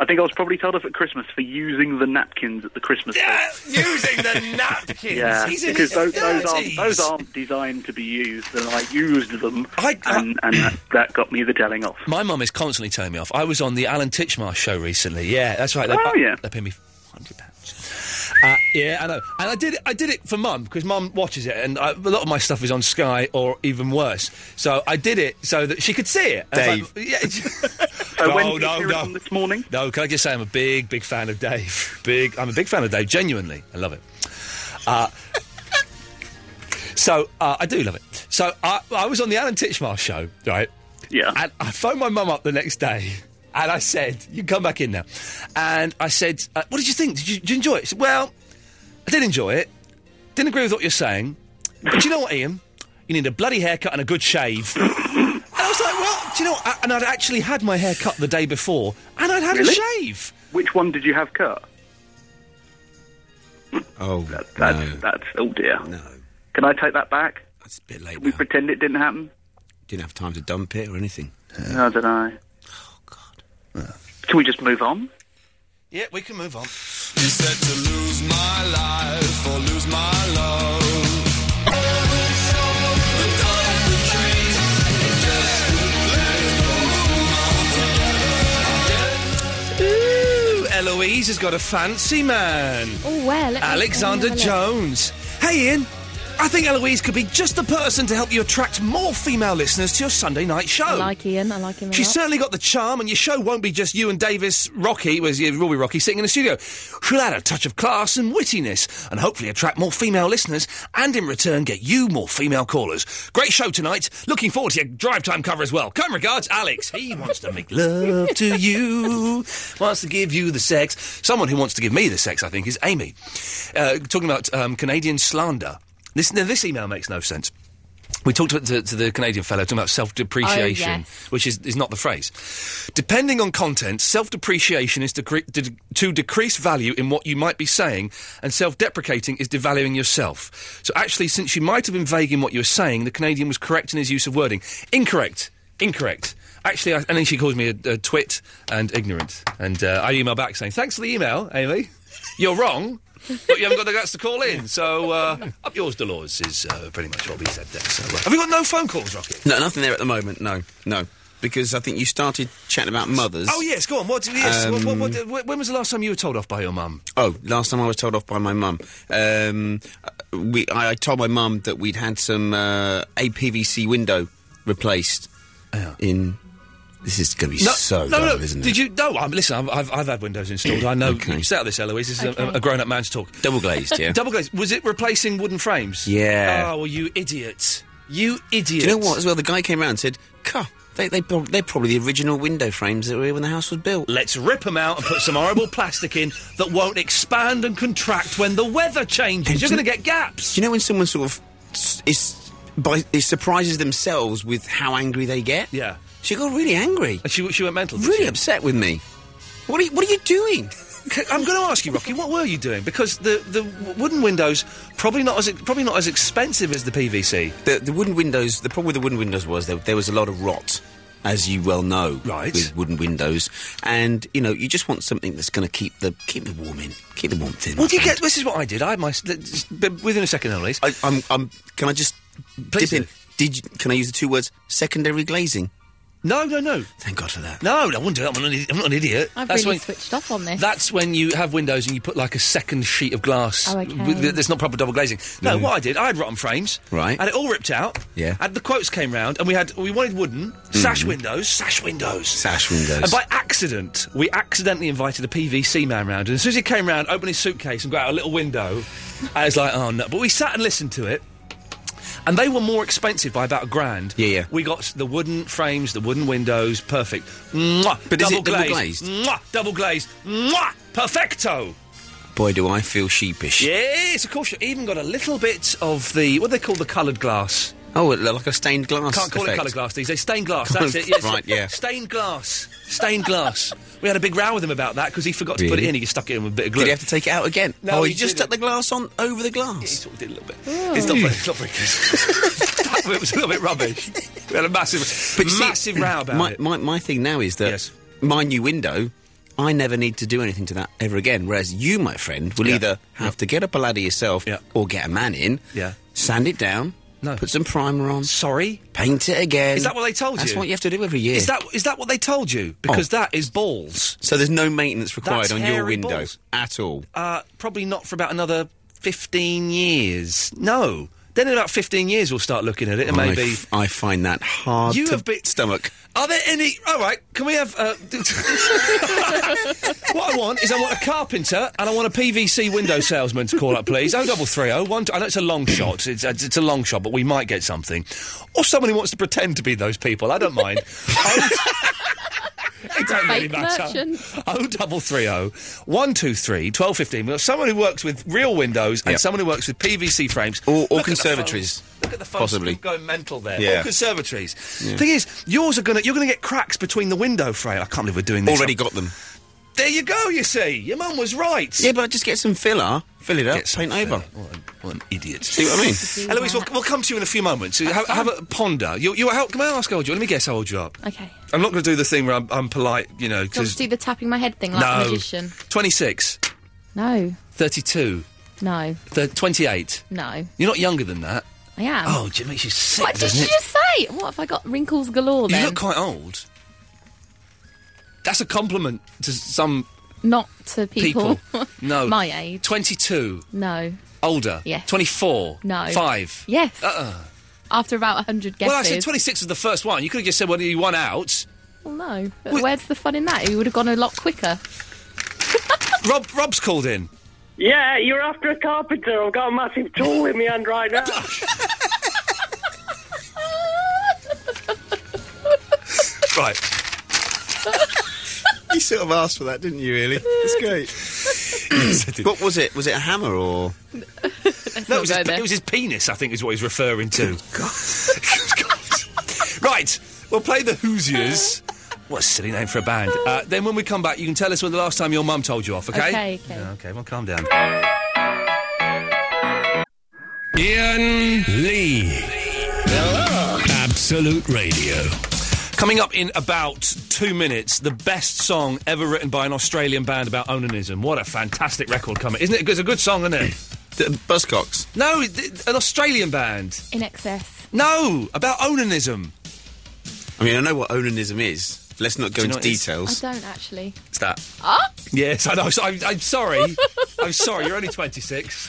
[SPEAKER 16] I, think I was probably told off at Christmas for using the napkins at the Christmas. Yeah,
[SPEAKER 5] using [laughs] the napkins.
[SPEAKER 16] Yeah,
[SPEAKER 5] He's in
[SPEAKER 16] because
[SPEAKER 5] his
[SPEAKER 16] those, those,
[SPEAKER 5] 30s.
[SPEAKER 16] aren't, those aren't designed to be used, and I used them, and, and that, that got me the telling off.
[SPEAKER 5] My mum is constantly telling me off. I was on the Alan Titchmarsh show recently. Yeah, that's right. They,
[SPEAKER 16] Oh, yeah.
[SPEAKER 5] They paid me hundred pounds. Uh, yeah, I know. And I did. I did it for mum because mum watches it, and I, a lot of my stuff is on Sky or even worse. So I did it so that she could see it. And
[SPEAKER 16] Dave.
[SPEAKER 5] if I- yeah. [laughs]
[SPEAKER 16] So
[SPEAKER 5] no,
[SPEAKER 16] when did you
[SPEAKER 5] no,
[SPEAKER 16] hear it
[SPEAKER 5] no.
[SPEAKER 16] on this morning?
[SPEAKER 5] No, can I just say I'm a big, big fan of Dave. [laughs] Big, I'm a big fan of Dave. Genuinely, I love it. Uh, so uh, I do love it. So I, I was on the Alan Titchmarsh show, right?
[SPEAKER 16] Yeah.
[SPEAKER 5] And I phoned my mum up the next day. And I said, "You can come back in now." And I said, uh, "What did you think? Did you, did you enjoy it?" She said, well, I did enjoy it. Didn't agree with what you're saying. But you know what, Ian? You need a bloody haircut and a good shave. [laughs] and I was like, "Well, do you know?" What? I- And I'd actually had my hair cut the day before, and I'd had
[SPEAKER 16] Really?
[SPEAKER 5] a shave.
[SPEAKER 16] Which one did you have cut?
[SPEAKER 4] Oh,
[SPEAKER 16] That's, that's oh dear. No. Can I take that back? That's a bit late. Can we pretend it didn't happen?
[SPEAKER 4] Didn't have time to dump it or anything. Oh,
[SPEAKER 16] No, I don't know. Can we just move on?
[SPEAKER 5] Yeah, we can move on.
[SPEAKER 1] You said to lose my life or lose my love.
[SPEAKER 5] Ooh, Eloise has got a fancy man.
[SPEAKER 7] Oh, well. let me-
[SPEAKER 5] Alexander
[SPEAKER 7] let me have a look.
[SPEAKER 5] Jones. Hey, Ian. I think Eloise could be just the person to help you attract more female listeners to your Sunday night show.
[SPEAKER 7] I like Ian. I like him a
[SPEAKER 5] She's
[SPEAKER 7] lot.
[SPEAKER 5] certainly got the charm, and your show won't be just you and Davis Rocky, where's you, Robbie Rocky, sitting in the studio. She'll add a touch of class and wittiness, and hopefully attract more female listeners, and in return get you more female callers. Great show tonight. Looking forward to your drive time cover as well. Kind regards, Alex. He [laughs] wants to make love to you, wants to give you the sex. Someone who wants to give me the sex, I think, is Amy. Uh, talking about um, Canadian slander. This, now, this email makes no sense. We talked to, to, to the Canadian fellow talking about self depreciation,
[SPEAKER 1] Oh, yes.
[SPEAKER 5] which is, is not the phrase. Depending on content, self depreciation is decre- de- to decrease value in what you might be saying, and self deprecating is devaluing yourself. So, actually, since you might have been vague in what you were saying, the Canadian was correct in his use of wording. Incorrect. Incorrect. Actually, I, and then she calls me a, a twit and ignorant. And uh, I email back saying, Thanks for the email, Amy. You're wrong. but you haven't got the guts to call in, so uh, up yours, Dolores, is uh, pretty much what we said there. So, uh, have we got no phone calls, Rocky?
[SPEAKER 4] No, nothing there at the moment. No, no, because I think you started chatting about mothers.
[SPEAKER 5] Oh yes, go on. What? Yes.
[SPEAKER 4] Um,
[SPEAKER 5] what, what, what, when was the last time you were told off by your mum?
[SPEAKER 4] Oh, last time I was told off by my mum. Um, we, I, I told my mum that we'd had some uh, APVC window replaced. In this is going to be
[SPEAKER 5] No,
[SPEAKER 4] so
[SPEAKER 5] no,
[SPEAKER 4] dull,
[SPEAKER 5] no.
[SPEAKER 4] isn't it?
[SPEAKER 5] Did you? No. I'm, listen, I've, I've, I've had windows installed. I know.
[SPEAKER 4] [laughs]
[SPEAKER 5] You set out this, Eloise. This is a- a,
[SPEAKER 4] Okay.
[SPEAKER 5] a grown-up man's talk.
[SPEAKER 4] Double glazed,
[SPEAKER 5] [laughs]
[SPEAKER 4] yeah.
[SPEAKER 5] Double glazed. Was it replacing wooden frames?
[SPEAKER 4] Yeah.
[SPEAKER 5] Oh, well, you idiot! You idiot!
[SPEAKER 4] Do you know what? As well, the guy came around and said, "Cuh, they, they prob- they're probably the original window frames that were here when the house was built."
[SPEAKER 5] Let's rip them out and put some horrible plastic in that won't expand and contract when the weather changes. You're going to get gaps.
[SPEAKER 4] Do you know when someone sort of s- is by it surprises themselves with how angry they get?
[SPEAKER 5] Yeah.
[SPEAKER 4] She got really angry.
[SPEAKER 5] And she she went mental.
[SPEAKER 4] Really upset with me. What are you, what are you doing?
[SPEAKER 5] C- I'm going to ask you, Rocky, what were you doing? Because the, the w- wooden windows probably not as probably not as expensive as the PVC.
[SPEAKER 4] The, the wooden windows. The problem with the wooden windows was there, there was a lot of rot, as you well know, right? With wooden windows, and you know you just want something that's going to keep the keep the warm in, keep the warmth in.
[SPEAKER 5] Well, do you get? This is what I did. I had my s- th- s- b- within a second, Annalise.
[SPEAKER 4] I, I'm, I'm. Can I just dip in? Did you, can I use the two words secondary glazing?
[SPEAKER 5] No, no, no. Thank God for that. No, no, I wouldn't do that. I'm not an, idi- I'm not an idiot.
[SPEAKER 7] I've
[SPEAKER 5] That's
[SPEAKER 7] really
[SPEAKER 5] when.
[SPEAKER 7] switched off on this.
[SPEAKER 5] That's when you have windows and you put like a second sheet of glass.
[SPEAKER 7] Oh, okay.
[SPEAKER 5] with- th- That's not proper double glazing. No,
[SPEAKER 4] Mm.
[SPEAKER 5] what I did, I had rotten frames.
[SPEAKER 4] Right.
[SPEAKER 5] Had it all ripped out.
[SPEAKER 4] Yeah.
[SPEAKER 5] And the quotes came round, and we had we wanted wooden
[SPEAKER 4] Mm.
[SPEAKER 5] sash windows, sash windows,
[SPEAKER 4] sash windows.
[SPEAKER 5] And by accident, we accidentally invited a PVC man round. And as soon as he came round, opened his suitcase and got out a
[SPEAKER 4] [laughs]
[SPEAKER 5] little window, and it's like, oh no. But we sat and listened to it. And they were more expensive by about a grand. Yeah, yeah. We got the wooden frames, the wooden windows, perfect. Mwah,
[SPEAKER 4] But is
[SPEAKER 5] double
[SPEAKER 4] it double
[SPEAKER 5] glazed. Mwah, double glazed. Mwah, perfecto.
[SPEAKER 4] Boy, do I feel sheepish.
[SPEAKER 5] Yes, of course. You've even got a little bit of the what do they call the coloured glass.
[SPEAKER 4] Oh, it looked like a stained glass.
[SPEAKER 5] Can't call it
[SPEAKER 4] effect.
[SPEAKER 5] coloured glass these days. Stained glass.
[SPEAKER 4] Coloured-
[SPEAKER 5] That's it. Yes.
[SPEAKER 4] right, yeah.
[SPEAKER 5] Stained glass. Stained glass. we had a big row with him about that because he forgot to put it
[SPEAKER 4] Really?
[SPEAKER 5] in. He stuck it in with a bit of glue.
[SPEAKER 4] Did he have to take it out again?
[SPEAKER 5] No,
[SPEAKER 4] oh,
[SPEAKER 5] he
[SPEAKER 4] he, just
[SPEAKER 5] didn't.
[SPEAKER 4] stuck the glass on over the glass.
[SPEAKER 5] he did a little bit. It's not very, it's not very [laughs] good. it was a little bit rubbish. We had a massive,
[SPEAKER 4] you see,
[SPEAKER 5] massive row about
[SPEAKER 4] my,
[SPEAKER 5] it.
[SPEAKER 4] My, my thing now is that my new window, I never need to do anything to that ever again. Whereas you, my friend, will either have to get up a ladder yourself or get a man in,
[SPEAKER 5] Yeah.
[SPEAKER 4] sand it down, put some primer on.
[SPEAKER 5] Sorry?
[SPEAKER 4] Paint it again.
[SPEAKER 5] Is that what they told
[SPEAKER 4] That's
[SPEAKER 5] you?
[SPEAKER 4] what you have to do every year. Oh.
[SPEAKER 5] Is that is that what they told you? Because that is balls.
[SPEAKER 4] So there's no maintenance required
[SPEAKER 5] That's
[SPEAKER 4] on your
[SPEAKER 5] hairy
[SPEAKER 4] window
[SPEAKER 5] balls.
[SPEAKER 4] at all.
[SPEAKER 5] Uh, probably not for about another 15 years. No. Then in about 15 years, we'll start looking at it and
[SPEAKER 4] I
[SPEAKER 5] maybe.
[SPEAKER 4] f- I find that hard
[SPEAKER 5] You
[SPEAKER 4] to
[SPEAKER 5] have been-
[SPEAKER 4] stomach.
[SPEAKER 5] Are there any. All right, can we have.
[SPEAKER 7] [laughs]
[SPEAKER 5] Uh, [laughs] d- [laughs] what I want is I want a carpenter and I want a PVC window salesman to call up, please. Oh, 0330 one. I know it's a long shot. It's, a- it's a long shot, but we might get something. Or someone who wants to pretend to be those people. I
[SPEAKER 1] [laughs]
[SPEAKER 5] don't mind. It don't really
[SPEAKER 1] Fake
[SPEAKER 5] matter.
[SPEAKER 1] merchant.
[SPEAKER 5] [laughs] Oh, double three oh one two three twelve fifteen. We've got someone who works with real windows and
[SPEAKER 4] Yep.
[SPEAKER 5] someone who works with PVC frames
[SPEAKER 4] Or, or
[SPEAKER 5] Look at the
[SPEAKER 4] conservatories.
[SPEAKER 5] phones. Look at the phones.
[SPEAKER 4] Possibly.
[SPEAKER 5] People going mental there.
[SPEAKER 4] Yeah.
[SPEAKER 5] Or conservatories.
[SPEAKER 4] Yeah.
[SPEAKER 5] Thing is, yours are gonna you're gonna get cracks between the window frame. I can't believe we're doing this.
[SPEAKER 4] Already
[SPEAKER 5] I'm-
[SPEAKER 4] got them.
[SPEAKER 5] There you go. You see, your mum was right.
[SPEAKER 4] Yeah, but just get some filler, fill it up, paint over.
[SPEAKER 5] What an, what an idiot.
[SPEAKER 4] See what I mean?
[SPEAKER 7] [laughs]
[SPEAKER 5] Eloise, we'll, we'll come to you in a few moments. Have, have a ponder. You, you, how, can I ask how old you are? Let me guess how old you are.
[SPEAKER 7] Okay.
[SPEAKER 5] I'm not going to do the thing where I'm, I'm polite, you
[SPEAKER 7] Do you
[SPEAKER 5] know,
[SPEAKER 7] want to
[SPEAKER 5] because.
[SPEAKER 7] do the tapping my head thing like a
[SPEAKER 5] No.
[SPEAKER 7] magician?
[SPEAKER 5] 26,
[SPEAKER 7] No.
[SPEAKER 5] 32,
[SPEAKER 7] No.
[SPEAKER 5] thir- 28.
[SPEAKER 7] No.
[SPEAKER 5] You're not younger than that.
[SPEAKER 7] I am.
[SPEAKER 5] Oh, it makes you sick,
[SPEAKER 7] what did
[SPEAKER 5] doesn't
[SPEAKER 7] you
[SPEAKER 5] it?
[SPEAKER 7] just say? What have I got? Wrinkles galore
[SPEAKER 5] You
[SPEAKER 7] then?
[SPEAKER 5] look quite old. That's a compliment to some
[SPEAKER 7] Not to people.
[SPEAKER 5] people.
[SPEAKER 7] [laughs]
[SPEAKER 5] no.
[SPEAKER 7] My age.
[SPEAKER 5] 22.
[SPEAKER 7] No.
[SPEAKER 5] Older.
[SPEAKER 7] Yes.
[SPEAKER 5] 24.
[SPEAKER 7] No.
[SPEAKER 5] 5.
[SPEAKER 7] Yes.
[SPEAKER 5] Uh-uh.
[SPEAKER 7] After about 100 guesses.
[SPEAKER 5] Well, I said 26 was the first one. You could have just said, well, you
[SPEAKER 7] [laughs]
[SPEAKER 5] won out.
[SPEAKER 7] Well, no. But Where's the fun in that? You would have gone a lot quicker.
[SPEAKER 5] Rob, Rob's called in.
[SPEAKER 22] Yeah, you're after a carpenter. I've got a massive tool in my hand right now.
[SPEAKER 5] [laughs] Right.
[SPEAKER 4] you sort of asked for that, didn't you, really? It's great. what was it? Was it a hammer or.
[SPEAKER 5] No, it was, his, it was his penis, I think, is what he's referring to. [laughs] right, we'll play the Hoosiers. What a silly name for a band. Uh, then when we come back, you can tell us when the last time your mum told you off, okay?
[SPEAKER 1] Okay, okay.
[SPEAKER 5] Yeah, okay, well, calm down.
[SPEAKER 6] Ian Lee. Hello. Absolute Radio.
[SPEAKER 5] Coming up in about two minutes, the best song ever written by an Australian band about onanism. What a fantastic record coming. Isn't it? It's a good song, isn't it?
[SPEAKER 4] the Buzzcocks.
[SPEAKER 5] No, th- an Australian band.
[SPEAKER 7] In excess.
[SPEAKER 5] No, about onanism. [laughs]
[SPEAKER 4] I mean, I know what onanism is. Let's not go
[SPEAKER 5] Do you know
[SPEAKER 4] into
[SPEAKER 5] what it is?
[SPEAKER 7] I
[SPEAKER 4] details.
[SPEAKER 7] don't actually.
[SPEAKER 4] It's that.
[SPEAKER 7] Ah!
[SPEAKER 5] Yes, I know. So I'm, I'm sorry. I'm Oh, sorry. You're only 26.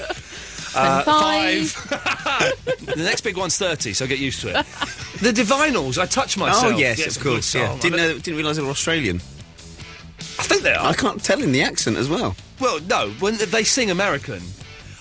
[SPEAKER 1] Then five.
[SPEAKER 5] five. [laughs] the next big one's 30, so get used to it. The Divinals, I touch myself.
[SPEAKER 4] Oh, yes,
[SPEAKER 5] Yeah, it's
[SPEAKER 4] of
[SPEAKER 5] a good
[SPEAKER 4] course. Yeah.
[SPEAKER 5] song.
[SPEAKER 4] Didn't, know, didn't realise they were Australian.
[SPEAKER 5] I think they are.
[SPEAKER 4] I can't tell in the accent as well.
[SPEAKER 5] Well, no, when they sing American.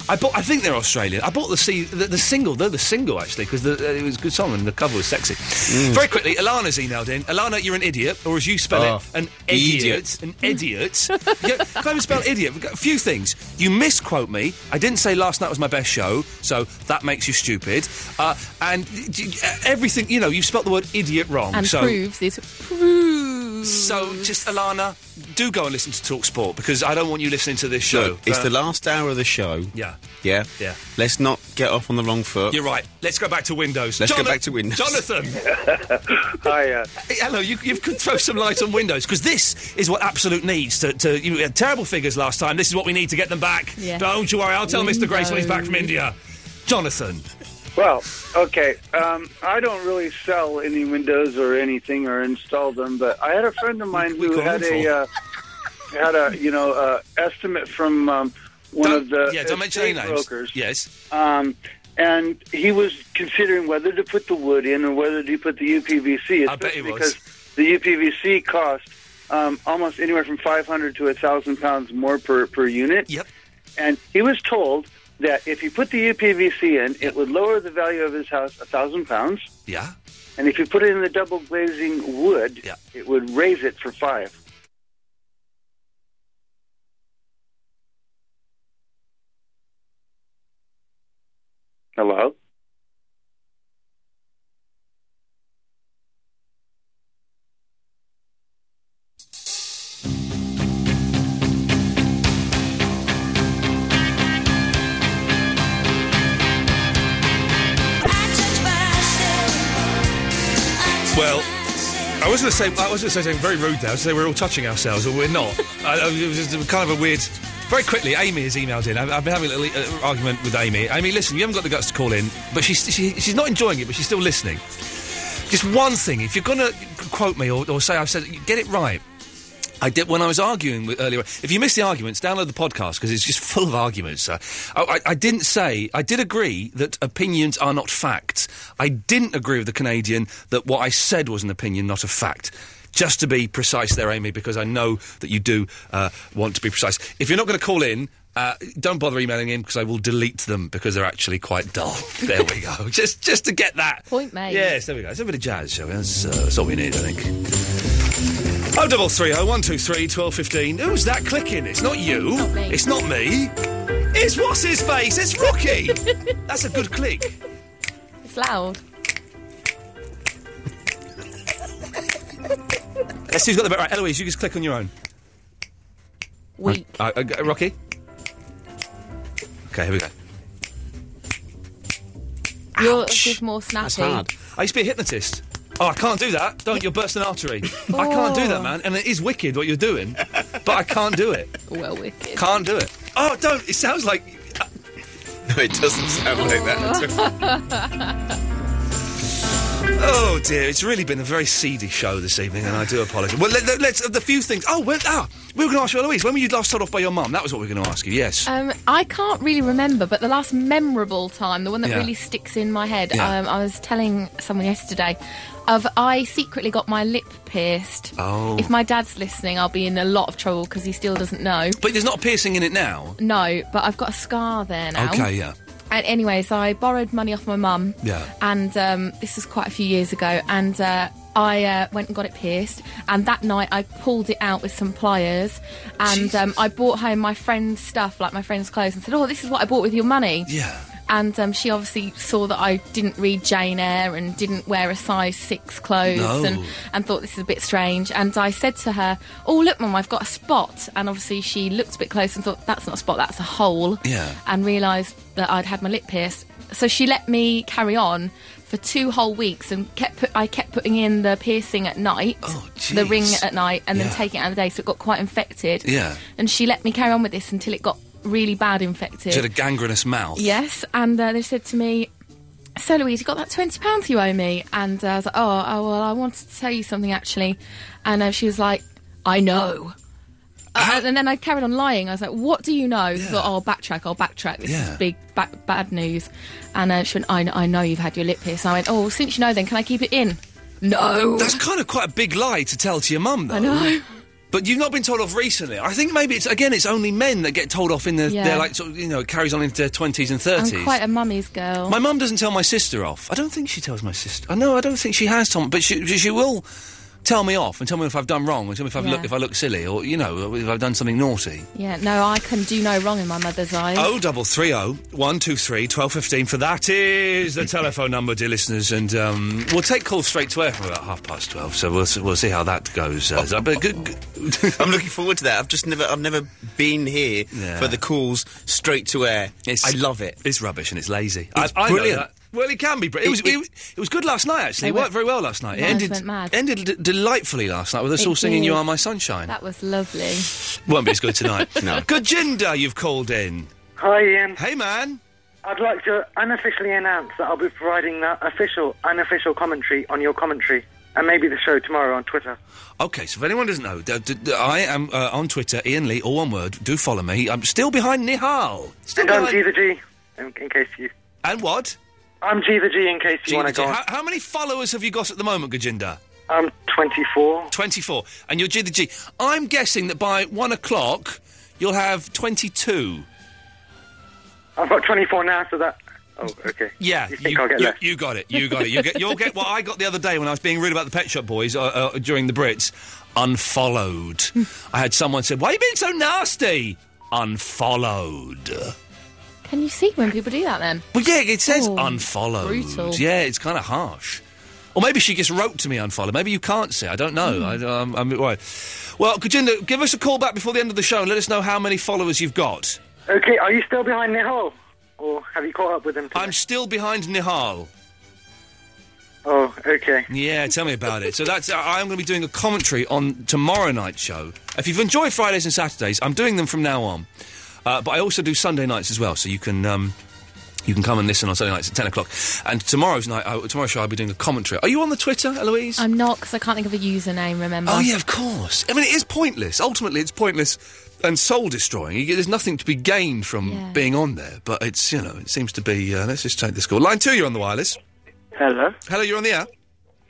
[SPEAKER 5] I bought. I think they're Australian. I bought the C, the, the single. They're the single actually because uh, it was a good song and the cover was sexy.
[SPEAKER 4] Mm.
[SPEAKER 5] Very quickly, Alana's emailed in. Alana, you're an idiot, or as you spell
[SPEAKER 4] Oh,
[SPEAKER 5] it, an
[SPEAKER 4] idiot.
[SPEAKER 5] idiot. An idiot. [laughs] yeah, can I spell idiot? We've got A few things. You misquote me. I didn't say last night was my best show, so that makes you stupid. Uh, and y- y- uh, everything. You know, you've spelt the word idiot wrong.
[SPEAKER 7] And
[SPEAKER 5] so
[SPEAKER 7] proves is proves.
[SPEAKER 5] So just Alana, [laughs] uh, do go and listen to Talk Sport because I don't want you listening to this show.
[SPEAKER 4] Look, it's
[SPEAKER 5] Uh,
[SPEAKER 4] the last hour of the show.
[SPEAKER 5] Yeah.
[SPEAKER 4] Yeah?
[SPEAKER 5] Yeah.
[SPEAKER 4] Let's not get off on the wrong foot.
[SPEAKER 5] You're right. Let's go back to Windows.
[SPEAKER 4] Let's go back to Windows.
[SPEAKER 5] Jonathan.
[SPEAKER 22] Hiya.
[SPEAKER 5] Hey, hello. You, you could throw some light on Windows because this is what Absolute needs. To, to you had terrible figures last time. This is what we need to get them back.
[SPEAKER 22] Yes.
[SPEAKER 5] Don't you worry. I'll tell Mr. Grace when he's back from India. Jonathan.
[SPEAKER 23] Well, okay. Um, I don't really sell any windows or anything or install them, but I had a friend of mine who
[SPEAKER 24] We're
[SPEAKER 23] had
[SPEAKER 24] going
[SPEAKER 23] a uh, had a you know uh, estimate from um, one of the
[SPEAKER 5] yeah, don't mention any
[SPEAKER 23] estate
[SPEAKER 5] names.
[SPEAKER 23] brokers.
[SPEAKER 5] Yes.
[SPEAKER 23] Um, and he was considering whether to put the wood in or whether to put the UPVC.
[SPEAKER 5] I bet he
[SPEAKER 23] especially Because
[SPEAKER 5] was.
[SPEAKER 23] the UPVC cost um, almost anywhere from 500 to 1,000 pounds more per, per unit. Yep. And he was told that if he put the UPVC in, it would lower the value of his house 1,000 pounds.
[SPEAKER 5] Yeah.
[SPEAKER 23] And if you put it in the double glazing wood, it would raise it for five. Hello?
[SPEAKER 5] Well, I was going to say I was going to say something very rude there. I was going to say we're all touching ourselves, or we're not. I, I- it was just kind of a weird. Very quickly, Amy has emailed in. I've, I've been having a little uh, argument with Amy. Amy, listen, you haven't got the guts to call in, but she's she, she's not enjoying it, but she's still listening. Just one thing, if you're going to quote me or, or say I've said, it, get it right. I did when I was arguing with earlier. If you missed the arguments, download the podcast because it's just full of arguments. Uh, oh, I, I didn't say I did agree that opinions are not facts. I didn't agree with the Canadian that what I said was an opinion, not a fact. Just to be precise, there, Amy, because I know that you do uh, want to be precise. If you're not going to call in. Uh, don't bother emailing in because I will delete them because they're actually quite dull. There we go. Just, just to
[SPEAKER 7] [laughs]
[SPEAKER 5] get that
[SPEAKER 7] Point made.
[SPEAKER 5] Yes, there we go. It's a bit of jazz, shall we? That's, uh, that's all we need, I think. Oh, double three, oh, one, two, three, twelve, fifteen. Who's that clicking? It's not you. It's not me. It's what's his face? It's Rocky.
[SPEAKER 16] [laughs]
[SPEAKER 5] That's a good click.
[SPEAKER 7] It's loud.
[SPEAKER 5] Let's see who's got the bit right. Eloise, you just click on your own.
[SPEAKER 7] Weak.
[SPEAKER 5] Uh, uh, g- Rocky. Okay, here we go.
[SPEAKER 7] Yours is more snappy.
[SPEAKER 5] I used to be a hypnotist. Oh, I can't do that.
[SPEAKER 7] [laughs]
[SPEAKER 5] Don't. You'll burst an artery. I can't do
[SPEAKER 7] Oh.
[SPEAKER 5] that, man. And it is wicked what you're doing, but I can't do it.
[SPEAKER 7] [laughs] Well, wicked.
[SPEAKER 5] Can't do it. Oh, don't. It sounds like.
[SPEAKER 4] No, it doesn't sound like that
[SPEAKER 7] [laughs]
[SPEAKER 4] at all.
[SPEAKER 5] Oh dear, it's really been a very seedy show this evening, and I do apologise. Well, let, let, us the few things. Oh, well, ah, we were going to ask you, Eloise, when were you last told off by your mum? That was what we were going to ask you. Yes.
[SPEAKER 7] Um, I can't really remember, but the last memorable time, the one that
[SPEAKER 5] Yeah.
[SPEAKER 7] really sticks in my head,
[SPEAKER 5] Yeah.
[SPEAKER 7] um, I was telling someone yesterday of I secretly got my lip pierced.
[SPEAKER 5] Oh.
[SPEAKER 7] If my dad's listening, I'll be in a lot of trouble because he still doesn't know.
[SPEAKER 5] But there's not a piercing in it now.
[SPEAKER 7] No, but I've got a scar there now.
[SPEAKER 5] Okay. Yeah.
[SPEAKER 7] And anyway, so I borrowed money off my mum.
[SPEAKER 5] Yeah.
[SPEAKER 7] And um, this was quite a few years ago. And uh, I uh, went and got it pierced. And that night I pulled it out with some pliers. And um, I brought home my friend's stuff, like my friend's clothes, and said, Oh, this is what I bought with your money.
[SPEAKER 5] Yeah.
[SPEAKER 7] And um, she obviously saw that I didn't read Jane Eyre and didn't wear a size six clothes
[SPEAKER 5] No.
[SPEAKER 7] and, and thought this is a bit strange. And I said to her, Oh, look, Mum, I've got a spot. And obviously she looked a bit close and thought, That's not a spot, that's a hole
[SPEAKER 5] Yeah.
[SPEAKER 7] and realised that I'd had my lip pierced. So she let me carry on for two whole weeks, and kept put, I kept putting in the piercing at night, the ring at night, and then
[SPEAKER 5] Oh, Yeah.
[SPEAKER 7] taking it out of the day. So it got quite infected.
[SPEAKER 5] Yeah.
[SPEAKER 7] And she let me carry on with this until it got really bad infected.
[SPEAKER 5] She had a gangrenous mouth.
[SPEAKER 7] Yes, and uh, they said to me, "So Louise, you got that twenty pounds you owe me?" And uh, I was like, "Oh, oh, well, I wanted to tell you something actually," and uh, she was like, "I know." Uh, and then I carried on lying. I was like, "What do you know?" I thought, "I'll backtrack. I'll backtrack. This
[SPEAKER 5] Yeah.
[SPEAKER 7] is big ba- bad news." And uh, she went, I, kn- "I know you've had your lip pierced." And I went, "Oh, well, since you know, then can I keep it in?" No.
[SPEAKER 5] That's kind of quite a big lie to tell to your mum, though.
[SPEAKER 7] I know.
[SPEAKER 5] But you've not been told off recently. I think maybe it's again. It's only men that get told off in their,
[SPEAKER 7] Yeah.
[SPEAKER 5] their like sort of, you know it carries on into their twenties and
[SPEAKER 7] I'm
[SPEAKER 5] thirties.
[SPEAKER 7] quite a mummy's girl.
[SPEAKER 5] My mum doesn't tell my sister off. I don't think she tells my sister. I know. I don't think she has Tom, but she she she will tell me off and tell me if I've done wrong and tell me if I've
[SPEAKER 7] Yeah.
[SPEAKER 5] look if I look silly or you know if I've done something naughty.
[SPEAKER 7] yeah, no, I can do no wrong in my mother's eyes.
[SPEAKER 5] Oh double three oh one two three twelve fifteen. For that is the telephone number, dear listeners, and um, we'll take calls straight to air from about half past twelve. So we'll s- we'll see how that goes. Uh, but good, good-
[SPEAKER 4] [laughs] I'm looking forward to that. I've just never, I've never been here for the calls straight to air. I love it.
[SPEAKER 5] It's rubbish and it's lazy.
[SPEAKER 4] It's
[SPEAKER 5] I know
[SPEAKER 4] brilliant.
[SPEAKER 5] that. Well, it can be. But it, was it, it was good last night. Actually,
[SPEAKER 7] They
[SPEAKER 5] it
[SPEAKER 7] were-
[SPEAKER 5] worked very well last night. It
[SPEAKER 7] Mars
[SPEAKER 5] ended
[SPEAKER 7] went mad.
[SPEAKER 5] ended d- delightfully last night with us
[SPEAKER 7] It
[SPEAKER 5] all singing "You
[SPEAKER 7] did.
[SPEAKER 5] Are My Sunshine."
[SPEAKER 7] That was lovely.
[SPEAKER 5] Won't be as good tonight.
[SPEAKER 7] [laughs] No.
[SPEAKER 5] Gajinda, you've called in.
[SPEAKER 20] Hi, Ian.
[SPEAKER 5] Hey, man.
[SPEAKER 25] I'd like to unofficially announce that I'll be providing the official, unofficial commentary on your commentary and maybe the show tomorrow on Twitter.
[SPEAKER 5] Okay, so if anyone doesn't know, d- d- d- I am uh, on Twitter, Ian Lee, all one word. Do follow me. I'm still behind Nihal. Still
[SPEAKER 25] and I'm
[SPEAKER 5] behind-
[SPEAKER 25] G the G, in, in case you.
[SPEAKER 5] And what?
[SPEAKER 25] I'm G the G, in case you
[SPEAKER 5] Gina
[SPEAKER 25] want to
[SPEAKER 5] G.
[SPEAKER 25] go on.
[SPEAKER 5] How, how many followers have you got at the moment, Gajinda?
[SPEAKER 25] Um, 24.
[SPEAKER 5] 24. And you're G the G. I'm guessing that by one o'clock, you'll have 22.
[SPEAKER 25] I've got 24 now, so that. Oh, okay.
[SPEAKER 5] Yeah,
[SPEAKER 25] You think
[SPEAKER 5] you,
[SPEAKER 25] I'll get
[SPEAKER 5] you-
[SPEAKER 25] left?
[SPEAKER 5] you got it. You got it. You get, you'll get what I got the other day when I was being rude about the Pet Shop Boys uh, uh, during the Brits. Unfollowed. I had someone said, "Why are you being so nasty?" Unfollowed.
[SPEAKER 7] Can you see when people do that then?
[SPEAKER 5] Well, yeah, it says
[SPEAKER 7] Oh,
[SPEAKER 5] unfollowed.
[SPEAKER 7] brutal.
[SPEAKER 5] Yeah, it's kind of harsh. Or maybe she just wrote to me unfollowed. Maybe you can't see. I don't know. I, um, I'm, right. Well, Kajinda, give us a call back before the end of the show and let us know how many followers you've got.
[SPEAKER 25] [laughs] Okay, are you still behind Nihal? Or have you caught up with him?
[SPEAKER 5] I'm still behind Nihal.
[SPEAKER 25] Oh, okay.
[SPEAKER 5] Yeah, tell me about it. So that's uh, I- I'm going to be doing a commentary on tomorrow night's show. If you've enjoyed Fridays and Saturdays, I'm doing them from now on. Uh, but I also do Sunday nights as well, so you can um, you can come and listen on Sunday nights at ten o'clock. And tomorrow's night, I, tomorrow's show, I'll be doing a commentary. Are you on the Twitter, Eloise?
[SPEAKER 7] I'm not because I can't think of a username. Remember?
[SPEAKER 5] Oh yeah, of course. I mean, it is pointless. Ultimately, it's pointless and soul destroying. You- There's nothing to be gained from
[SPEAKER 7] Yeah.
[SPEAKER 5] being on there, but it's you know, it seems to be. Uh, let's just take this call. Line two, you're on the wireless.
[SPEAKER 3] Hello.
[SPEAKER 5] Hello, you're on the air.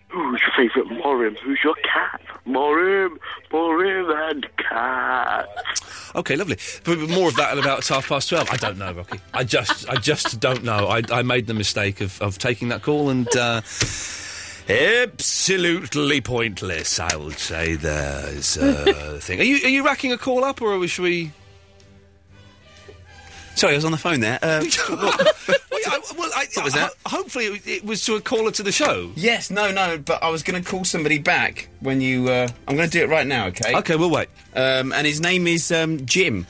[SPEAKER 3] Who's your favourite Morim? Who's your cat? Morim, Morim and cat.
[SPEAKER 5] Okay, lovely. But but more of that at about half past twelve. I don't know, Rocky. I just, I just don't know. I, I made the mistake of, of taking that call and uh, absolutely pointless. I will say there's uh, thing. Are you are you racking a call up or should we? [laughs]
[SPEAKER 4] Sorry, I was on the phone there.
[SPEAKER 5] [laughs]
[SPEAKER 4] Uh,
[SPEAKER 5] Well, I, well, I,
[SPEAKER 4] What was that?
[SPEAKER 5] ho- hopefully, it, it was to a caller to the show.
[SPEAKER 4] yes, no, no, but I was going to call somebody back when you. Uh, I'm going to do it right now, okay?
[SPEAKER 5] Okay, we'll wait.
[SPEAKER 4] Um, and his name is um, Jim.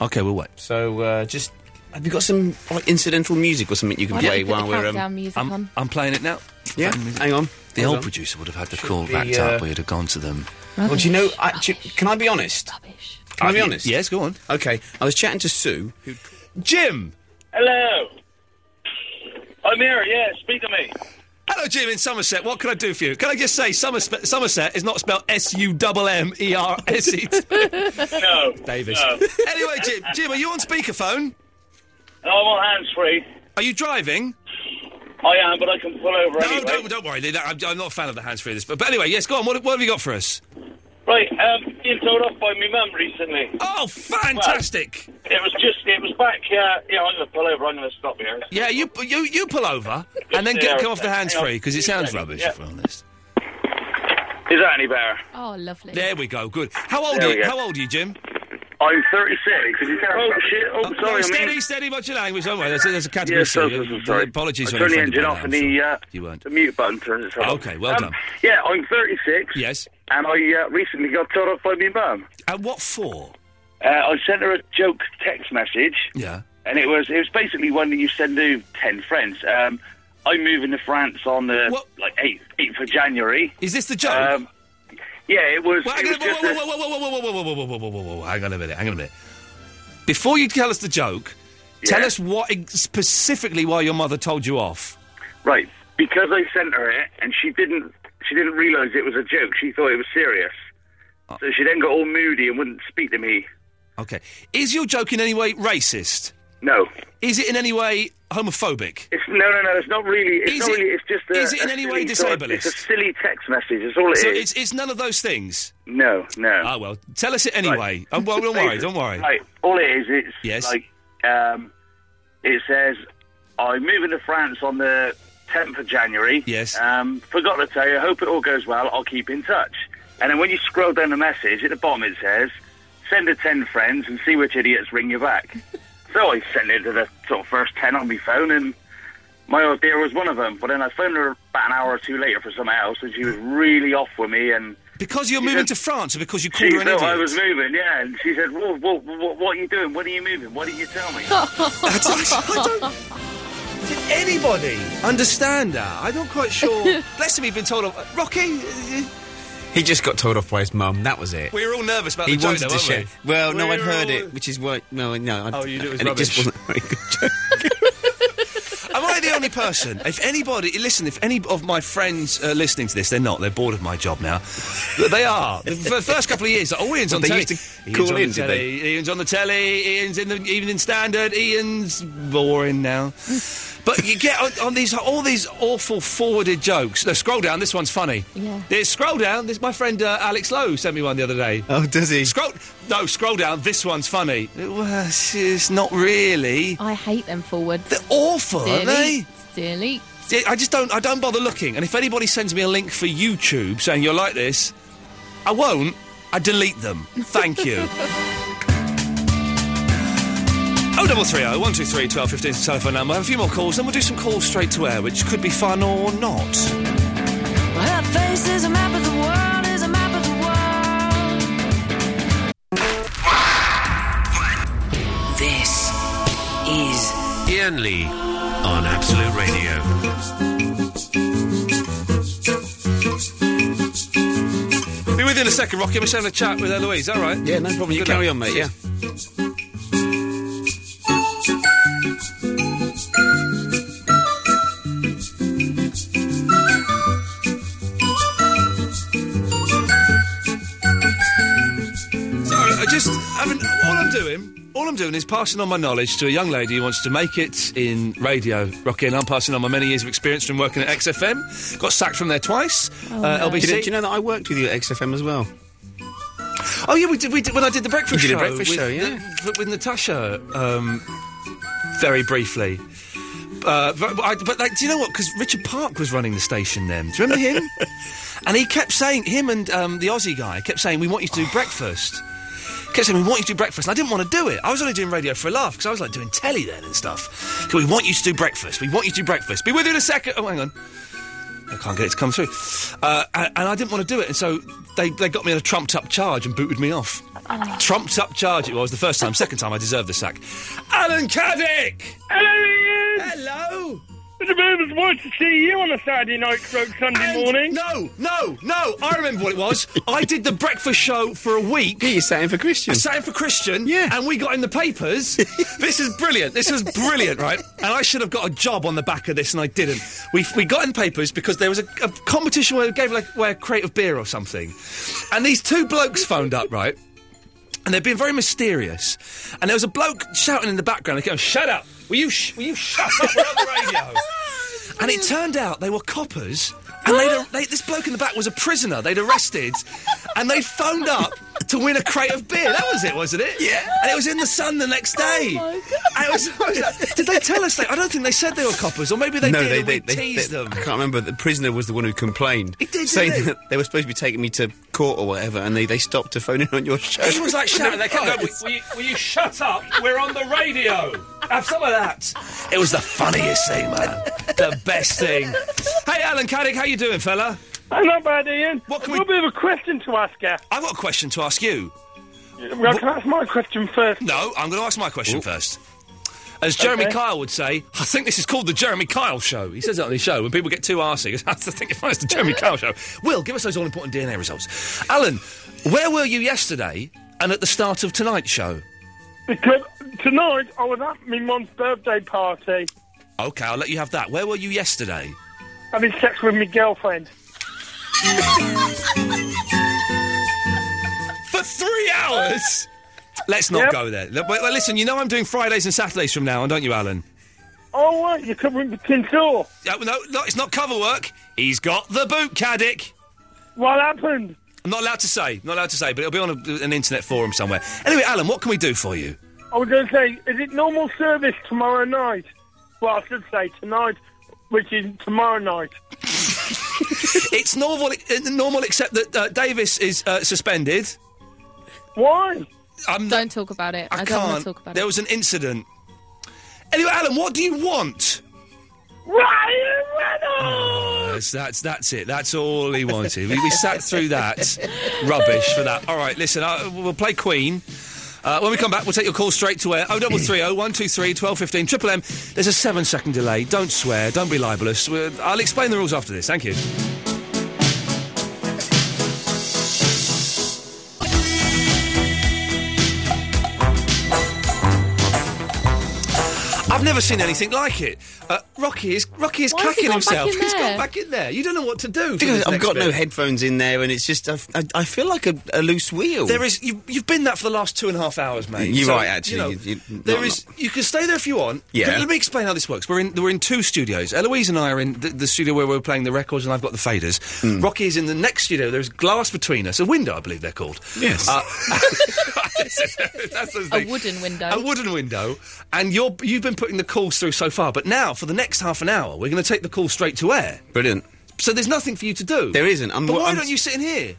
[SPEAKER 5] Okay, we'll wait.
[SPEAKER 4] So uh, just. Have you got some like, incidental music or something you can
[SPEAKER 7] Why don't
[SPEAKER 4] play
[SPEAKER 7] you put the
[SPEAKER 4] while we're.
[SPEAKER 7] countdown music
[SPEAKER 4] I'm,
[SPEAKER 7] on?
[SPEAKER 5] I'm playing it now.
[SPEAKER 4] Yeah, hang on.
[SPEAKER 5] The
[SPEAKER 4] Hold
[SPEAKER 5] old
[SPEAKER 4] on.
[SPEAKER 5] producer would have had the
[SPEAKER 4] Should
[SPEAKER 5] call
[SPEAKER 4] be,
[SPEAKER 5] backed up.
[SPEAKER 4] uh,
[SPEAKER 5] We'd have gone to them.
[SPEAKER 4] Well, do you know? I, do you- can I be honest? Can I be
[SPEAKER 5] Uh, y-
[SPEAKER 4] honest?
[SPEAKER 5] yes, go on.
[SPEAKER 4] Okay, I was chatting to Sue. Who...
[SPEAKER 5] Jim.
[SPEAKER 3] Hello. I'm here. Yeah, speak to me.
[SPEAKER 5] Hello, Jim in Somerset. What can I do for you? Can I just say Somerset, Somerset is not spelled S U M M E R
[SPEAKER 3] [laughs]
[SPEAKER 5] S E T?
[SPEAKER 3] [laughs] No,
[SPEAKER 5] Davis.
[SPEAKER 3] no.
[SPEAKER 5] [laughs] Anyway, Jim, Jim, are you on speakerphone?
[SPEAKER 3] I'm on hands free.
[SPEAKER 5] Are you driving?
[SPEAKER 3] I am, but I can pull over
[SPEAKER 5] No,
[SPEAKER 3] anyway.
[SPEAKER 5] don't, don't worry. I'm, I'm not a fan of the hands free this, but, but anyway, yes, go on. What, what have you got for us?
[SPEAKER 3] Right, um, being told off by my mum recently.
[SPEAKER 5] Oh, fantastic!
[SPEAKER 3] it was just, it was back, uh, yeah, I'm going to pull over, I'm going to stop here.
[SPEAKER 5] Yeah, you you you pull over and then
[SPEAKER 3] Yeah,
[SPEAKER 5] get come off the
[SPEAKER 3] hang on.
[SPEAKER 5] hands free because it sounds rubbish.
[SPEAKER 3] Yeah.
[SPEAKER 5] If we're honest.
[SPEAKER 3] Is that any better?
[SPEAKER 7] Oh, lovely.
[SPEAKER 5] There we go. Good. How old
[SPEAKER 3] There
[SPEAKER 5] are
[SPEAKER 3] we
[SPEAKER 5] you?
[SPEAKER 3] go.
[SPEAKER 5] How old are you, Jim?
[SPEAKER 3] I'm 36.
[SPEAKER 24] Oh, shit. Oh,
[SPEAKER 5] no,
[SPEAKER 24] sorry, I
[SPEAKER 5] steady,
[SPEAKER 24] mean-
[SPEAKER 5] steady. Much your language. Don't worry. There's, there's a category.
[SPEAKER 24] Yes,
[SPEAKER 5] C.
[SPEAKER 24] so, so, so, sorry.
[SPEAKER 5] Apologies. when
[SPEAKER 24] I turned the
[SPEAKER 5] offended
[SPEAKER 24] engine
[SPEAKER 5] by
[SPEAKER 24] off
[SPEAKER 5] that,
[SPEAKER 24] and
[SPEAKER 5] I'm
[SPEAKER 24] the,
[SPEAKER 5] sure.
[SPEAKER 24] uh,
[SPEAKER 5] you weren't.
[SPEAKER 24] the mute button turns itself off.
[SPEAKER 5] Okay, well
[SPEAKER 24] Um,
[SPEAKER 5] done.
[SPEAKER 24] Yeah, I'm 36.
[SPEAKER 5] Yes.
[SPEAKER 24] And I uh, recently got told off by my mum.
[SPEAKER 5] And what for?
[SPEAKER 24] Uh, I sent her a joke text message,
[SPEAKER 5] Yeah.
[SPEAKER 24] and it was it was basically one that you send to ten friends. Um, I'm moving to France on the like eighth eighth of January.
[SPEAKER 5] Is this the joke?
[SPEAKER 24] Um, yeah, it was.
[SPEAKER 5] Well,
[SPEAKER 24] it
[SPEAKER 5] hang on,
[SPEAKER 24] was just
[SPEAKER 5] whoa,
[SPEAKER 24] a-
[SPEAKER 5] whoa, whoa, whoa, whoa, whoa, whoa, whoa, whoa, whoa, whoa, whoa, whoa, hang on a minute, hang on a minute. Before you tell us the joke, tell us what ex- specifically why your mother told you off.
[SPEAKER 24] Right, because I sent her it, and she didn't. She didn't realise it was a joke. She thought it was serious.
[SPEAKER 5] Uh.
[SPEAKER 24] So she then got all moody and wouldn't speak to me.
[SPEAKER 5] Okay, is your joke in any way racist?
[SPEAKER 24] No.
[SPEAKER 5] Is it in any way homophobic?
[SPEAKER 24] It's no, no, no. It's not really. It's
[SPEAKER 5] Is
[SPEAKER 24] not
[SPEAKER 5] it-
[SPEAKER 24] really. It's just. A,
[SPEAKER 5] is it in
[SPEAKER 24] a
[SPEAKER 5] any way
[SPEAKER 24] silly sort of-
[SPEAKER 5] disableist?
[SPEAKER 24] it's a silly text message. It's all it is.
[SPEAKER 5] so It's, it's none of those things.
[SPEAKER 24] No, no.
[SPEAKER 5] Oh well, tell us it anyway. Oh, well, don't worry, don't worry.
[SPEAKER 24] Right, all it is, it's like um, it says, "I'm moving to France on the 10th of January."
[SPEAKER 5] Yes.
[SPEAKER 24] Um, forgot to tell you. Hope it all goes well. I'll keep in touch. And then when you scroll down the message at the bottom, it says, "Send to ten friends and see which idiots ring you back." so I sent it to the sort of first ten on my phone, and my old dear was one of them. But then I phoned her about an hour or two later for something else, and she was really off with me and.
[SPEAKER 5] Because you're
[SPEAKER 24] She
[SPEAKER 5] moving
[SPEAKER 24] said-
[SPEAKER 5] to France, or because you
[SPEAKER 24] She
[SPEAKER 5] called her an
[SPEAKER 24] thought
[SPEAKER 5] idiot.
[SPEAKER 24] I was moving, yeah, and she said, well, what, what, what are you doing? When are you moving? Why didn't you tell
[SPEAKER 5] [laughs]
[SPEAKER 24] me?
[SPEAKER 5] Did anybody understand that? I'm not quite [laughs] sure. Bless him, he'd been told off. Rocky, uh,
[SPEAKER 4] He just got told off by his mum. That was it.
[SPEAKER 5] we were all nervous about
[SPEAKER 4] he
[SPEAKER 5] the joke,
[SPEAKER 4] wanted
[SPEAKER 5] though,
[SPEAKER 4] to
[SPEAKER 5] weren't
[SPEAKER 4] share.
[SPEAKER 5] we?
[SPEAKER 4] Well, no,
[SPEAKER 5] We
[SPEAKER 4] I'd
[SPEAKER 5] were
[SPEAKER 4] heard
[SPEAKER 5] all-
[SPEAKER 4] it, which is why. No, no. I,
[SPEAKER 5] Oh, you knew it was
[SPEAKER 4] and it just
[SPEAKER 5] rubbish.
[SPEAKER 4] wasn't a very good joke.
[SPEAKER 5] the only person. If anybody, listen, if any of my friends are listening to this, they're not. They're bored of my job now. But they are. The f- first couple of years, oh, Ian's
[SPEAKER 4] Well,
[SPEAKER 5] on
[SPEAKER 4] they
[SPEAKER 5] telly.
[SPEAKER 4] used to
[SPEAKER 5] Ian's
[SPEAKER 4] call
[SPEAKER 5] on the
[SPEAKER 4] in, did
[SPEAKER 5] telly.
[SPEAKER 4] they?
[SPEAKER 5] Ian's on the telly. Ian's in the Evening Standard. Ian's boring now. But you get on, on these all these awful forwarded jokes. No, scroll down. This one's funny.
[SPEAKER 1] Yeah.
[SPEAKER 5] Yeah, scroll down. This my friend uh, Alex Lowe sent me one the other day.
[SPEAKER 4] Oh, does he?
[SPEAKER 5] Scroll. No, scroll down. This one's funny. It was, it's not really.
[SPEAKER 7] I hate them forwards. They're
[SPEAKER 5] awful, aren't they?
[SPEAKER 7] Delete.
[SPEAKER 5] Yeah, I just don't. I don't bother looking. And if anybody sends me a link for YouTube saying you're like this, I won't. I delete them. Thank you. Oh, double three oh one two three twelve fifteen is the telephone number. Have a few more calls, then we'll do some calls straight to air, which could be fun or not.
[SPEAKER 1] Well, that face is a map of the world, is a map of the world.
[SPEAKER 12] This is
[SPEAKER 6] Ian Lee on Absolute Radio.
[SPEAKER 5] Be within a second, Rocky. We're just having a chat with Eloise. All right. Yeah, no problem.
[SPEAKER 4] You carry on, mate, yeah.
[SPEAKER 5] Sorry, I Uh, just haven't. All I'm doing, all I'm doing is passing on my knowledge to a young lady who wants to make it in radio. Rocky and I'm passing on my many years of experience from working at XFM. Got sacked from there twice.
[SPEAKER 4] Oh,
[SPEAKER 5] [laughs] uh,
[SPEAKER 4] no.
[SPEAKER 5] LBC.
[SPEAKER 4] Do you know- do you know
[SPEAKER 5] that I worked with you at XFM as well? Oh yeah, we did. We did when I did the breakfast
[SPEAKER 4] You did a
[SPEAKER 5] show.
[SPEAKER 4] breakfast
[SPEAKER 5] with,
[SPEAKER 4] show, yeah.
[SPEAKER 5] with, with Natasha, um, very briefly. Uh, but, but I, but like, do you know what? Because Richard Park was running the station then. Do you
[SPEAKER 4] [laughs]
[SPEAKER 5] remember him? and he kept saying, him and um, the Aussie guy kept saying, "We want you to do
[SPEAKER 4] Oh.
[SPEAKER 5] breakfast." Kept saying, "We want you to do breakfast." And I didn't want to do it. I was only doing radio for a laugh because I was like doing telly then and stuff. So we want you to do breakfast. We want you to do breakfast. Be with you in a second. Oh, hang on. I can't get it to come through. Uh, and, and I didn't want to do it, and so they, they got me on a trumped up charge and booted me off. Trumped up charge it was the first time. Second time, I deserved the sack. Alan Caddick!
[SPEAKER 20] Hello, Ian.
[SPEAKER 5] Hello.
[SPEAKER 20] Mr. Boomers, wanted to see you on a Saturday night stroke Sunday
[SPEAKER 5] And-
[SPEAKER 20] morning.
[SPEAKER 5] No, no, no. I remember what
[SPEAKER 20] [laughs]
[SPEAKER 5] it was. I did the breakfast show for a week. Yeah, you sat in for Christian. I sat in for Christian. Yeah. And we got in the [laughs] papers. this is brilliant. This is brilliant, right? And I should have got a job on the back of this, and I didn't. We, we got in the papers because there was a, a competition where they gave like, away a crate of beer or something. And these two blokes phoned up, right? And they've been very mysterious. And there was a bloke shouting in the background. They go, "Shut up! Will you? Sh- will you shut up? We're on the radio." and it turned out they were coppers. And they'd, ar- they, this bloke in the back was a prisoner. They'd arrested, and they phoned up to win a crate of beer. That was it, wasn't it? Yeah. And it was in the sun the next
[SPEAKER 4] Oh
[SPEAKER 5] day. And it was- it was like- did they tell us? They, I don't think they said they were coppers, or maybe they
[SPEAKER 4] no,
[SPEAKER 5] did.
[SPEAKER 4] they,
[SPEAKER 5] and
[SPEAKER 4] they,
[SPEAKER 5] we
[SPEAKER 4] they,
[SPEAKER 5] teased
[SPEAKER 4] they-
[SPEAKER 5] them.
[SPEAKER 4] I can't remember. The prisoner was the one who complained.
[SPEAKER 5] He did,
[SPEAKER 4] saying
[SPEAKER 5] didn't he?
[SPEAKER 4] that [laughs] they were supposed to be taking me to court or whatever, and they, they stopped to phone in on your show.
[SPEAKER 5] [laughs]
[SPEAKER 4] [laughs]
[SPEAKER 5] He was like shouting. They kept going, will, will you, will you shut up? We're on the radio. Have some of that. It was the funniest thing, man. The best thing. Hey, Alan Caddick, how you doing, fella?
[SPEAKER 20] I'm not bad, Ian.
[SPEAKER 5] What can
[SPEAKER 20] we... A bit of a question to ask her.
[SPEAKER 5] I've got a question to ask you.
[SPEAKER 20] Well, can I ask my question first?
[SPEAKER 5] No, I'm going to ask my question first. As Jeremy
[SPEAKER 20] Okay.
[SPEAKER 5] Kyle would say, I think this is called the Jeremy Kyle Show. He says that on his show when people get too arsey. [laughs] He goes, I think it's the Jeremy Kyle Show. Will, give us those all important DNA results. Alan, where were you yesterday and at the start of tonight's show?
[SPEAKER 20] Because tonight I was at my mum's birthday party
[SPEAKER 5] Okay, I'll let you have that. Where were you yesterday?
[SPEAKER 20] having sex with my girlfriend.
[SPEAKER 5] For three
[SPEAKER 20] [laughs]
[SPEAKER 5] hours? Let's not go there. Look, Well, well, listen, you know I'm doing Fridays and Saturdays from now on, don't you, Alan?
[SPEAKER 20] Oh, right, you're covering the tin door.
[SPEAKER 5] Yeah, well, no, no, it's not cover work. He's got the boot, Caddick.
[SPEAKER 20] What happened?
[SPEAKER 5] I'm not allowed to say. Not allowed to say, but it'll be on a, an internet forum somewhere. Anyway, Alan, what can we do
[SPEAKER 7] [laughs]
[SPEAKER 5] for you?
[SPEAKER 20] I was going to say, is it normal service tomorrow night? Well, I should say tonight, which is tomorrow night.
[SPEAKER 5] it's normal, uh, normal except that uh, Davis is uh, suspended.
[SPEAKER 20] Why?
[SPEAKER 5] I'm
[SPEAKER 7] Don't talk about it. I,
[SPEAKER 5] I
[SPEAKER 7] don't want to
[SPEAKER 5] can't.
[SPEAKER 7] talk about
[SPEAKER 5] There
[SPEAKER 7] it.
[SPEAKER 5] was an incident. Anyway, Alan, what do you want?
[SPEAKER 20] Ryan Reynolds!
[SPEAKER 4] Oh,
[SPEAKER 5] That's, Oh, that's that's it. That's all he wanted. we, we sat through that rubbish for that. All right, listen. Uh, we'll play Queen. Uh, when we come back, we'll take your call straight to air. Oh, double three oh one two three twelve fifteen triple M. There's a seven second delay. Don't swear. Don't be libelous. We're, I'll explain the rules after this. Thank you. I've I've never seen anything like it. Uh, Rocky is Rocky is
[SPEAKER 1] Why has he
[SPEAKER 5] cacking
[SPEAKER 1] gone back
[SPEAKER 5] himself.
[SPEAKER 1] in
[SPEAKER 5] He's
[SPEAKER 1] there?
[SPEAKER 5] gone back in there. You don't know what to do. for
[SPEAKER 4] Because
[SPEAKER 5] this
[SPEAKER 4] I've
[SPEAKER 5] next
[SPEAKER 4] got
[SPEAKER 5] bit.
[SPEAKER 4] no headphones in there, and it's just I've, I, I feel like a, a loose wheel.
[SPEAKER 5] There is you, you've been that for the last two and a half hours, mate.
[SPEAKER 4] You're
[SPEAKER 5] So,
[SPEAKER 4] right, actually.
[SPEAKER 5] You know,
[SPEAKER 4] You- you-
[SPEAKER 5] there
[SPEAKER 4] not-
[SPEAKER 5] is- you can stay there if you want.
[SPEAKER 4] Yeah.
[SPEAKER 5] Let me explain how this works. We're in we're in two studios. Eloise and I are in the, the studio where we're playing the records, and I've got the faders.
[SPEAKER 4] Hmm.
[SPEAKER 5] Rocky is in the next studio. There's glass between us, a window, I believe they're called.
[SPEAKER 1] Yes.
[SPEAKER 5] Uh, [laughs]
[SPEAKER 7] [laughs]
[SPEAKER 5] that's the
[SPEAKER 7] A
[SPEAKER 5] thing. Oh.
[SPEAKER 7] wooden window.
[SPEAKER 5] A wooden window, and you're you've been putting the calls through so far. But now, for the next half an hour, we're going to take the call straight to air.
[SPEAKER 4] Brilliant.
[SPEAKER 5] So there's nothing for you to do.
[SPEAKER 4] There isn't. I'm,
[SPEAKER 5] but why
[SPEAKER 4] I'm-
[SPEAKER 5] don't you sit in here?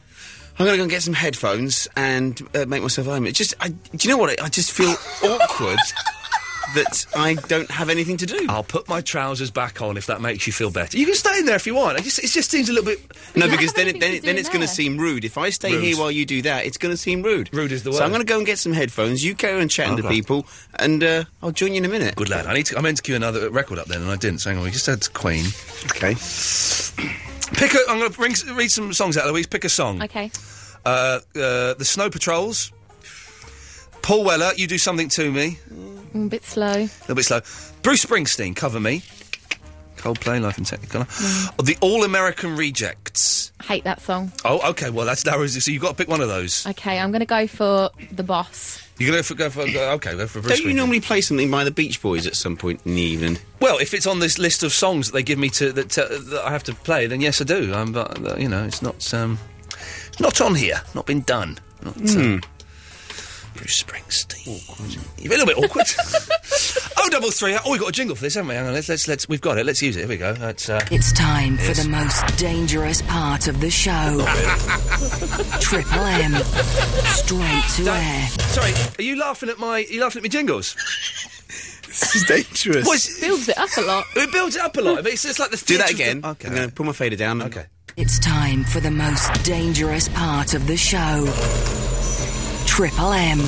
[SPEAKER 4] I'm going to go and get some headphones and uh, make myself at home. It's just, I, do you know what? I, I just
[SPEAKER 5] [laughs]
[SPEAKER 4] feel awkward that I don't have anything to do.
[SPEAKER 5] I'll put my trousers back on if that makes you feel better. You can stay in there if you want. I just, it just seems a little bit.
[SPEAKER 4] No, because then it, then, it, then it's going to seem rude. If I stay
[SPEAKER 5] Rude.
[SPEAKER 4] here while you do that, it's going to seem rude. Rude is the
[SPEAKER 5] word.
[SPEAKER 4] So I'm going to go and get some headphones. You carry on chatting to
[SPEAKER 5] Okay.
[SPEAKER 4] people, and uh, I'll join you in a minute.
[SPEAKER 5] Good lad. I need. To, I meant to cue another record up then, and I didn't. So hang on. We just had Queen.
[SPEAKER 4] Okay.
[SPEAKER 5] Pick. A, I'm going to bring s- read some songs out. Louise, pick a song.
[SPEAKER 7] Okay.
[SPEAKER 5] Uh, uh, the Snow Patrols. Paul Weller, you do something to me.
[SPEAKER 7] Mm, a bit slow.
[SPEAKER 5] A little bit slow. Bruce Springsteen, cover me. Coldplay, Life in Technicolor. Oh, the All American Rejects.
[SPEAKER 7] Mm. Hate that song.
[SPEAKER 5] Oh, okay. Well, that's narrows. it. So you've got to pick one of those.
[SPEAKER 7] Okay, I'm going to go for The Boss.
[SPEAKER 5] You're going to go for go, okay. Go for Bruce.
[SPEAKER 4] Don't you
[SPEAKER 5] Springsteen.
[SPEAKER 4] normally play something by the Beach Boys at some point in the evening?
[SPEAKER 5] Well, if it's on this list of songs that they give me to that, uh, that I have to play, then yes, I do. Um, but uh, you know, it's not um, it's not on here. Not been done. Not,
[SPEAKER 1] Hmm.
[SPEAKER 5] um, Bruce Springsteen. A little bit awkward. [laughs] oh, double three. Oh, we got a jingle for this, haven't we? Hang on, let's let's, let's we've got it. Let's use it. Here we go. That's, uh,
[SPEAKER 12] It's time for
[SPEAKER 5] Yes.
[SPEAKER 12] the most dangerous part of the show. Triple M. Straight to air.
[SPEAKER 5] Sorry, are you laughing at my? Are you laughing at my [laughs] jingles?
[SPEAKER 4] this is dangerous.
[SPEAKER 7] builds it up a lot.
[SPEAKER 5] It builds it up a lot. I mean, It's, it's like the
[SPEAKER 4] Do that
[SPEAKER 5] theatre of
[SPEAKER 4] again.
[SPEAKER 5] the-
[SPEAKER 4] I'm going to put my fader down.
[SPEAKER 5] Okay.
[SPEAKER 12] It's time for the most dangerous part of the show. Triple M.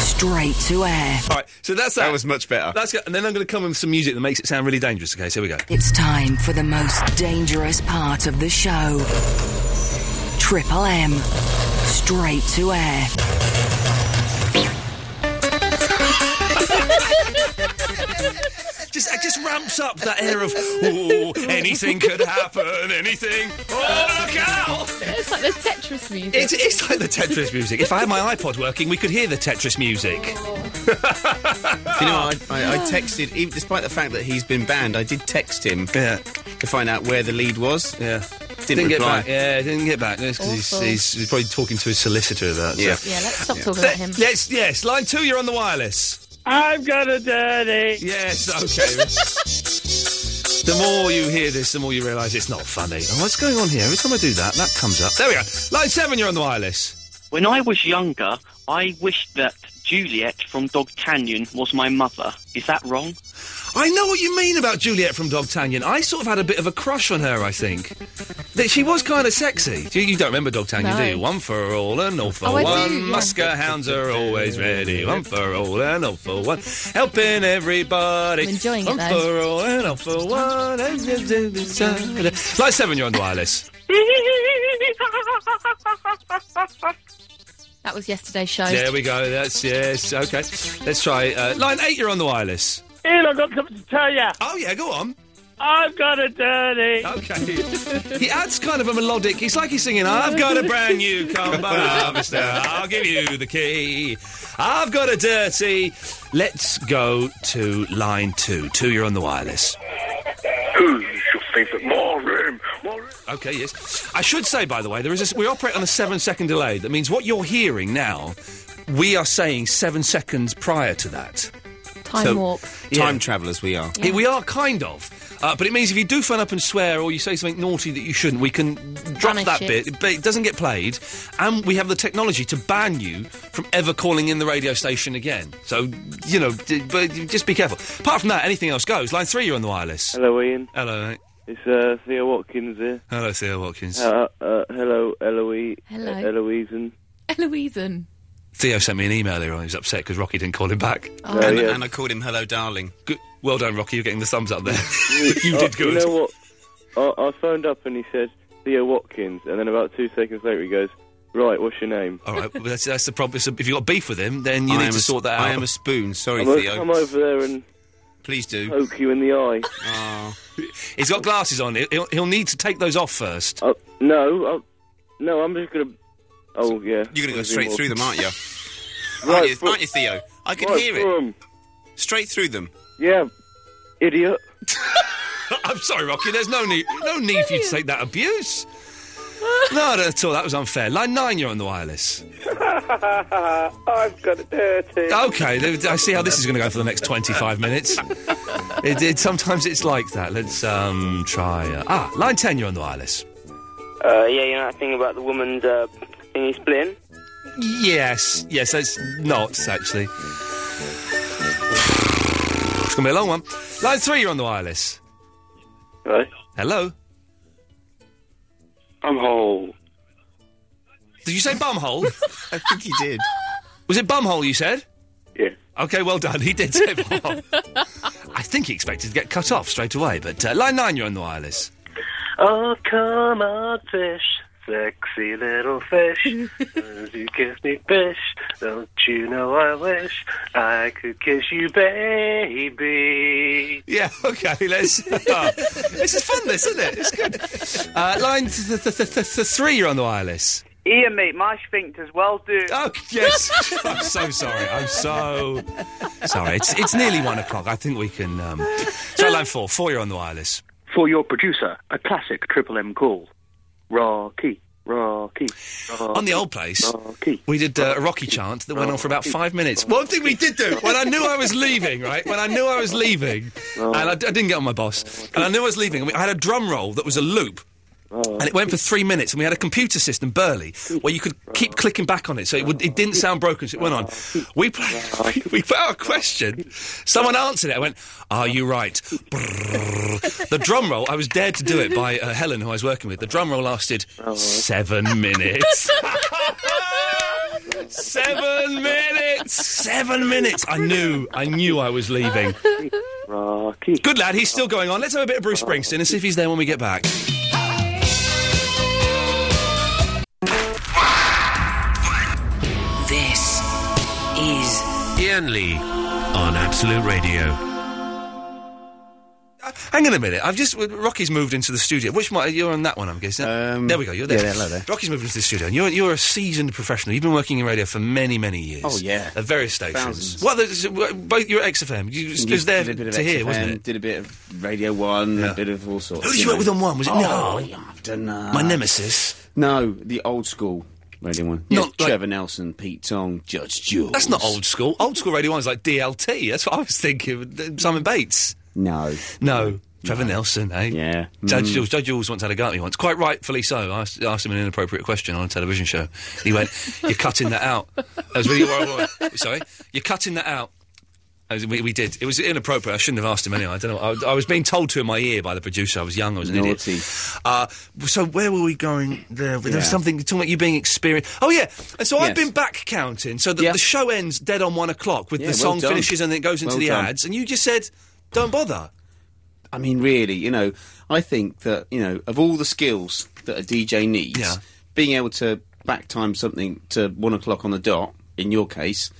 [SPEAKER 12] Straight to air.
[SPEAKER 5] All right, so that's that. That was much better. That's good. And then I'm going to come in with some music that makes it sound really dangerous. Okay, so here we go.
[SPEAKER 12] It's time for the most dangerous part of the show. Triple M. Straight to air. [laughs]
[SPEAKER 5] [laughs] just it just ramps up that air of Ooh, anything could happen, anything. Oh, look out!
[SPEAKER 7] It's like the Tetris music.
[SPEAKER 5] It's, it's like the
[SPEAKER 7] [laughs]
[SPEAKER 5] Tetris music. If I had my iPod working, we could hear the Tetris music.
[SPEAKER 4] You know, I, I, I texted, even, despite the fact that he's been banned, I did text him to find out where the lead was.
[SPEAKER 5] Yeah.
[SPEAKER 4] Didn't,
[SPEAKER 5] Didn't, get
[SPEAKER 4] reply.
[SPEAKER 5] back. Yeah, didn't get back. That's 'cause he's,
[SPEAKER 4] Awful.
[SPEAKER 5] he's, he's probably talking to his solicitor about.
[SPEAKER 4] Yeah.
[SPEAKER 5] So.
[SPEAKER 7] Yeah, let's stop talking about him.
[SPEAKER 5] Yes, yes. Line two, you're on the wireless.
[SPEAKER 20] I've got a dirty.
[SPEAKER 5] Yes, okay. The more you hear this, the more you realise it's not funny. And what's going on here? Every time I do that, that comes up. There we go. Line seven, you're on the wireless.
[SPEAKER 10] When I was younger, [laughs] I wished that Juliet from Dog Canyon was my mother. Is that wrong?
[SPEAKER 5] I know what you mean about Juliet from Dogtanyan. I sort of had a bit of a crush on her, I think. That she was kind of sexy. You, you don't remember Dogtanyan, do
[SPEAKER 1] No.
[SPEAKER 5] you? One for all and all for
[SPEAKER 1] Oh, I
[SPEAKER 5] one.
[SPEAKER 1] do, yeah.
[SPEAKER 5] Musker hounds are always ready. One for all and all for one. Helping everybody.
[SPEAKER 1] I'm enjoying it,
[SPEAKER 5] One
[SPEAKER 1] though.
[SPEAKER 5] for all and all for one. Line seven, you're on the wireless.
[SPEAKER 7] That was yesterday's show.
[SPEAKER 5] There we go. That's yes. Okay. Let's try uh, line eight. You're on the wireless.
[SPEAKER 20] [laughs] Ian, I've got something to tell you.
[SPEAKER 5] Oh, yeah, go on.
[SPEAKER 20] I've got a dirty.
[SPEAKER 5] Okay. He adds
[SPEAKER 14] [coughs]
[SPEAKER 5] kind of a melodic. He's like he's singing, "I've got a
[SPEAKER 16] [laughs]
[SPEAKER 5] brand new combine harvester. I'll give you the key. I've got a dirty." Let's go to line two. Two, you're on the wireless.
[SPEAKER 3] Who's your favourite Morim?
[SPEAKER 5] Okay, yes. I should say, by the way, there is a, we operate on a seven-second delay. That means what you're hearing now, we are saying seven seconds prior to that.
[SPEAKER 7] Time warp.
[SPEAKER 4] Time travellers, we are.
[SPEAKER 5] Yeah, we are kind of. Uh, but it means if you do phone up and swear or you say something naughty that you shouldn't, we can drop
[SPEAKER 7] Banish
[SPEAKER 5] that
[SPEAKER 7] it.
[SPEAKER 5] bit. But it doesn't get played. And we have the technology to ban you from ever calling in the radio station again. So, you know, d- but just be careful. Apart from that, anything else goes. Line three, you're on the wireless.
[SPEAKER 14] Hello, Ian.
[SPEAKER 5] Hello, mate.
[SPEAKER 14] It's uh, Theo Watkins here.
[SPEAKER 5] Hello, Theo Watkins.
[SPEAKER 14] Uh, uh, hello, Eloise.
[SPEAKER 7] Hello.
[SPEAKER 14] Uh, Eloise. And
[SPEAKER 7] Eloisan.
[SPEAKER 5] Theo sent me an email earlier on. He was upset because Rocky didn't call him back.
[SPEAKER 7] Oh. And-
[SPEAKER 4] and I called him Hello Darling.
[SPEAKER 5] Good. Well done, Rocky. You're getting the thumbs up there. [laughs] [laughs] you did good.
[SPEAKER 14] [laughs] Uh, You know what? I, I phoned up and he said Theo Watkins, and then about two seconds later he goes, "Right, what's your name?"
[SPEAKER 5] All right, well, that's, that's the problem. So if you've got beef with him, then you
[SPEAKER 4] I
[SPEAKER 5] need
[SPEAKER 4] am
[SPEAKER 5] to
[SPEAKER 4] a-
[SPEAKER 5] sort that out.
[SPEAKER 4] I am a spoon. Sorry,
[SPEAKER 14] I'm o-
[SPEAKER 4] Theo.
[SPEAKER 14] Come over there and
[SPEAKER 4] Please do.
[SPEAKER 14] Poke you in the eye.
[SPEAKER 5] [laughs] He's got glasses on. He'll- He'll, he'll need to take those off first.
[SPEAKER 14] Oh, no, I'll, no, I'm just gonna. Oh yeah.
[SPEAKER 5] You're gonna go
[SPEAKER 14] Gonna be
[SPEAKER 4] straight
[SPEAKER 14] more-
[SPEAKER 4] through them, aren't you?
[SPEAKER 14] Right,
[SPEAKER 4] aren't, you
[SPEAKER 14] but-
[SPEAKER 4] aren't you, Theo? I can
[SPEAKER 14] Right um,
[SPEAKER 4] hear it.
[SPEAKER 14] through 'em.
[SPEAKER 4] Straight through them.
[SPEAKER 14] Yeah, idiot.
[SPEAKER 5] [laughs] I'm sorry, Rocky. There's no need, no need for you to take that abuse. Not at all. That was unfair. Line nine, you're on the wireless.
[SPEAKER 20] [laughs] I've got it dirty.
[SPEAKER 5] Okay, th- I see how this is going to go for the next 25 minutes. It, it, sometimes it's like that. Let's um try. Uh, ah, line 10, you're on the wireless.
[SPEAKER 11] Uh, yeah, you know that thing about the woman's uh, thingy splitting?
[SPEAKER 5] Yes, yes, that's not actually. [sighs] It's going to be a long one. Line 3, you're on the wireless.
[SPEAKER 20] Hello?
[SPEAKER 5] Hello?
[SPEAKER 20] Bumhole.
[SPEAKER 5] Did you
[SPEAKER 20] [laughs]
[SPEAKER 5] say bumhole? I think he did. Was it bumhole you said?
[SPEAKER 20] Yeah.
[SPEAKER 5] Okay, well done. He did
[SPEAKER 20] [laughs]
[SPEAKER 5] say bumhole. I think he expected to get cut off straight away, but uh, line nine, you're on the wireless.
[SPEAKER 20] Oh, come on, fish. Sexy little fish. Don't you kiss me, fish. Don't you know I wish I could kiss you, baby.
[SPEAKER 5] Yeah, okay, let's. [laughs] this is fun, this, isn't it? It's good. Uh, line th- th- th- th- th- three, you're on the wireless.
[SPEAKER 15] Ian, mate, my sphincter's well do.
[SPEAKER 5] Oh, yes. I'm so sorry. I'm so sorry. It's, it's nearly one o'clock. I think we can. Um... So, line four, four, you're on the wireless.
[SPEAKER 20] For your producer, a classic Triple M call. Rocky, Rocky, Rocky.
[SPEAKER 5] On the old place, we did uh, a Rocky chant that went on for about five minutes. One thing we did do when I knew I was leaving, right? When I knew I was leaving, and I, d- I didn't get on my boss, and I knew I was leaving, and we, I had a drum roll that was a loop. And it went for three minutes, and we had a computer system, Burley, where you could keep clicking back on it, so it, would, it didn't sound broken. So it went on. We played, we, we put out a question. Someone answered it. I went, "Are you right?" Brrrr. the drum roll. I was dared to do it by uh, Helen, who I was working with. The drum roll lasted seven minutes. Seven minutes. Seven minutes. I knew. I knew I was leaving. Rocky. Good lad. He's still going on. Let's have a bit of Bruce Springsteen and see if he's there when we get back.
[SPEAKER 12] This is
[SPEAKER 6] Ian Lee on Absolute Radio.
[SPEAKER 5] Uh, Hang on a minute. I've just Rocky's moved into the studio. Which one? You're on that one, I'm guessing. there we go. You're there.
[SPEAKER 4] Um, yeah, there, hello there.
[SPEAKER 5] Rocky's moved into the studio, and you're you're a seasoned professional. You've been working in radio for many many years.
[SPEAKER 4] Oh, yeah.
[SPEAKER 5] at various stations.
[SPEAKER 4] Thousands.
[SPEAKER 5] Well, there's- both you're at XFM. You, it was there to
[SPEAKER 4] did a bit of
[SPEAKER 5] hear, wasn't
[SPEAKER 4] XFM,
[SPEAKER 5] it?
[SPEAKER 4] Did a bit of Radio One, a bit of all sorts.
[SPEAKER 5] Who did you work with on one? Was it-
[SPEAKER 4] oh,
[SPEAKER 5] no.
[SPEAKER 4] yeah, I've done uh,
[SPEAKER 5] My nemesis.
[SPEAKER 4] No, the old school Radio One. Not Trevor Nelson, Pete Tong, Judge Jules.
[SPEAKER 5] That's not old school. Old school radio one's like DLT. That's what I was thinking. Simon Bates.
[SPEAKER 4] No,
[SPEAKER 5] no. Trevor Nelson, eh?
[SPEAKER 4] Yeah.
[SPEAKER 5] Judge
[SPEAKER 4] Mm.
[SPEAKER 5] Jules, Judge Jules once had a go at me once, quite rightfully so. I asked, asked him an inappropriate question on a television show. He went, "You're cutting that out." That was really well, sorry. You're cutting that out. I was- We, we did. It was inappropriate. I shouldn't have asked him anyway. I don't know. I, I was being told to in my ear by the producer. I was young. I was an
[SPEAKER 4] Naughty.
[SPEAKER 5] idiot. Uh, so where were we going there? There
[SPEAKER 4] Yeah.
[SPEAKER 5] was something talking about you being experienced. Oh yeah. And so
[SPEAKER 4] Yes.
[SPEAKER 5] I've been back counting. So the, the show ends dead on one o'clock with
[SPEAKER 4] Yeah,
[SPEAKER 5] the
[SPEAKER 4] well
[SPEAKER 5] song
[SPEAKER 4] done.
[SPEAKER 5] finishes and then it goes into
[SPEAKER 4] Well
[SPEAKER 5] the
[SPEAKER 4] done.
[SPEAKER 5] ads. And you just said, "Don't bother."
[SPEAKER 4] I mean, really, you know, I think that you know, of all the skills that a DJ needs,
[SPEAKER 5] Yeah.
[SPEAKER 4] being able to back time something to one o'clock on the dot, in your case,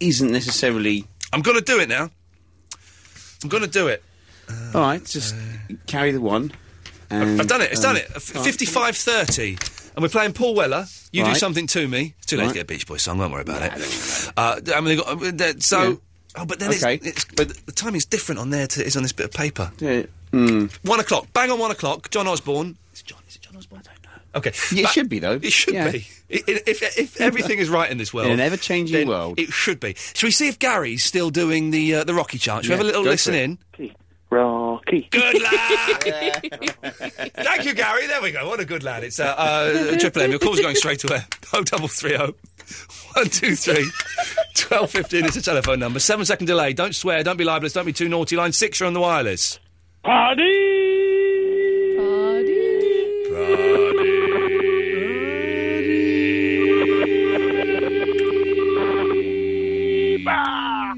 [SPEAKER 4] isn't necessarily.
[SPEAKER 5] I'm going to do it now. I'm going to do it. Uh,
[SPEAKER 4] all right, just carry the one. And,
[SPEAKER 5] I've done it. It's
[SPEAKER 4] um,
[SPEAKER 5] done it.
[SPEAKER 4] all right.
[SPEAKER 5] Fifty-five thirty, and we're playing Paul Weller. You
[SPEAKER 4] Right.
[SPEAKER 5] do something to me. It's Too late
[SPEAKER 4] Right.
[SPEAKER 5] to get a Beach Boys song. Don't worry about it. Uh, I mean, they got, uh, that- so. Oh, but then
[SPEAKER 4] Okay.
[SPEAKER 5] it's, it's but the timing's different on there to it is on this bit of paper.
[SPEAKER 4] Yeah. Mm.
[SPEAKER 5] One o'clock, bang on one o'clock. John Osborne. Okay,
[SPEAKER 4] Yeah, it should be, though.
[SPEAKER 5] It should
[SPEAKER 4] Yeah.
[SPEAKER 5] be. I- i- If, if, everything is right in this world,
[SPEAKER 4] In an ever-changing
[SPEAKER 5] then
[SPEAKER 4] world.
[SPEAKER 5] it should be. Shall we see if Gary's still doing the uh, the Rocky chant?
[SPEAKER 4] Yeah,
[SPEAKER 5] Shall we have a little
[SPEAKER 4] go for
[SPEAKER 5] listen
[SPEAKER 4] it.
[SPEAKER 5] in?
[SPEAKER 20] Rocky.
[SPEAKER 5] Good lad. Thank you, Gary. There we go. What a good lad. It's uh, uh, Triple M. Your call's going straight away. [laughs] Oh, double three oh. One two three. Twelve fifteen is the telephone number. Seven second delay. Don't swear. Don't be libelous. Don't be too naughty. Line six. You're on the wireless.
[SPEAKER 20] Party!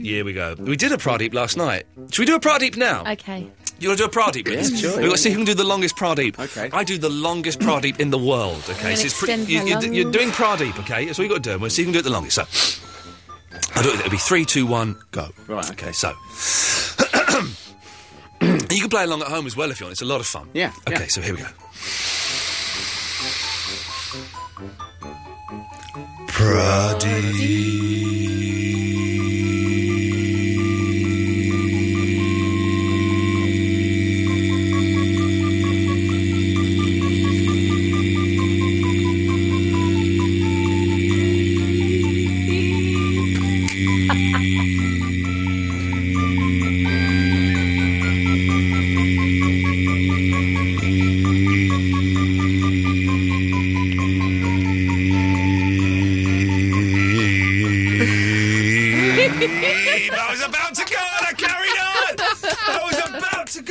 [SPEAKER 5] Here we go. We did a Pradeep last night. Should we do a Pradeep now?
[SPEAKER 7] Okay.
[SPEAKER 5] You want to do a Pradeep? please?
[SPEAKER 7] sure.
[SPEAKER 5] We've got to see who can do the longest Pradeep. Okay. I do the longest Pradeep in the world. Okay.
[SPEAKER 7] gonna
[SPEAKER 5] So it's
[SPEAKER 7] extend
[SPEAKER 5] you,
[SPEAKER 7] my
[SPEAKER 5] you're,
[SPEAKER 7] lungs.
[SPEAKER 5] you're doing Pradeep. Okay. That's all you got to do. and We'll see who can do it the longest. So. I'll do it. It'll be three, two, one, go. Right. Okay. So. [clears throat] you can play along at home as well if you want. It's a lot of fun.
[SPEAKER 4] Yeah.
[SPEAKER 5] Okay, so here we go. [laughs] I was about to go and I carried on. I was about to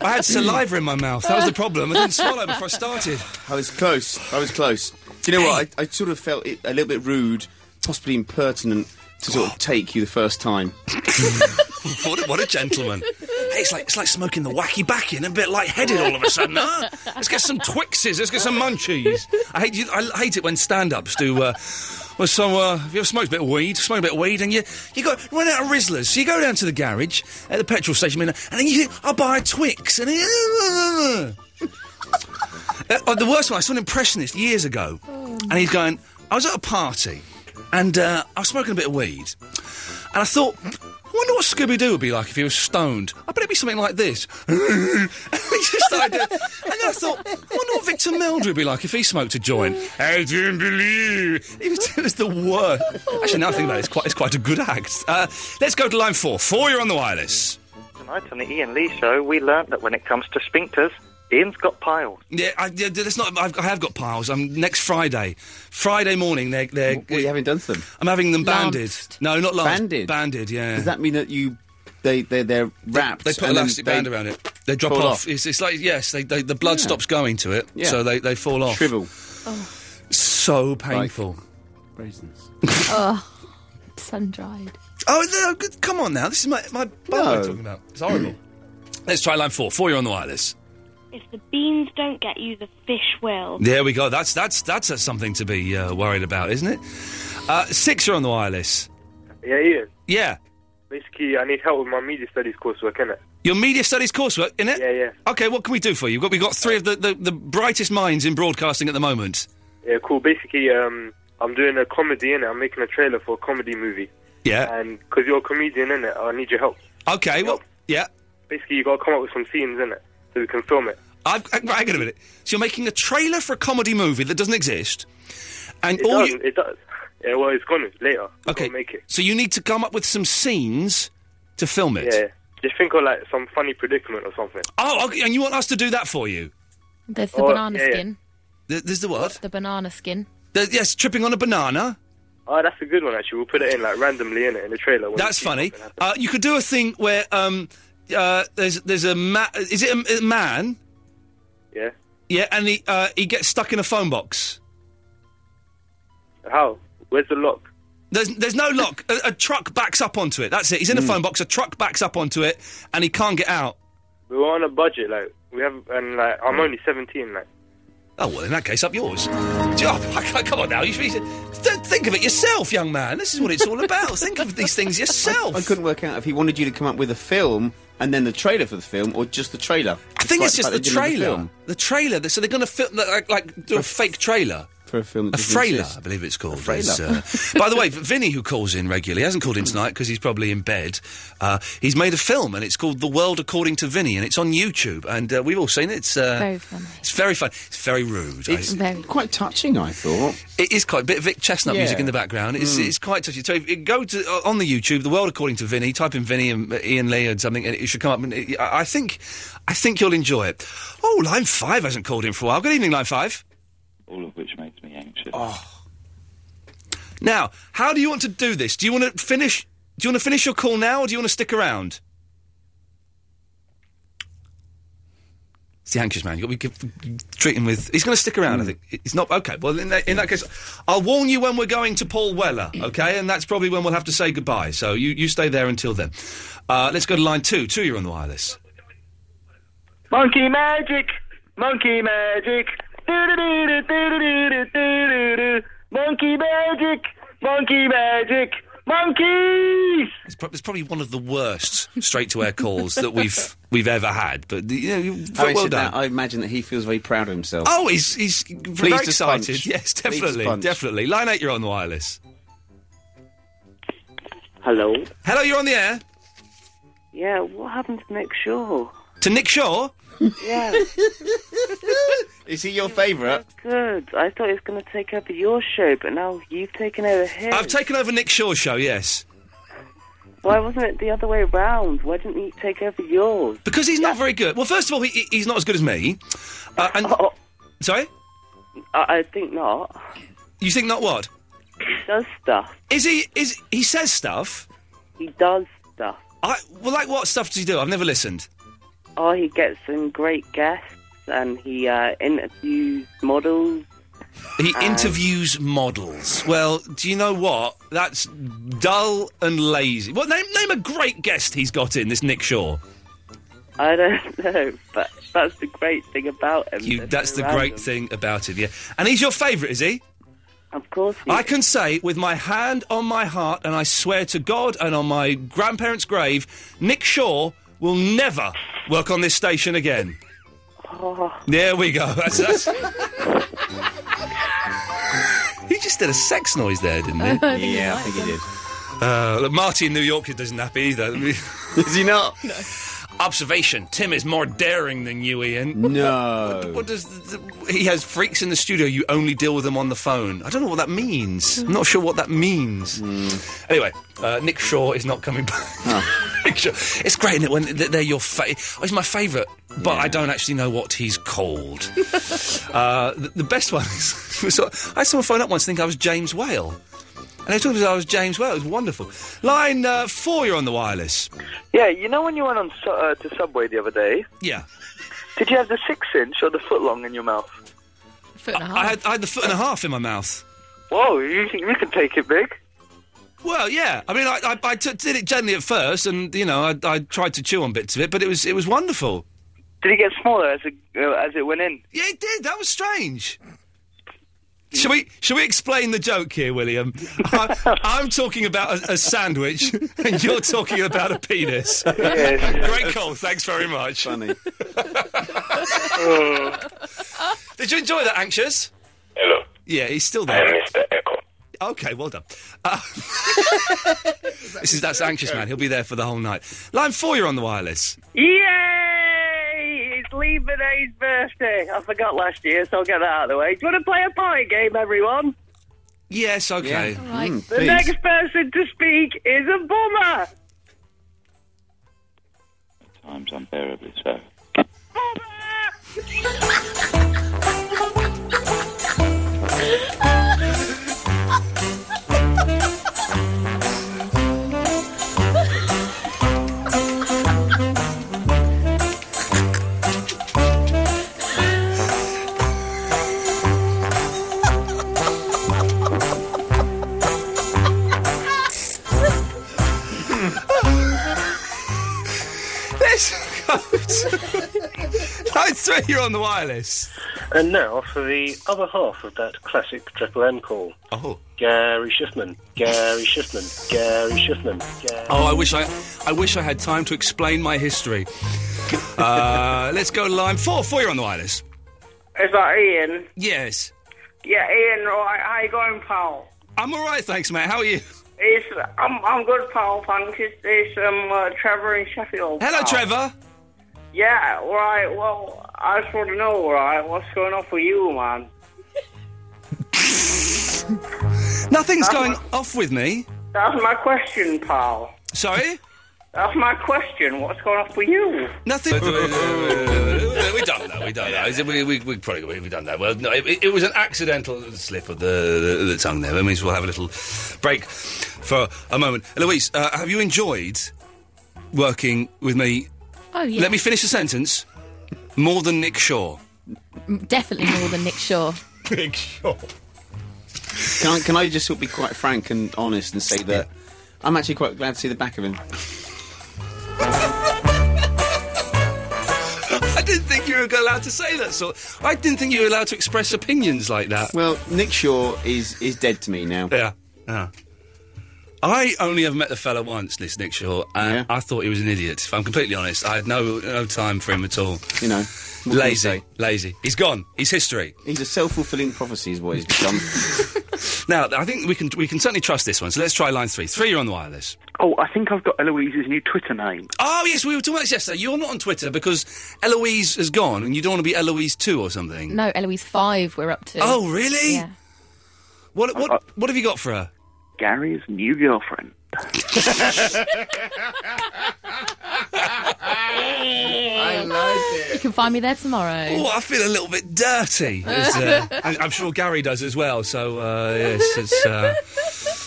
[SPEAKER 5] go. I had saliva in my mouth. Oh, That was the problem. I didn't swallow before I started.
[SPEAKER 4] I was close. I was close. Do you know what? I, I sort of felt it a little bit rude, possibly impertinent, to sort
[SPEAKER 5] [gasps]
[SPEAKER 4] of take you the first time.
[SPEAKER 5] [laughs] what, a, what a gentleman. Hey, it's like it's like smoking the wacky back in, a bit lightheaded all of a sudden, huh? Let's get some Twixes. Let's get some munchies. I hate you, I hate it when stand-ups do. Uh, well, so uh, have you ever smoked a bit of weed? Smoke a bit of weed, and you you go run out of Rizzlers. So you go down to the garage at the petrol station, and then you think, I'll buy a Twix, and. Then, Uh, oh, the worst one, I saw an impressionist years ago, and he's going, I was at a party, and uh, I was smoking a bit of weed, and I thought, I wonder what Scooby Doo would be like if he was stoned. I bet it'd be something like this. [laughs] and he just started doing- and then I thought, I wonder what Victor Meldrew would be like if he smoked a joint. I don't believe. It was, it was the worst. Actually, now I think about it, it's quite, it's quite a good act. Uh, let's go to line four. Four, you're on the wireless.
[SPEAKER 25] Tonight on the Ian Lee show, we learnt that when it comes to sphincters, Ian's got piles.
[SPEAKER 5] Yeah, I, yeah that's not. I've, I have got piles. Um, next Friday, Friday morning. They're. they're you
[SPEAKER 4] haven't done them.
[SPEAKER 5] I'm having them banded.
[SPEAKER 4] Lanced.
[SPEAKER 5] No, not lanced.
[SPEAKER 4] Banded?
[SPEAKER 5] Banded. Yeah.
[SPEAKER 4] Does that mean that you they they they're wrapped?
[SPEAKER 5] they put
[SPEAKER 4] and then
[SPEAKER 5] elastic band around it. They drop
[SPEAKER 4] fall
[SPEAKER 5] off. It's, it's like yes, they, they, the blood
[SPEAKER 4] Yeah.
[SPEAKER 5] stops going to it,
[SPEAKER 4] Yeah.
[SPEAKER 5] so they, they fall off.
[SPEAKER 4] Shrivel.
[SPEAKER 5] Oh. So painful.
[SPEAKER 4] Raisins.
[SPEAKER 7] oh, sun dried.
[SPEAKER 5] Oh, no, good- come on now. This is my my bum
[SPEAKER 7] No.
[SPEAKER 5] I'm talking about. It's horrible. [clears throat] Let's try line four. Four, you're on the wireless.
[SPEAKER 9] If the beans don't get you, the fish will.
[SPEAKER 5] There we go. That's that's that's uh, something to be uh, worried about, isn't it? Uh, six, you're on the wireless.
[SPEAKER 17] Yeah, Ian.
[SPEAKER 5] Yeah.
[SPEAKER 17] Basically, I need help with my media studies coursework, innit?
[SPEAKER 5] Your media studies coursework, innit? Yeah,
[SPEAKER 17] yeah.
[SPEAKER 5] Okay, what can we do for you? We've got, we've got three of the, the, the brightest minds in broadcasting at the moment.
[SPEAKER 17] Yeah, cool. Basically, um, I'm doing a comedy, innit? I'm making a trailer for a comedy movie.
[SPEAKER 5] Yeah.
[SPEAKER 17] And because you're a comedian, innit? I need your help.
[SPEAKER 5] Okay, well, yeah.
[SPEAKER 17] Basically, you got to come up with some scenes, innit? So we can film it.
[SPEAKER 5] I've, uh, right, hang on a minute. So you're making a trailer for a comedy movie that doesn't exist, and
[SPEAKER 17] It
[SPEAKER 5] all
[SPEAKER 17] does.
[SPEAKER 5] you,
[SPEAKER 17] It does. Yeah, well, it's gone later. We've
[SPEAKER 5] Okay.
[SPEAKER 17] gotta make it.
[SPEAKER 5] so you need to come up with some scenes to film it.
[SPEAKER 17] Yeah. Just think of like some funny predicament or something.
[SPEAKER 5] Oh, okay, and you want us to do that for you?
[SPEAKER 7] There's the
[SPEAKER 17] Oh,
[SPEAKER 7] banana
[SPEAKER 17] yeah, yeah.
[SPEAKER 7] skin.
[SPEAKER 5] Th- There's the what?
[SPEAKER 7] The banana skin.
[SPEAKER 5] The- yes, tripping on a banana.
[SPEAKER 17] Oh, that's a good one actually. We'll put it in like randomly in it in the trailer. when
[SPEAKER 5] That's
[SPEAKER 17] we see
[SPEAKER 5] funny.
[SPEAKER 17] something happen.
[SPEAKER 5] Uh, you could do a thing where um, uh, there's there's a ma- is it a, a man?
[SPEAKER 17] Yeah.
[SPEAKER 5] Yeah, and he uh, he gets stuck in a phone box.
[SPEAKER 17] How? Where's the lock?
[SPEAKER 5] There's there's no lock. a, a truck backs up onto it. That's it. He's in a phone box. A truck backs up onto it, and he can't get out.
[SPEAKER 17] We were on a budget, like we have, and like I'm only 17, like.
[SPEAKER 5] Oh well, in that case, up yours. Job. [laughs] Come on now, you should, don't think of it yourself, young man. This is what it's all about. think of these things yourself.
[SPEAKER 4] I couldn't work out if he wanted you to come up with a film and then the trailer for the film, or just the trailer.
[SPEAKER 5] I think it's just
[SPEAKER 4] like
[SPEAKER 5] the
[SPEAKER 4] they did with
[SPEAKER 5] trailer.
[SPEAKER 4] film.
[SPEAKER 5] The, trailer. So they're going to film like, like do a fake trailer.
[SPEAKER 4] For a film
[SPEAKER 5] A
[SPEAKER 4] that doesn't
[SPEAKER 5] frailer,
[SPEAKER 4] exist.
[SPEAKER 5] I believe it's called.
[SPEAKER 4] frailer.
[SPEAKER 5] It's,
[SPEAKER 4] [laughs]
[SPEAKER 5] uh, by the way, Vinny, who calls in regularly, hasn't called in tonight because he's probably in bed. Uh, he's made a film and it's called The World According to Vinny and it's on YouTube and uh, we've all seen it. It's uh,
[SPEAKER 4] Very funny.
[SPEAKER 5] It's very fun. It's very rude.
[SPEAKER 4] It's
[SPEAKER 5] I-
[SPEAKER 4] quite touching, I thought.
[SPEAKER 5] it is quite a bit of Vic Chestnut
[SPEAKER 4] Yeah.
[SPEAKER 5] music in the background. It's,
[SPEAKER 4] Mm.
[SPEAKER 5] it's quite touchy. So if you go to uh, on the YouTube, the world according to Vinny. Type in Vinny and uh, Ian Lee and something, and it should come up. And it, I I think, I think you'll enjoy it. Oh, line five hasn't called in for a while. Good evening, line five. Oh.
[SPEAKER 19] all of which makes me anxious.
[SPEAKER 5] Now, how do you want to do this? Do you want to finish? Do you want to finish your call now, or do you want to stick around? It's the anxious man. You've got to be give- treat him with. He's going to stick
[SPEAKER 4] Mm.
[SPEAKER 5] around. I think he's not okay. Well, in that, in that case, I'll warn you when we're going to Paul Weller. Okay, and that's probably when we'll have to say goodbye. So you, you stay there until then. Uh, let's go to line two. Two, you're on the wireless.
[SPEAKER 19] Monkey magic, monkey magic,
[SPEAKER 1] Monkey magic, monkey magic,
[SPEAKER 26] Monkeys!
[SPEAKER 5] It's, prob- it's probably one of the worst straight to air calls that we've
[SPEAKER 4] [laughs]
[SPEAKER 5] we've ever had. But you know, you-
[SPEAKER 4] Having
[SPEAKER 5] well
[SPEAKER 4] said
[SPEAKER 5] done.
[SPEAKER 4] that, I imagine that he feels very proud of himself.
[SPEAKER 5] Oh, he's he's very
[SPEAKER 4] Pleased as punch.
[SPEAKER 5] excited. [laughs] Yes,
[SPEAKER 4] Pleased as
[SPEAKER 5] definitely,
[SPEAKER 4] punch.
[SPEAKER 5] definitely. Line eight, you're on the wireless.
[SPEAKER 2] Hello.
[SPEAKER 5] Hello, you're on the air
[SPEAKER 2] Yeah, what happened to Nick Shaw?
[SPEAKER 5] to Nick Shaw.
[SPEAKER 2] Yeah, [laughs]
[SPEAKER 4] Is he your favourite?
[SPEAKER 2] good. I thought he was going to take over your show, but now you've taken over his.
[SPEAKER 5] I've taken over Nick Shaw's show. Yes,
[SPEAKER 2] Why wasn't it the other way round? Why didn't he take over yours?
[SPEAKER 5] because he's not very good. Well, first of all, he, he- he's not as good as me. Uh, and sorry,
[SPEAKER 2] Oh, I, I think not.
[SPEAKER 5] you think not what?
[SPEAKER 2] He does stuff.
[SPEAKER 5] Is he? Is he says stuff?
[SPEAKER 2] He does stuff.
[SPEAKER 5] I well, like what stuff does he do? I've never listened.
[SPEAKER 2] Oh, he gets some great guests, and he uh, interviews models.
[SPEAKER 5] He
[SPEAKER 2] Um,
[SPEAKER 5] interviews models. Well, do you know what? That's dull and lazy. Well, name name a great guest he's got in this Nick Shaw.
[SPEAKER 2] I don't [laughs] know, but that's the great thing about him.
[SPEAKER 5] You,
[SPEAKER 2] that
[SPEAKER 5] that's the
[SPEAKER 2] they're
[SPEAKER 5] great
[SPEAKER 2] random.
[SPEAKER 5] thing about it, yeah. And he's your favourite, is he?
[SPEAKER 2] Of course.
[SPEAKER 5] I can say with my hand on my heart, and I swear to God and on my grandparents' grave, Nick Shaw will never work on this station again.
[SPEAKER 2] Oh.
[SPEAKER 5] There we go. [laughs] That's, that's... he just did a sex noise there, didn't
[SPEAKER 27] I think
[SPEAKER 5] he?
[SPEAKER 27] he Yeah, I
[SPEAKER 5] think he did. Uh, look, Marty in New York doesn't happy either. [laughs] is he not? No. Observation: Tim is more daring than you, Ian.
[SPEAKER 4] No.
[SPEAKER 5] What, what does the, the- he has freaks in the studio? You only deal with them on the phone. I don't know what that means. I'm not sure what that means. Anyway, uh, Nick Shaw is not coming [laughs] back. Nick Shaw. It's great, isn't it? When th- they're your fa- oh, he's my favourite, but I don't actually know what he's called. [laughs] uh, the, the best one is [laughs] was sort of- I had someone phone up once think I was James Whale. And they talked about I was James Whale. It was wonderful. Line uh, four, you're on the wireless.
[SPEAKER 15] Yeah, you know when you went on su- uh, to Subway the other day,
[SPEAKER 5] Yeah.
[SPEAKER 15] did you have the six inch or the foot long in your mouth?
[SPEAKER 7] Foot and a half.
[SPEAKER 5] I had, I had the foot and a half in my mouth.
[SPEAKER 15] Whoa, you, you can take it
[SPEAKER 5] [laughs]
[SPEAKER 15] big.
[SPEAKER 5] Well, yeah. I mean, I, I, I t- did it gently at first, and you know, I, I tried to chew on bits of it, but it was it was wonderful.
[SPEAKER 15] Did it get smaller as it uh, as it went in?
[SPEAKER 5] Yeah, it did. That was strange. Shall we shall we explain the joke here, William? I, I'm talking about a, a sandwich, [laughs] and you're talking about a penis.
[SPEAKER 27] Yes.
[SPEAKER 5] Great call. Thanks very much. [laughs] Funny. Did you enjoy that, anxious? Hello. Yeah, he's still there. Mr. Echo. Okay, well done. Uh, [laughs] this is that's anxious man. He'll be there for the whole night. Line four, you're on the wireless.
[SPEAKER 1] Yay! It's Lee Benet's birthday. I forgot last year, so I'll get that out of the way. Do you want to play a pie game, everyone?
[SPEAKER 5] Yes, okay. Yeah.
[SPEAKER 1] the next person to speak is a bummer.
[SPEAKER 28] Times unbearably so.
[SPEAKER 5] Let's go to- Line three, you're on the wireless.
[SPEAKER 16] And now for the other half of that classic Triple M call.
[SPEAKER 5] Oh.
[SPEAKER 16] Gary Schiffman, Gary Schiffman, Gary Schiffman, Gary.
[SPEAKER 5] Oh, I wish I, I wish I had time to explain my history. Uh, [laughs] let's go to line four. Four, you're on the wireless.
[SPEAKER 1] Is that Ian?
[SPEAKER 5] Yes.
[SPEAKER 1] Yeah, Ian, right. How you going, pal?
[SPEAKER 5] I'm all right, thanks, mate. How are you?
[SPEAKER 1] It's, I'm, I'm good, pal, thanks. It's, it's um, uh, Trevor in Sheffield.
[SPEAKER 5] Hello,
[SPEAKER 1] pal.
[SPEAKER 5] Trevor.
[SPEAKER 1] Yeah, right, well, I just want to know, right, what's going on for you, man?
[SPEAKER 5] Nothing's going off with me.
[SPEAKER 1] That's my question, pal.
[SPEAKER 5] Sorry?
[SPEAKER 1] That's my question. What's going on for you?
[SPEAKER 5] Nothing. we don't know. We don't know. Is it- We, we, we probably we, we don't know. Well, no, it, it was an accidental slip of the, the, the tongue there. That means we'll have a little break for a moment. Eloise, uh, have you enjoyed working with me?
[SPEAKER 7] Oh, yeah.
[SPEAKER 5] Let me finish the sentence. More than Nick Shaw.
[SPEAKER 7] Mm, Definitely more than Nick Shaw.
[SPEAKER 5] [laughs] Nick Shaw.
[SPEAKER 4] [laughs] Can I, can I just sort of be quite frank and honest and say that I'm actually quite glad to see the back of him.
[SPEAKER 5] [laughs] I didn't think you were allowed to say that sort. I didn't think you were allowed to express opinions like that.
[SPEAKER 4] Well, Nick Shaw is is dead to me now.
[SPEAKER 5] Yeah. Yeah. Ah. I only have met the fella once, this Nick Shaw, and I thought he was an idiot. If I'm completely honest, I had no no time for him at all.
[SPEAKER 4] You know, you
[SPEAKER 5] lazy, lazy. He's gone. He's history.
[SPEAKER 4] He's a self-fulfilling prophecy, is what he's become.
[SPEAKER 5] [laughs] now, I think we can we can certainly trust this one. So let's try line three. Three, you're on the wireless.
[SPEAKER 24] Oh, I think I've got Eloise's new Twitter name.
[SPEAKER 5] Oh yes, we were talking about this yesterday. You're not on Twitter because Eloise has gone, and you don't want to be Eloise two or something.
[SPEAKER 7] No, Eloise five. We're up to.
[SPEAKER 5] Oh, really? [laughs]
[SPEAKER 7] Yeah.
[SPEAKER 5] What what what have you got for her?
[SPEAKER 24] Uh, Gary's new girlfriend.
[SPEAKER 7] I like it. You can find me there tomorrow.
[SPEAKER 5] Oh, I feel a little bit dirty.
[SPEAKER 7] [laughs]
[SPEAKER 5] It's, uh, I, I'm sure Gary does as well. So uh, yes, it's. Uh,
[SPEAKER 7] [laughs]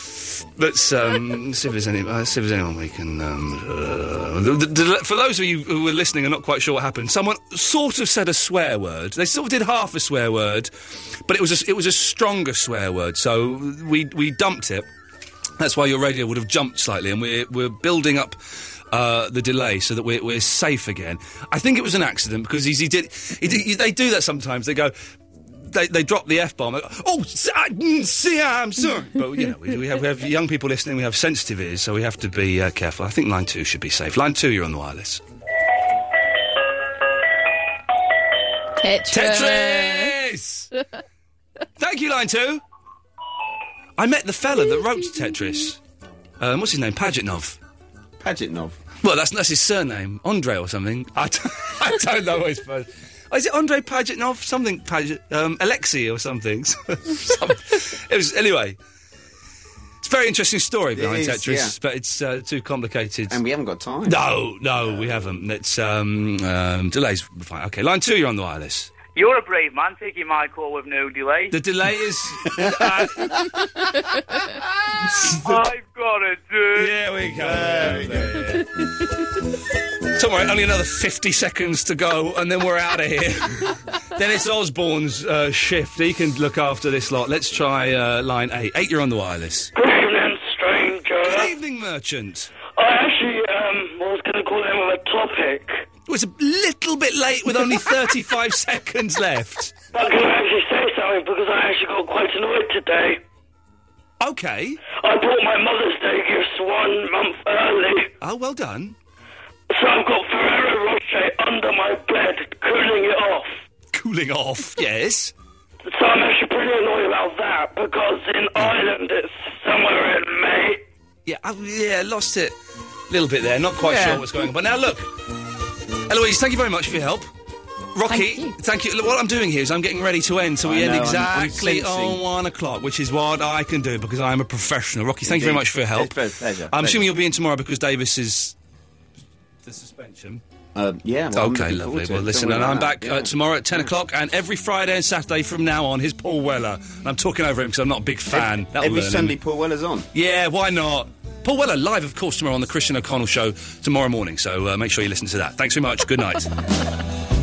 [SPEAKER 5] Let's um, see if there's any. Uh, see if there's anyone we can. Um, uh, the, the, the- for those of you who were listening and not quite sure what happened, someone sort of said a swear word. They sort of did half a swear word, but it was a, it was a stronger swear word. So we we dumped it. That's why your radio would have jumped slightly, and we're we're building up. Uh, the delay, so that we're, we're safe again. I think it was an accident because he's, he did. He did they do that sometimes. They go, they, they drop the F bomb. Oh, s- I- mm, see, I'm sorry. But, you know, we, we, have, we have young people listening, we have sensitive ears, so we have to be uh, careful. I think line two should be safe. Line two, you're on the wireless.
[SPEAKER 7] Tetris.
[SPEAKER 1] [laughs]
[SPEAKER 5] Tetris. Thank you, line two. I met the fella that wrote Tetris. Um, what's his name? Pagetnov.
[SPEAKER 4] Pagetnov.
[SPEAKER 5] Well, that's, that's his surname. Andre or something. [laughs] I don't, I don't know his first. Is it Andre Pagetnov? Something Paget, um, Alexei or something. [laughs] Some- it was anyway. It's a very interesting story behind
[SPEAKER 4] is,
[SPEAKER 5] Tetris,
[SPEAKER 4] yeah.
[SPEAKER 5] but it's uh, too complicated.
[SPEAKER 4] and we haven't got time.
[SPEAKER 5] No, no, we haven't. It's um, um, delays. Fine. Okay, line two, you're on the wireless.
[SPEAKER 15] You're a brave man taking my call with no delay.
[SPEAKER 5] The delay is.
[SPEAKER 15] I've got it, dude.
[SPEAKER 5] Yeah, we go. Don't worry, only another 50 seconds to go, and then we're out of here. then it's Osborne's uh, shift. He can look after this lot. Let's try uh, line eight. Eight, you're on the wireless. Good evening, merchant.
[SPEAKER 21] I actually um, was going to call in with a topic.
[SPEAKER 5] It was a little bit late with only 35 [laughs] seconds left.
[SPEAKER 21] But can I actually say something because I actually got quite annoyed today.
[SPEAKER 5] Okay.
[SPEAKER 21] I bought my Mother's Day gifts one month early.
[SPEAKER 5] Oh, well done.
[SPEAKER 21] So I've got Ferrero Rocher under my bed, cooling it off.
[SPEAKER 5] Cooling off, yes.
[SPEAKER 21] So I'm actually pretty annoyed about that because in Ireland it's somewhere in May.
[SPEAKER 5] Yeah, I, yeah, lost it a little bit there. Not quite
[SPEAKER 21] Yeah.
[SPEAKER 5] sure what's going on. But now look, Eloise, thank you very much for your help. Rocky,
[SPEAKER 21] Thank
[SPEAKER 5] thank you. Look, what I'm doing here is I'm getting ready to end, so we
[SPEAKER 4] I
[SPEAKER 5] end
[SPEAKER 4] know, I'm- I'm
[SPEAKER 5] exactly on
[SPEAKER 4] sensing.
[SPEAKER 5] one o'clock, which is what I can do because I'm a professional. Rocky, thank you very
[SPEAKER 4] Indeed.
[SPEAKER 5] much for your help.
[SPEAKER 4] It's been a pleasure.
[SPEAKER 5] I'm
[SPEAKER 4] Pleasure.
[SPEAKER 5] assuming you'll be in tomorrow because Davis is the suspension.
[SPEAKER 4] Uh, yeah. well, I'm
[SPEAKER 5] okay,
[SPEAKER 4] looking forward to it.
[SPEAKER 5] lovely. Well,
[SPEAKER 4] Don't
[SPEAKER 5] listen,
[SPEAKER 4] worry
[SPEAKER 5] and I'm
[SPEAKER 4] about
[SPEAKER 5] back
[SPEAKER 4] that,
[SPEAKER 5] uh, tomorrow at 10 o'clock, and every Friday and Saturday from now on, here's Paul Weller. And I'm talking over him because I'm not a big fan. um,
[SPEAKER 4] yeah.
[SPEAKER 5] That'll
[SPEAKER 4] Every
[SPEAKER 5] learn him.
[SPEAKER 4] Sunday, Paul Weller's on.
[SPEAKER 5] Yeah, why not? Paul Weller live, of course, tomorrow on the Christian O'Connell Show tomorrow morning. So uh, make sure you listen to that. Thanks very much. Good night.